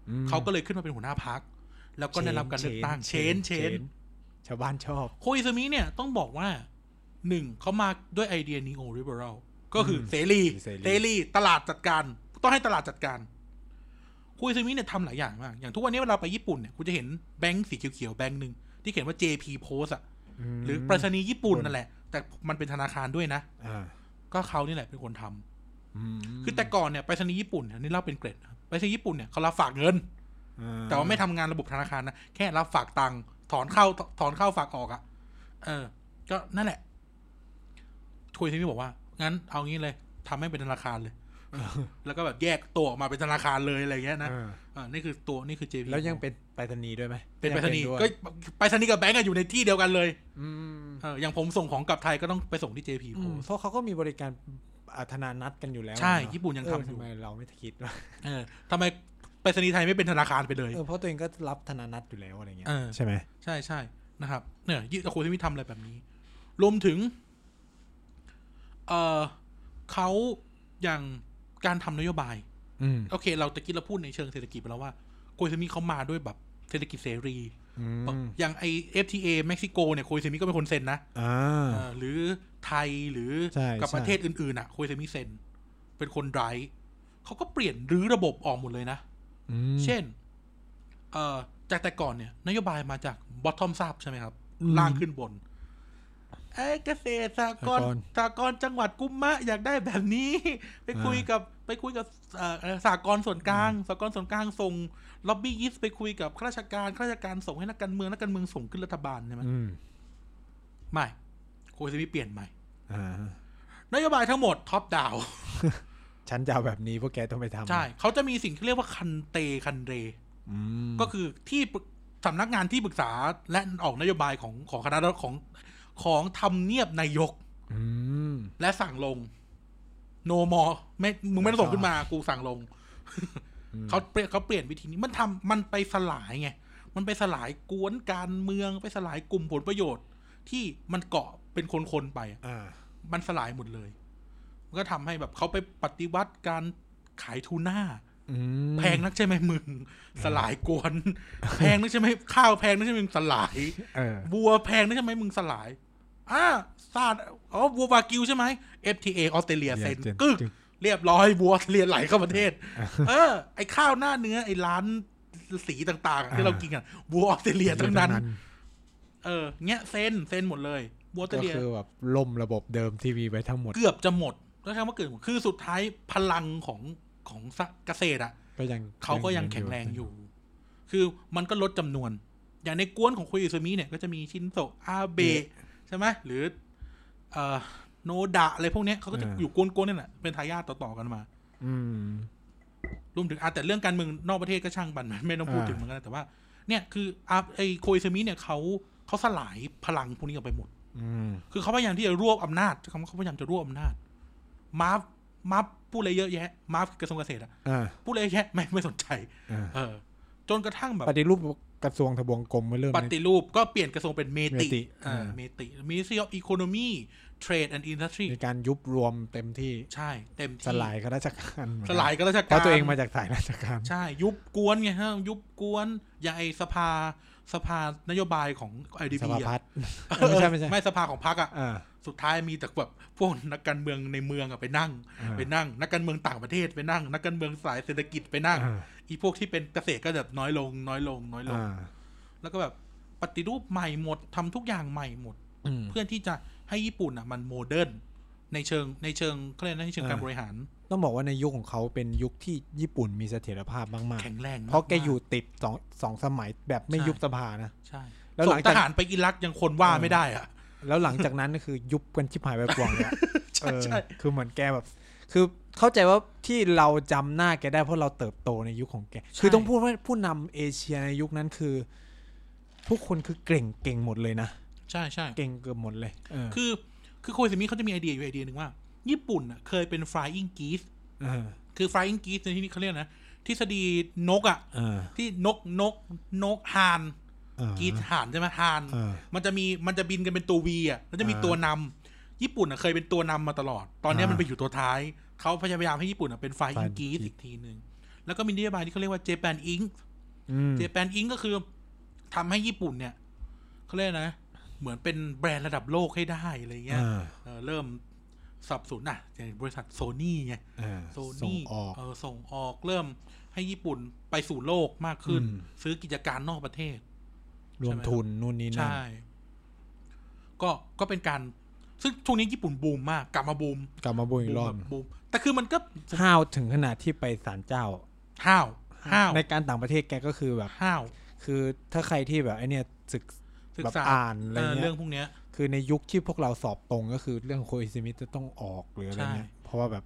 อืม
เขาก็เลยขึ้นมาเป็นหัวหน้าพัก แล้วก็ได้รับการเลือกตั้งเชนเชน
ชาวบ้านชอบ
โคอิซึมิเนี่ยต้องบอกว่าหนึ่งเขามาด้วยไอเดียนีโอริเบอรัลก็คืออ
ม
เสรี
เสรี
เสรีตลาดจัดการ ต้องให้ตลาดจัดการโคอิซึมิเนี่ยทำหลายอย่างมาก อย่างทุกวันนี้เวลาไปญี่ปุ่นเนี่ยคุณจะเห็นแบงค์สีเขียวๆแบงค์หนึ่งที่เขียนว่า JP Post อะหรือไปรษณีย์ญี่ปุ่นนั่นแหละ แต่มันเป็นธนาคารด้วยนะ
อ่า
ก็เขานี่แหละเป็นคนทำ
ม
คือแต่ก่อนเนี่ยไปรษณีย์ญี่ปุ่นเนี่ยนี่เล่าเป็นเกร็ดนะครับไปรษณีย์ญี่ปุ่นเนี่ยเขารับฝากเงิน
อ่
แต่ว่าไม่ทำงานระบบธนาคารนะ แค่รับฝากตังค์ถอนเข้าถอนเข้าฝากออกอะ่ะ เออ ก็นั่นแหละคุยที่นี่บอกว่า งั้นเอางี้เลยทำให้เป็นธนาคารเลย แล้วก็แบบแยกตัวออกมาเป็นธนาคารเลยอะไรเงี้ยนะ
อ่า
เอ่านี่คือตัวนี่คือ JP
แล้วยังเป็นไปรษณีย์ด้วยไหม
เป็นไปรษณีย์
ยัง
ก็
ด้วย
ไปรษณีย์กับแบงก์อะอยู่ในที่เดียวกันเลย
อืม
เอออย่างผมส่งของกลับไทยก็ต้องไปส่งที่ JP
อื
โพ
ม
ส
เพราะเขาก็มีบริการอ่าธนานัดกันอยู่แล้ว
ใช่
เอะ
ญี่ปุ่นยังทำอยู่
เทำไมเราไม่คิดว่า
เออทำไมไปรษณีย์ไทยไม่เป็นธนาคารไปเลย
เออเพราะตัวเองก็รับธนานัดอยู่แล้วอะไรเงี้ย
เออ
ใช่ไหม
ใช่ใช่นะครับ เนี่ยยึดโคซิมิทำอะไรแบบนี้ รวมถึง เอ่อเขาอย่างการทำนโยบาย
อืม
โอเค เราตะกี้เราพูดในเชิงเศรษฐกิจไปแล้วว่าโคซิมิเขามาด้วยแบบเศรษฐกิจเสรี
อืม
อย่างไอ FTA เม็กซิโกเนี่ยโคซิมิก็เป็นคนเซ็นนะ
อ่า
เอ่อหรือไทยหรือ
ใช่
กับ
ใช่
ประเทศอื่นๆอ่ะโคซิมิเซ็น เป็นคนไร้เขาก็เปลี่ยนรื้อระบบออกหมดเลยนะ
อืม
เช่น เอ่อ จากแต่ก่อนเนี่ย นโยบายมาจาก bottom up ใช่ไหมครับ
อืม
ล่างขึ้นบน เอ้ยเกษตรสหกร
สหกร
ณ์
ณ์
สหกรณ์จังหวัดกุมมะอยากได้แบบนี้ ไปคุยกับ ไปคุยกับเอ่อเอ่อสหกรณ์ส่วนกลางสหกรณ์ส่วนกลางส่งล็อบบี้ยิสไปคุยกับข้าราชการข้าราชการส่งให้นักการเมืองนักการเมืองส่งขึ้นรัฐบาลใช่ไหม
อืม
ไม่โคซิมิเปลี่ยนใหม่
อ่าน
โยบายทั้งหมดท็อปดาว
ฉันจะเอาแบบนี้พวกแกต้องไปทำ
ใช่เขาจะมีสิ่งที่เรียกว่าคันเตคันเร
อืม
ก็คือที่ปรึกสำนักงานที่ปรึกษาและออกนโยบายของของคณะรัฐของของทำเนียบนายก
อืม
และสั่งลง โนมอไม่มึงไม่ต้องส่งขึ้นมา กูสั่งลง
อืม
เขาเปลี่ยนเขาเปลี่ยนวิธีนี้มันทำมันไปสลายไง มันไปสลายกวนการเมืองไปสลายกลุ่มผลประโยชน์ ที่มันเกาะเป็นคนๆไปอะ
อ่า
มันสลายหมดเลย มันก็ทำให้แบบเขาไปปฏิวัติการขายทูน่า
อืม
แพงนักใช่ไหมมึง สลายกวน แพงนักใช่ไหมข้าวแพงนักใช่ไหมมึงสลาย
เออ
บัวแพงนักใช่ไหมมึงสลายอ่าซาดอ๋อบัววากิวใช่ไหม FTA ออสเตรเลียเซ็น
เซ็น
กึก
จึ๊ก
เรียบร้อยบัวเรียนไหลเข้าประเทศ
อ่ะ
เออ ไอข้าวหน้าเนื้อไอร้าน สีต่างๆอะที่
อ่า
เรากินกันวัวออสเตรเลียทั้งนั้น เออเงี้ยเซนเซนหมดเลยวัวออสเตร
ก็
เลีย
คือแบบล่มระบบเดิมทีวีไว้ทั้งหมด
เกือบจะหมดแล้วใช้คำว่าเกือบหมดคือสุดท้ายพลังของของสะเกษตรอ่ะ
ก็ยัง
เขาก็ยังแข็งแรงอยู่ คือมันก็ลดจำนวน อย่างในกวนของคุยอิซูมิเนี่ย ก็จะมีชินโซะอาเบะใช่ไหมหรือเอ่อโนดะอะไรพวกเนี้ยเขาก็จะอยู่กวนๆนี่แหละเป็นทายาทต่อ ๆ กันมา
อืม
รวมถึงอาแต่เรื่องการเมืองนอกประเทศก็ช่างบัน ไม่ต้องพูด
อ่า
ถึงเหมือนกันแต่ว่า เนี่ยคืออาไอโคอิซูมิเนี่ยเขาเขาสลายพลังพวกนี้ออกไปหมด
อืม
คือเขาพยายามที่จะรวบอำนาจเขาเขาพยายามจะรวบอำนาจ มาฟมาฟพูดอะไรเยอะแยะ มาฟกระทรวงเกษตรอะ
อ่า
พูดอะไรเยอะแยะไม่ไม่สนใจ
อ่า
เออ จนกระทั่งแบบ
ปฏิรูปกระทรวงทบวงกรมไว้เริ่ม
ป
นะ
ฏิรูปก็เปลี่ยนกระทรวงเป็นเมติ
เมติ
อ่า
อ่า
เมติ Ministry of Economy Trade and Industry
มีการยุบรวมเต็มที่
ใช่ เต็มที่
สลายข้าราชการเหมือน
ส
กัน
ลายก็ราช
เพ
การ
ราะตัวเองมาจากสายราชการ
ใช่ ยุบกวนไงฮะยุบกวน อย่างไอสภาสภานโยบายของไอดี
ส
พี
ภาพั
อ่ะ
ฒน์เออไม่ใช่ไม่ใช่
ไม่สภาของพรรคอ่ะ
อ่า
สุดท้ายมีแต่แบบพวกนักการเมืองในเมืองอะไปนั่ง
อ่า
ไปนั่ง นักการเมืองต่างประเทศไปนั่ง นักการเมืองสายเศรษฐกิจไปนั่ง
อ่า
อีพวกที่เป็นเกษตรก็แบบน้อยลง น้อยลง น้อยลง
อ่า
แล้วก็แบบปฏิรูปใหม่หมดทำทุกอย่างใหม่หมด
อืม
เพื่อที่จะให้ญี่ปุ่นอ่ะมันโมเดิร์นในเชิงในเชิงเขาเรียกนะในเชิงการ
อ่า
บริหาร
ต้องบอกว่าในยุคของเขาเป็นยุคที่ญี่ปุ่นมีเสถียรภาพมาก
แข็งแรง
ๆ
ม
เพราะแกอยู่ติดสองสองสมัยแบบไม่
ใช่
ยุบสภานะ
ใช่
แล้วห
ส่
ลั
ง
ง
ท
จาก
หารไปอิรักยังคนว่าไม่ได้อ่ะ
แล้วหลังจากนั้นก็คือยุบกันชิบหายไปปวงเนี่ย
ใช่
เออ
ใช่
คือเหมือนแกแบบ คือเข้าใจว่าที่เราจำหน้าแกได้เพราะเราเติบโตในยุคของแก คือต้องพูดว่าผู้นำเอเชียในยุคนั้นคือ ทุกคนคือเก่งเก่งหมดเลยนะ
ใช่ใช่
เก่งเกือบหมดเลยเออ
คือคือโคอิซึมิเขาจะมีไอเดียอยู่ไอเดียหนึ่งว่า ญี่ปุ่นอ่ะเคยเป็น flying geese
เออ
คือ flying geese ในที่นี้เขาเรียกนะทฤษฎีนกอ่ะ
เออ
ที่นกนกนกฮาน
เออ
กีหานใช่ไหมฮาน
เออ
มันจะมีมันจะบินกันเป็นตัววีอ่ะแล้วจะมี
อ่า
ตัวนำญี่ปุ่นอ่ะเคยเป็นตัวนำมาตลอด ตอนเนี้ย
อ่ามั
มันไปอยู่ตัวท้ายเขาพยายามให้ญี่ปุ่นอ่ะเป็นไฟอิง
Flying
กีส
Geese
อีกทีหนึ่งแล้วก็มีนโยบายที่เขาเรียกว่าเจแปนอิง
อืม
เจแปนอิงก็คือทำให้ญี่ปุ่นเนี่ยเขาเรียกนะ เหมือนเป็นแบรนด์ระดับโลกให้ได้อะไรเงี้ย
อ่า
เออเริ่มสับสนอ่ะอย่างบริษัทโซนี่ไง
เออ
โซ
ส่ง
นี่
ออก
เออส่งออกเริ่มให้ญี่ปุ่นไปสู่โลกมากขึ้น
อืม
ซื้อกิจการนอกประเทศ
รวมทุนนู่นนี่นั่น
ใช่ ก็ก็เป็นการ ซึ่งช่วงนี้ญี่ปุ่นบูมมาก กลับมาบูม
กลับมาบุญ
บู
อี
ม
กรอบ
แบบบูม แต่คือมันก็
ห้าวถึงขนาดที่ไปศาลเจ้า
ห้าวห้าว
ในการต่างประเทศแกก็คือแบบ
ห้าว
คือถ้าใครที่แบบไอเนี่ยศึก
ศึก
แบบ
ษา
อ่านอะไร
เอ
เงี้
อย เรื่องพวกเนี้ย
คือในยุคที่พวกเราสอบตรงก็คือเรื่องโคอิซิมิจะต้องออกหรืออะไรเงี้ย
ใช่
เพราะว่าแบบ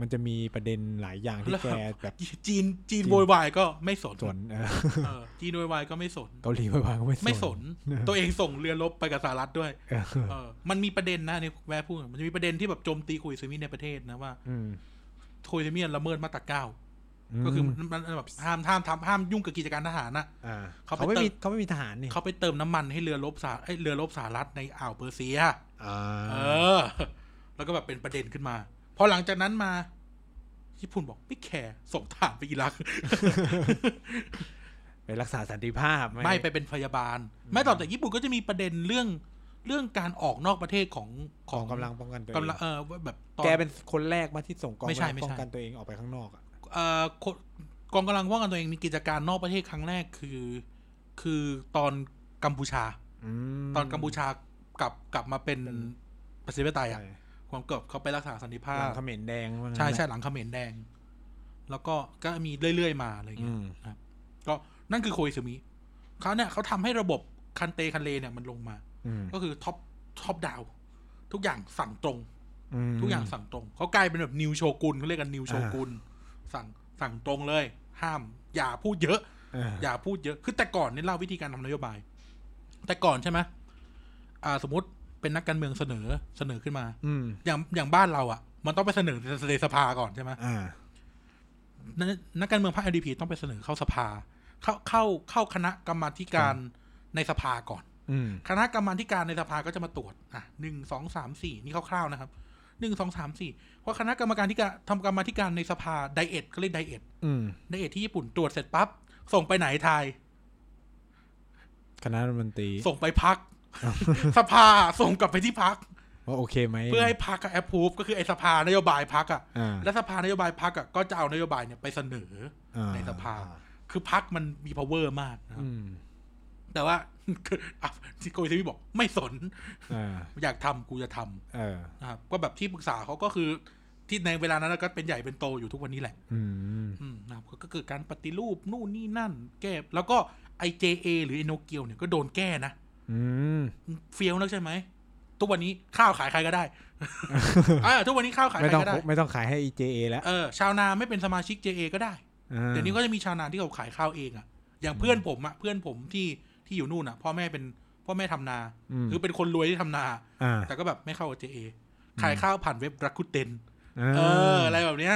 มันจะมีประเด็นหลายอย่างที่
แล้ว
แกแบบ
จีนจีนโวยวายก็ไม่สน
สวน เออ
เออจีนโวยวายก็ไม่สน
เกาหลีไปบางก็ไม่
ไม่ส
น
น ตัวเองส่งเรือรบไปกับสหรัฐด้วย
เออ
เออ มันมีประเด็นนะในแวะพูดมันจะมีประเด็นที่แบบโจมตีคุยซิมิในประเทศนะว่า
อืม
คุยซิมิละเมิดมาตราเก้าก็คือมันมันแบบห้ามห้ามทำห้ามยุ่งกับกิจการทหารนะ
อ่า
เขา
เขา
ไป
ไม่มีเขาไม่มีทหารนี่
เขาไปเติมน้ำมันให้เรือรบสหเอ้ยเรือรบสหรัฐในอ่าวเปอร์เซีย
อ่า
เออ แล้วก็แบบเป็นประเด็นขึ้นมา พอหลังจากนั้นมา ญี่ปุ่นบอกไม่แคร์ส่งทหารไปอิรัก
ไปรักษาสันติภาพห
ไม่ไปเป็นพยาบาล ไม่ต่อแต่ญี่ปุ่นก็จะมีประเด็นเรื่องเรื่องการออกนอกประเทศของ
กองกำลังป้องกันตัวเอก
ำลัง
ง
เออว่าแบบตอ
แกเป็นคนแรกมาที่ส่งกอง
ไม่
กำ
ใช่
ลัง
ไม่ใช่
ป้องกันตัวเองออกไปข้างนอกอ่ะ
เอ่อคนกองกำลังว่างกันตัวเองมีกิจการนอกประเทศครั้งแรกคือ คือตอนกัมพูชา
ม
ตอนกัมพูชากลับกลับมาเป็นประชาธิปไตย
ใช่
อะความเกิดเขาไปรักษาสันติภา
หลั
พ
งเขมรแดงว่างั้น
ใช่ใช่
นะ
หลังเขมรแดง แล้วก็ก็มีเรื่อยๆมาอะไร
อื
เงี้ย
ม
ก็นั่นคือโคอิซึมิเขาเนี่ยเขาทำให้ระบบคันเตคันเลเนี่ยมันลงมา
อืม
ก็คือท็อปท็อปดาว ทุกอย่างสั่งตรง
ม
ทุกอย่างสั่งตรงเขากลายเป็นแบบนิวโชกุนเขาเรียกกันนิวโชกุนสั่งสั่งตรงเลย ห้าม อย่าพูดเยอะ อย่าพูดเยอะ คือแต่ก่อนเนี่ยเล่าวิธีการทำนโยบาย แต่ก่อนใช่ไหมอ่า สมมติเป็นนักการเมืองเสนอเสนอขึ้นมา
อืม
อย่างอย่างบ้านเราอ่ะ มันต้องไปเสนอในสภาก่อนใช่ไหม
อ่า
นักนักการเมืองพรรค LDP ต้องไปเสนอเข้าสภา เข้าเข้าเข้าคณะกรรมาธิการในสภาก่อน
อืม
คณะกรรมาธิการในสภาก็จะมาตรวจอ่ะหนึ่งสองสามสี่นี่คร่าวๆนะครับหนึ่งสองสามสี่เพราะคณะกรรมการที่การทำกรรมาธิการในสภาไดเอทก็เรียกไดเอท
อืม
ไดเอทที่ญี่ปุ่นตรวจเสร็จปั๊บ ส่งไปไหนไทาย
คณะรัฐมนตรี
ส่งไป พัก สภาส่งกลับไปที่พัก
ว่าโอเคไหม
เพื่อให้พักแอปพูฟก็คือไอสภานโยบายพักอ่ะ
อ่า
และสภานโยบายพักอ่ะก็จะเอานโยบายเนี่ยไปเสนอ
อ่า
ในสภา
อ่
คือพักมันมี power มากนะครับ
อืม
แต่ว่า คืออ่ะที่โกยเซมิบอกไม่สน
อ่า
อยากทำกูจะทำ
เออ
นะครับก็แบบที่ปรึกษาเขาก็คือที่ในเวลานั้นก็เป็นใหญ่เป็นโตอยู่ทุกวันนี้แหละ
อืม
อืมนะครับก็ก็เกิดการปฏิรูปนู่นนี่นั่น แก้แล้วก็ IJA หรือ n o โนเกียวเนี่ยก็โดนแก้นะ
อืม
เฟี้ยวนักใช่ไหมทุกวันนี้ข้าวขายใคร ก็ได้ อ่าทุกวันนี้ข้าวขาย
ไม่
ใคร
ต้อง
ก็ได้
ไม่ต้องขายให้ EJA แล้ว
เออชาวนาไม่เป็นสมาชิก JA ก็ได้
า
เดี๋ยวนี้ก็จะมีชาวนาที่เขาขายข้าวเองอะอย่างเพื่อนผมอะเพื่อนผมที่ที่อยู่นู่นอะพ่อแม่เป็นพ่อแม่ทำนา
ม
คือเป็นคนรวยที่ทำนา
อ่า
แต่ก็แบบไม่เข้า JA ขายข้าวผ่านเว็บรักคุเตนเออ อะไรแบบเนี้ย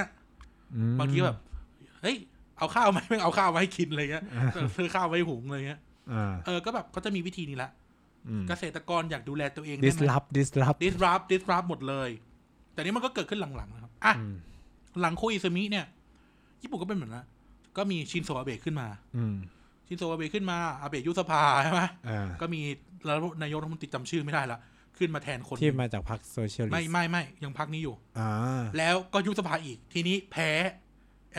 อืม
บางทีแบบ เฮ้ย เอาข้าวไหมไม่เอาข้าวมาให้กินอะไรเงี้ย
อ่า
ซื้อข้าวไว้หุงอะไรเงี้ย
อ่า
เออ ก็แบบเขาจะมีวิธีนี้ละ
อืม
เกษตรกรอยากดูแลตัวเองได้ไหม
disrupt disrupt
disrupt disrupt หมดเลย แต่นี้มันก็เกิดขึ้นหลังๆนะครับ อ่ะ
อืม
หลังโคอิซึมิเนี่ย ญี่ปุ่นก็เป็นเหมือนนะก็มีชินโซอาเบะขึ้นมา
อืม
ชินโซอาเบะขึ้นมา อาเบะยุบสภาใช่ไหม
อ่า
ก็มีแล้วนายกรัฐมนตรีจำชื่อไม่ได้ละ ขึ้นมาแทนคน
ที่มาจากพรรคโซเชียลิ
ไม่
สต์
ไม่ไม่ยังพักนี้อยู่
อ่า
แล้วก็ยุบสภาอีก ทีนี้แพ้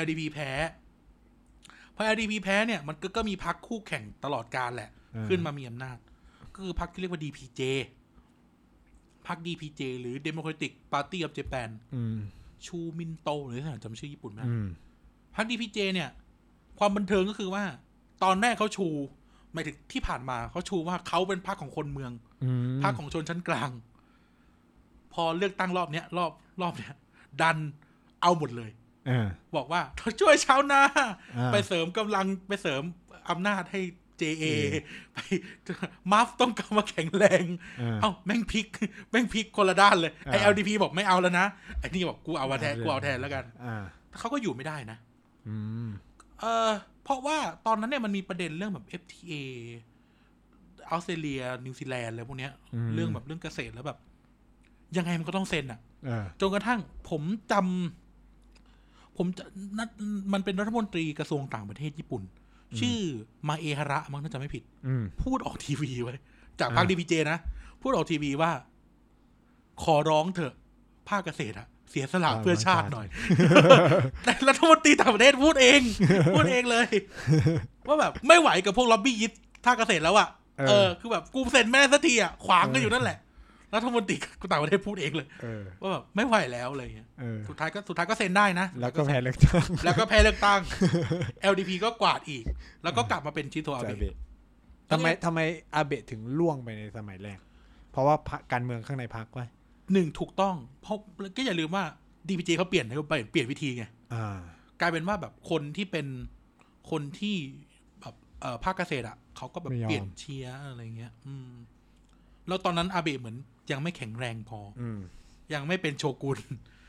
LDP แพ้พอ LDP แพ้เนี่ยมันก็ก็มีพักคู่แข่งตลอดการแหละ ขึ้นมามีอำนาจ ก็คือพักที่เรียกว่า DPJ พัก DPJ หรือ Democratic Party of Japan
อืม
ชูมินโตหรือจำชื่อญี่ปุ่นไหม
อืม
พัก DPJ เนี่ย ความบันเทิงก็คือว่า ตอนแรกเขาชูหมายถึงที่ผ่านมาเขาชูว่าเขาเป็นพักของคนเมือง
อืม
ภาคของชนชั้นกลาง พอเลือกตั้งรอบเนี้ยรอบรอบเนี้ย ดันเอาหมดเลย
อ่า
บอกว่าช่วยชาวนา
อ่า
ไปเสริมกำลังไปเสริมอำนาจให้ JA
อืม
ไป มาฟต้องกลับมาแข็งแรง
อ่า
เอ้าแม่งพลิก แม่งพลิกคนละด้านเลยไอ
อ่า
LDP บอกไม่เอาแล้วนะไอนี่บอกกูเอามาแทนกูเอาแทนแล้วกัน
อ่า
เขาก็อยู่ไม่ได้นะ
อืม
เออเพราะว่าตอนนั้นเนี่ยมันมีประเด็นเรื่องแบบ FTA ออสเตรเลีย นิวซีแลนด์อะไรพวกเนี้ย
ม
เรื่องแบบเรื่องเกษตรแล้วแบบ ยังไงมันก็ต้องเซ็นอะ
อ่า
จนกระทั่งผมจำผมจะนัดมันเป็นรัฐมนตรีกระทรวงต่างประเทศญี่ปุ่น ชื่อมาเอฮาระมั้งถ้าจำไม่ผิด
อืม
พูดออกทีวีไว้ จากพรรค
อ่า
ดีพีเจนะ พูดออกทีวีว่า ขอร้องเถอะ ภาคเกษตรอะเสียสละเพื่อชาติหน่อย แต่รัฐมนตรีต่างประเทศพูดเอง พูดเองเลย ว่าแบบไม่ไหวกับพวกล็อบบี้ยิสต์ท่าเกษตรแล้วอะ
เออ
เออ คือแบบกูเซ็นไม่ได้สักทีอะขวางกั
เออ
นอ
อ
ยู่นั่นแหละ รัฐมนตรีต่างประเทศพูดเองเลย
เออ
ว่าแบบไม่ไหวแล้วอะไรเงี้ย
เออ
สุดท้ายก็สุดท้ายก็เซ็นได้นะ
แล้วก็แพ้เลือกตั้ง
แล้วก็แพ้เลือก ตั้ง LDP ก็กวาดอีก แล้วก็กลับมาเป็นชิโตอา
จากอา
เบะ
เบะทำไมทำไมอาเบะถึงล่วงไปในสมัยแรก เพราะว่าพรรคการเมืองข้างในพรรคว่า
หนึ่งถูกต้องเพราะก็อย่าลืมว่า DPJ เขาเปลี่ยนเขาเปลี่ยนเปลี่ยนวิธีไง
อ่าก
ลายเป็นว่าแบบคนที่เป็นคนที่แบบเอ่อภาคเกษตรอ่ะเขาก็แบบเปลี่ยนเชียร์อะไรเงี้ย อืม แล้วตอนนั้นอาเบะเหมือนยังไม่แข็งแรงพอ
อืม
ยังไม่เป็นโชกุน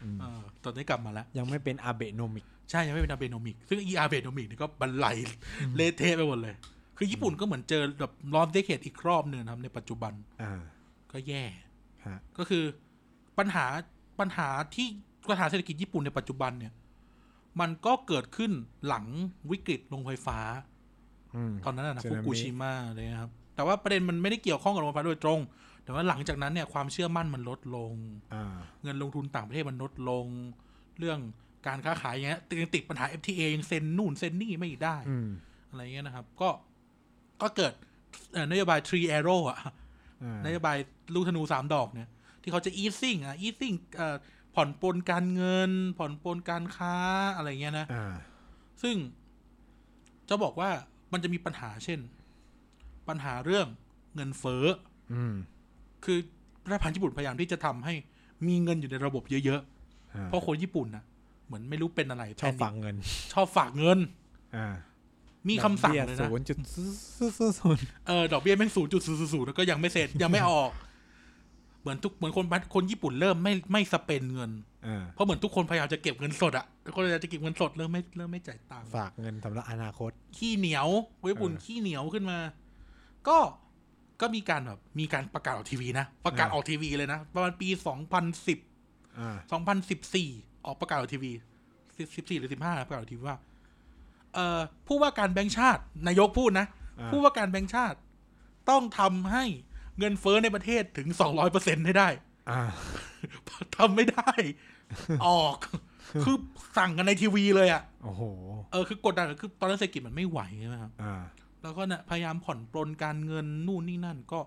อืม
เออตอนนี้กลับมาแล้ว
ยังไม่เป็นอาเบะโนมิก
ใช่ยังไม่เป็นอาเบโนมิก ซึ่งอีอาเบโนมิกเนี่ยก็บันไล
อืม
เละเทะไปหมดเลย คือญี่ปุ่นก็เหมือนเจอแบบลอสเดเคดอีกรอบหนึ่งนะครับในปัจจุบัน
อ่า
ก็แย่
ฮะ
ก็คือปัญหาปัญหาที่ปัญหาเศรษฐกิจญี่ปุ่นในปัจจุบันเนี่ย มันก็เกิดขึ้นหลังวิกฤตโรงไฟฟ้า
อืม
ตอนนั้นนะนะ
สึ
ฟุ
นามิ
กุชิมะอะไรเลยนะครับ แต่ว่าประเด็นมันไม่ได้เกี่ยวข้องกับโรงไฟฟ้าโดยตรง แต่ว่าหลังจากนั้นเนี่ยความเชื่อมั่นมันลดลง
อ่า
เงินลงทุนต่างประเทศมันลดลง เรื่องการค้าขายอย่างเงี้ยยังติดปัญหา FTA ยังเซ็นนู่นเซ็นนี่ไม่ได้
อืม
อะไรเงี้ยนะครับ ก็ก็เกิดเอ่อนโยบาย three arrow อะ
อ่าน
โยบายลูกธนูสามดอกเนี่ย ที่เขาจะ easing อ่ะ easing เอ่อผ่อนปลนการเงิน ผ่อนปลนการค้าอะไรเงี้ยนะ
อ่า
ซึ่งจะบอกว่ามันจะมีปัญหาเช่น ปัญหาเรื่องเงินเฟ้อ
อืม
คือรัฐบาลญี่ปุ่นพยายามที่จะทำให้มีเงินอยู่ในระบบเยอะ
อ่า
ๆ เพราะคนญี่ปุ่นนะเหมือนไม่รู้เป็นอะไร
ชอบ
แพนิค
ฝังเงิน
ชอบฝากเงิน
อ่า
มี
มี
คำสั่งเลยนะ
ศูนย์จุดศูนย์
เออดอกเบี้ยแม่งศูนย์จุดศูนย์ศูนย์แล้วก็ยังไม่เสร็จยังไม่ออก เหมือนทุกเหมือนคนคนญี่ปุ่นเริ่มไม่ไม่สเปนเงิน
อ่า
เพราะเหมือนทุกคนพยายามจะเก็บเงินสดอะทุกคนพยายามจะเก็บเงินสดเริ่มไม่เริ่มไม่จ่ายตังค์
ฝากเงินสำหรับอนาคต
ขี้เหนียวญี่ปุ่น
เออ
ขี้เหนียวขึ้นมา ก็ก็มีการแบบมีการประกาศออกทีวีนะ ประกาศ
เออ
ออกทีวีเลยนะ ประมาณปีสองพันสิบ
อ่า
สองพันสิบสี่ออกประกาศออกทีวีสิบสี่หรือสิบห้าประกาศออกทีวีว่า เอ่อผู้ว่าการแบงค์ชาตินายกพูดนะ
อ่า
ผู้ว่าการแบงค์ชาติ ต้องทำให้เงินเฟ้อในประเทศ ถึงสองร้อยเปอร์เซ็นต์ให้ได้
อ่า
ทำไม่ได้ ออก คือสั่งกันในทีวีเลยอ่ะ
โอ้โห
เออคือกดดันคือตอนนั้นเศรษฐกิจมันไม่ไหวใช่ไหมครับ
อ่า
แล้วก็เนี่ยพยายามผ่อนปลนการเงินนู่นนี่นั่นก็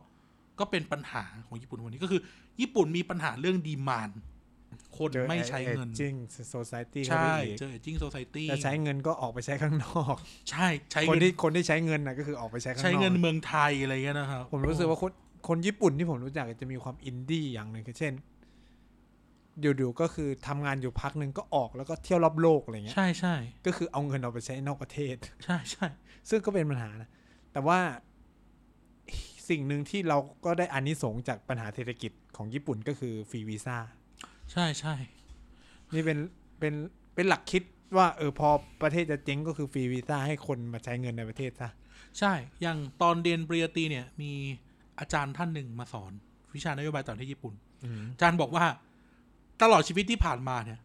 ก็เป็นปัญหาของญี่ปุ่นวันนี้ก็คือ ญี่ปุ่นมีปัญหาเรื่องดีมานคน
เจอ
ไม่ใช้เงิน
จริงโซซายตี้า
ใช่
ไปอีก
เจอจิ้งโซไซตี้
แต่ใช้เงินก็ออกไปใช้ข้างนอก
ใช่ใช้
คน
เงิน
ที่คนที่ใช้เงินนะก็คือออกไปใช้ข้างนอก
ใช้เงินเมืองไทยอะไรเงี้ยนะครับ
ผมรู้สึกว่าคนคนญี่ปุ่นที่ผมรู้จักจะมีความอินดี้อย่างหนึ่งคือเช่นอยู่ๆก็คือทำงานอยู่พักหนึ่งก็ออกแล้วก็เที่ยวรอบโลกอะไรเงี้ย
ใช่ใช่
ก็คือเอาเงินออกไปใช้นอกประเทศ
ใช่ใช่
ซึ่งก็เป็นปัญหานะ แต่ว่าสิ่งหนึ่งที่เราก็ได้อานิสงส์จากปัญหาเศรษฐกิจของญี่ปุ่นก็คือฟรีวีซ่า
ใช่ใช่
นี่เป็นเป็นเป็นหลักคิดว่าเออพอประเทศจะเจ๊งก็คือฟรีวีซ่าให้คนมาใช้เงินในประเทศซะ
ใช่อย่างตอนเรียนปริญญาตรีเนี่ย มีอาจารย์ท่านหนึ่งมาสอน วิชานโยบายต่างประเทศญี่ปุ่น อาจารย์บอกว่าตลอดชีวิตที่ผ่านมาเนี่ย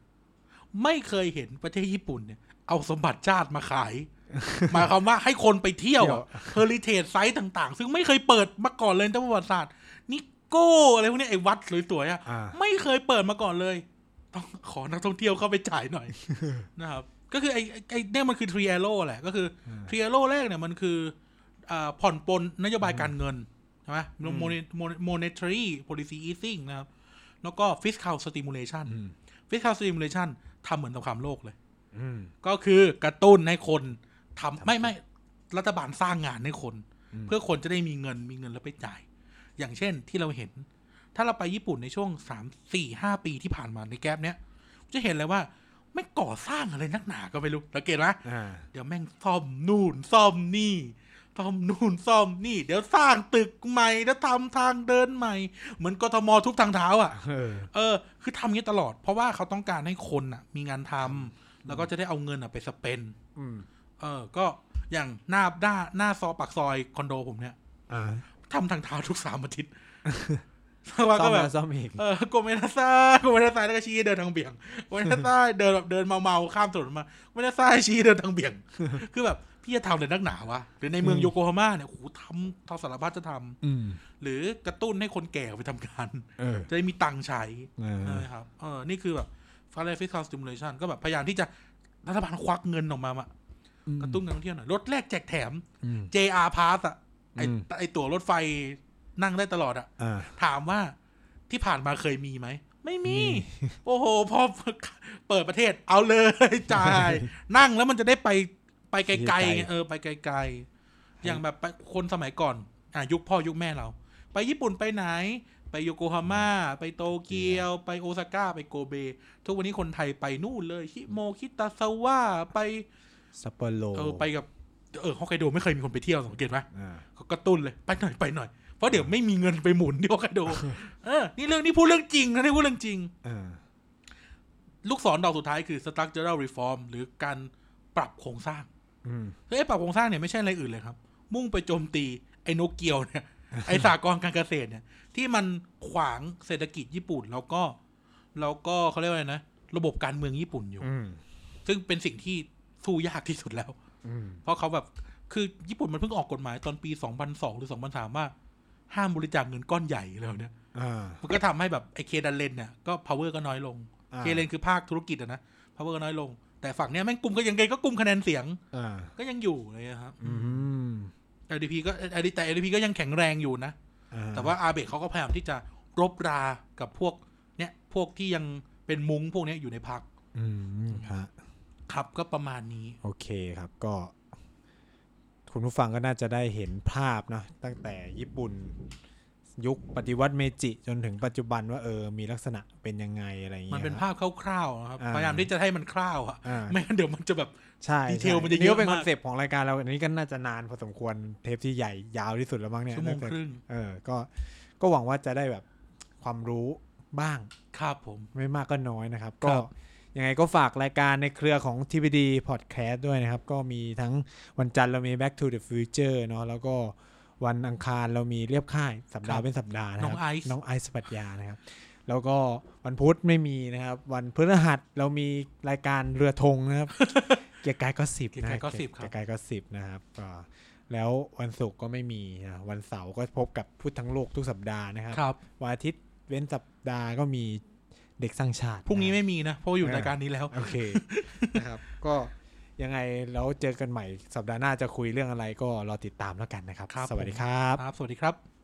ไม่เคยเห็นประเทศญี่ปุ่นเนี่ย เอาสมบัติชาติมาข าย หมายความว่าให้คนไปเที่ยวเฮอริเทจไซต์ต่าง ๆ ซึ่งไม่เคยเปิดมาก่อนเลยในประวัติศาสตร์นิโก้อะไรพวกเนี้ยไอ้วัดสวยๆอ่ะ
อ่า
ไม่เคยเปิดมาก่อนเลย ต้องขอนักท่องเที่ยวเข้าไปจ่าย หน่อย นะครับ ก็คือไอ้ไอ้ไอ้เนี่ยมันคือทรีเอโรแหละก็คือทรีเอโรแรกเนี่ยมันคืออ่าผ่อนปลนนโยบายการเงินใช่ไหมโมเนโมเนทรีโพลิซีอีซิ่งนะครับ แล้วก็ fiscal stimulation
อืม
fiscal stimulation ทำเหมือนสงครามโลกเลย
อืม
ก็คือกระตุ้นให้คนทำ
ทำ
ไม่ไม่รัฐบาลสร้างงานให้คน
อืม
เพื่อคนจะได้มีเงินมีเงินแล้วไปจ่าย อย่างเช่นที่เราเห็น ถ้าเราไปญี่ปุ่นในช่วงสามสี่ห้าปีที่ผ่านมาในแก๊ปเนี้ยจะเห็นเลยว่าไม่ก่อสร้างอะไรนักหนาก็ไม่รู้สังเกตไหม
อ่า
เดี๋ยวแม่งซ่อมนู่นซ่อมนี่ซ่อมนู่นซ่อมนี่ เดี๋ยวสร้างตึกใหม่แล้วทำทางเดินใหม่ เหมือนกทมทุบทางเท้าอ่ะ
เออ
เออ คือทำอย่างนี้ตลอด เพราะว่าเขาต้องการให้คนอ่ะ มีงานทำแล้วก็จะได้เอาเงินอ่ะไปสเปน
อืม
เออ ก็อย่างหน้าหน้าหน้าซอยปากซอยคอนโดผมเนี่ย
อ่า
ทำทางเท้าทุกสามอา ทิตย์ แล้วา
ซ่อ
ก็
ม
แบบ
แล้วซ่อมอีก
เออโกเมนาซ่ายโกเมนาซ่ายแล้วก็ชี้เดินทางเบี่ยงโกเมนาซ่ายเดินแบบเดินเมาๆข้ามถนนมาโกเมนาซ่ายชี้เดินทางเบี่ยง คือแบบพี่จะทำเลยนักหนาวะหรือในเมืองโยโกฮาม่าเนี่ยโอ้โหทำทำสารพัดจะทำ
อืม
หรือกระตุ้นให้คนแก่ไปทำงาน
เออ
จะได้มีตังค์ใช้
เออ
นะครับเออนี่คือแบบฟาร์เรฟิสคาสติมูลเลชันก็แบบพยายามที่จะรัฐบาลควักเงินออกมาอะกระตุ้นการท่องเที่ยวหน่อยรถแรกแจกแถม
อืม
JR Pass อะไอ
อืม
ไอตั๋วรถไฟนั่งได้ตลอดอะ
อ่า
ถามว่าที่ผ่านมาเคยมีไหม ไม่มี
มี
โอ้โห พอเปิดประเทศเอาเลย จ่าย นั่งแล้วมันจะได้ไปไปไกลๆไงเออไปไกลๆ อย่างแบบไปคนสมัยก่อน อ่ะยุคพ่อยุคแม่เรา ไปญี่ปุ่นไปไหน ไปโยโกฮาม่า ไปโตเกียว ไปโอซาก้า ไปโกเบ ทุกวันนี้คนไทยไปนู่นเลยฮิโมคิตาซาวะไป
ซัปโปโร
เออไปกับ เออฮอกไกโดไม่เคยมีคนไปเที่ยวสังเกตไหม
อ่า
ก็กระตุ้นเลยไปหน่อยไปหน่อยเพราะเดี๋ยวไม่มีเงินไปหมุนที่ฮอกไกโด เออนี่เรื่องนี่พูดเรื่องจริงนะนี่พูดเรื่องจริง
อ่า
ลูกศรดอกสุดท้ายคือ structural reform หรือการปรับโครงสร้าง
อืม
คือไอ้ปรับโครงสร้างเนี่ยไม่ใช่อะไรอื่นเลยครับ มุ่งไปโจมตีไอ้โนเกียวเนี่ย ไอ้สากรณ์การเกษตรเนี่ย ที่มันขวางเศรษฐกิจญี่ปุ่น แล้วก็แล้วก็เขาเรียกว่าอะไรนะ ระบบการเมืองญี่ปุ่นอยู่
อืม
ซึ่งเป็นสิ่งที่สู้ยากที่สุดแล้ว
อืม
เพราะเขาแบบ คือญี่ปุ่นมันเพิ่งออกกฎหมายตอนปี 2002 หรือ 2003 ว่า ห้ามบริจาคเงินก้อนใหญ่เลยเนี่ย
อ่า
มันก็ทำให้แบบไอ้เคดันเลนเนี่ยก็ power ก็น้อยลง
อ่า
เคเลนคือภาคธุรกิจอะนะ power ก็น้อยลง แต่ฝั่งเนี้ยแม่งกลุ่มกันยังไงก็กลุ่มคะแนนเสียง
อ่า
ก็ยังอยู่อะไรเลยครับ
อืม
LDP ก็ LDP แต่ LDP ก็ยังแข็งแรงอยู่นะ
อ่
แต่ว่าอาเบะเขาก็พยายามที่จะรบรากับพวกเนี่ยพวกที่ยังเป็นมุ้งพวกเนี้ยอยู่ในพัก
อืมฮะ
ครับก็ประมาณนี้
โอเคครับก็ คุณผู้ฟังก็น่าจะได้เห็นภาพเนอะตั้งแต่ญี่ปุ่น ยุคปฏิวัติเมจิจนถึงปัจจุบันว่าเออ มีลักษณะเป็นยังไงอะไรอย่าง
มั
เงี้
น
ย
เป็น
ครับ
ภาพคร่าวๆนะครับ
อ่า
พยายามที่จะให้มันคร่าวอะ
อ่า
ไม่งั้นเดี๋ยวมันจะแบบ
ใช่ใช่
ดีเทลมันจะเยอะ
ก็เป็น
มาก
คอนเซปต์ของรายการเราอันนี้ก็น่าจะนานพอสมควรเทปที่ใหญ่ยาวที่สุดแล้วมั้งเนี่ย
ชั่วโมง
น่าจะ
ครึ่ง
เออก็ก็หวังว่าจะได้แบบความรู้บ้าง
ครับผม
ไม่มากก็น้อยนะครับ
ค
ก็
รับ
ยังไงก็ฝากรายการในเครือของ TPD Podcast ด้วยนะครับ ก็มีทั้งวันจันทร์เรามี Back to the Future เนาะแล้วก็วันอังคารเรามีเรียบค่าย สัปดาห์เป็นสัปดาห์นะครั
น้องไอซ์
น้องไอซ์ปรัตยานะครับ แล้วก็วันพุธไม่มีนะครับ วันพฤหัสเรามีรายการเรือธง นะครับ เกียร์กายก็สิบ
เกียร์กายก็สิบครับ
เกียร์กายก็สิบนะครับก็แล้ววันศุกร์ก็ไม่มีนะวันเสาร์ก็พบกับพูดทั้งโลกทุกสัปดาห์นะครับ
ครับ
วันอาทิตย์เว้นสัปดาห์ก็มี เด็กสร้างชาติ
พรุ่งนี้
ะ
ไม่มีนะ เพราะอยู่
เออ
รายการนี้แล้ว
โอเค นะครับ ก็ยังไงแล้วเจอกันใหม่ สัปดาห์หน้าจะคุยเรื่องอะไรก็รอติดตามแล้วกันนะครับ
ครับ
สวัสดีครับ
ครับ สวัสดีครับ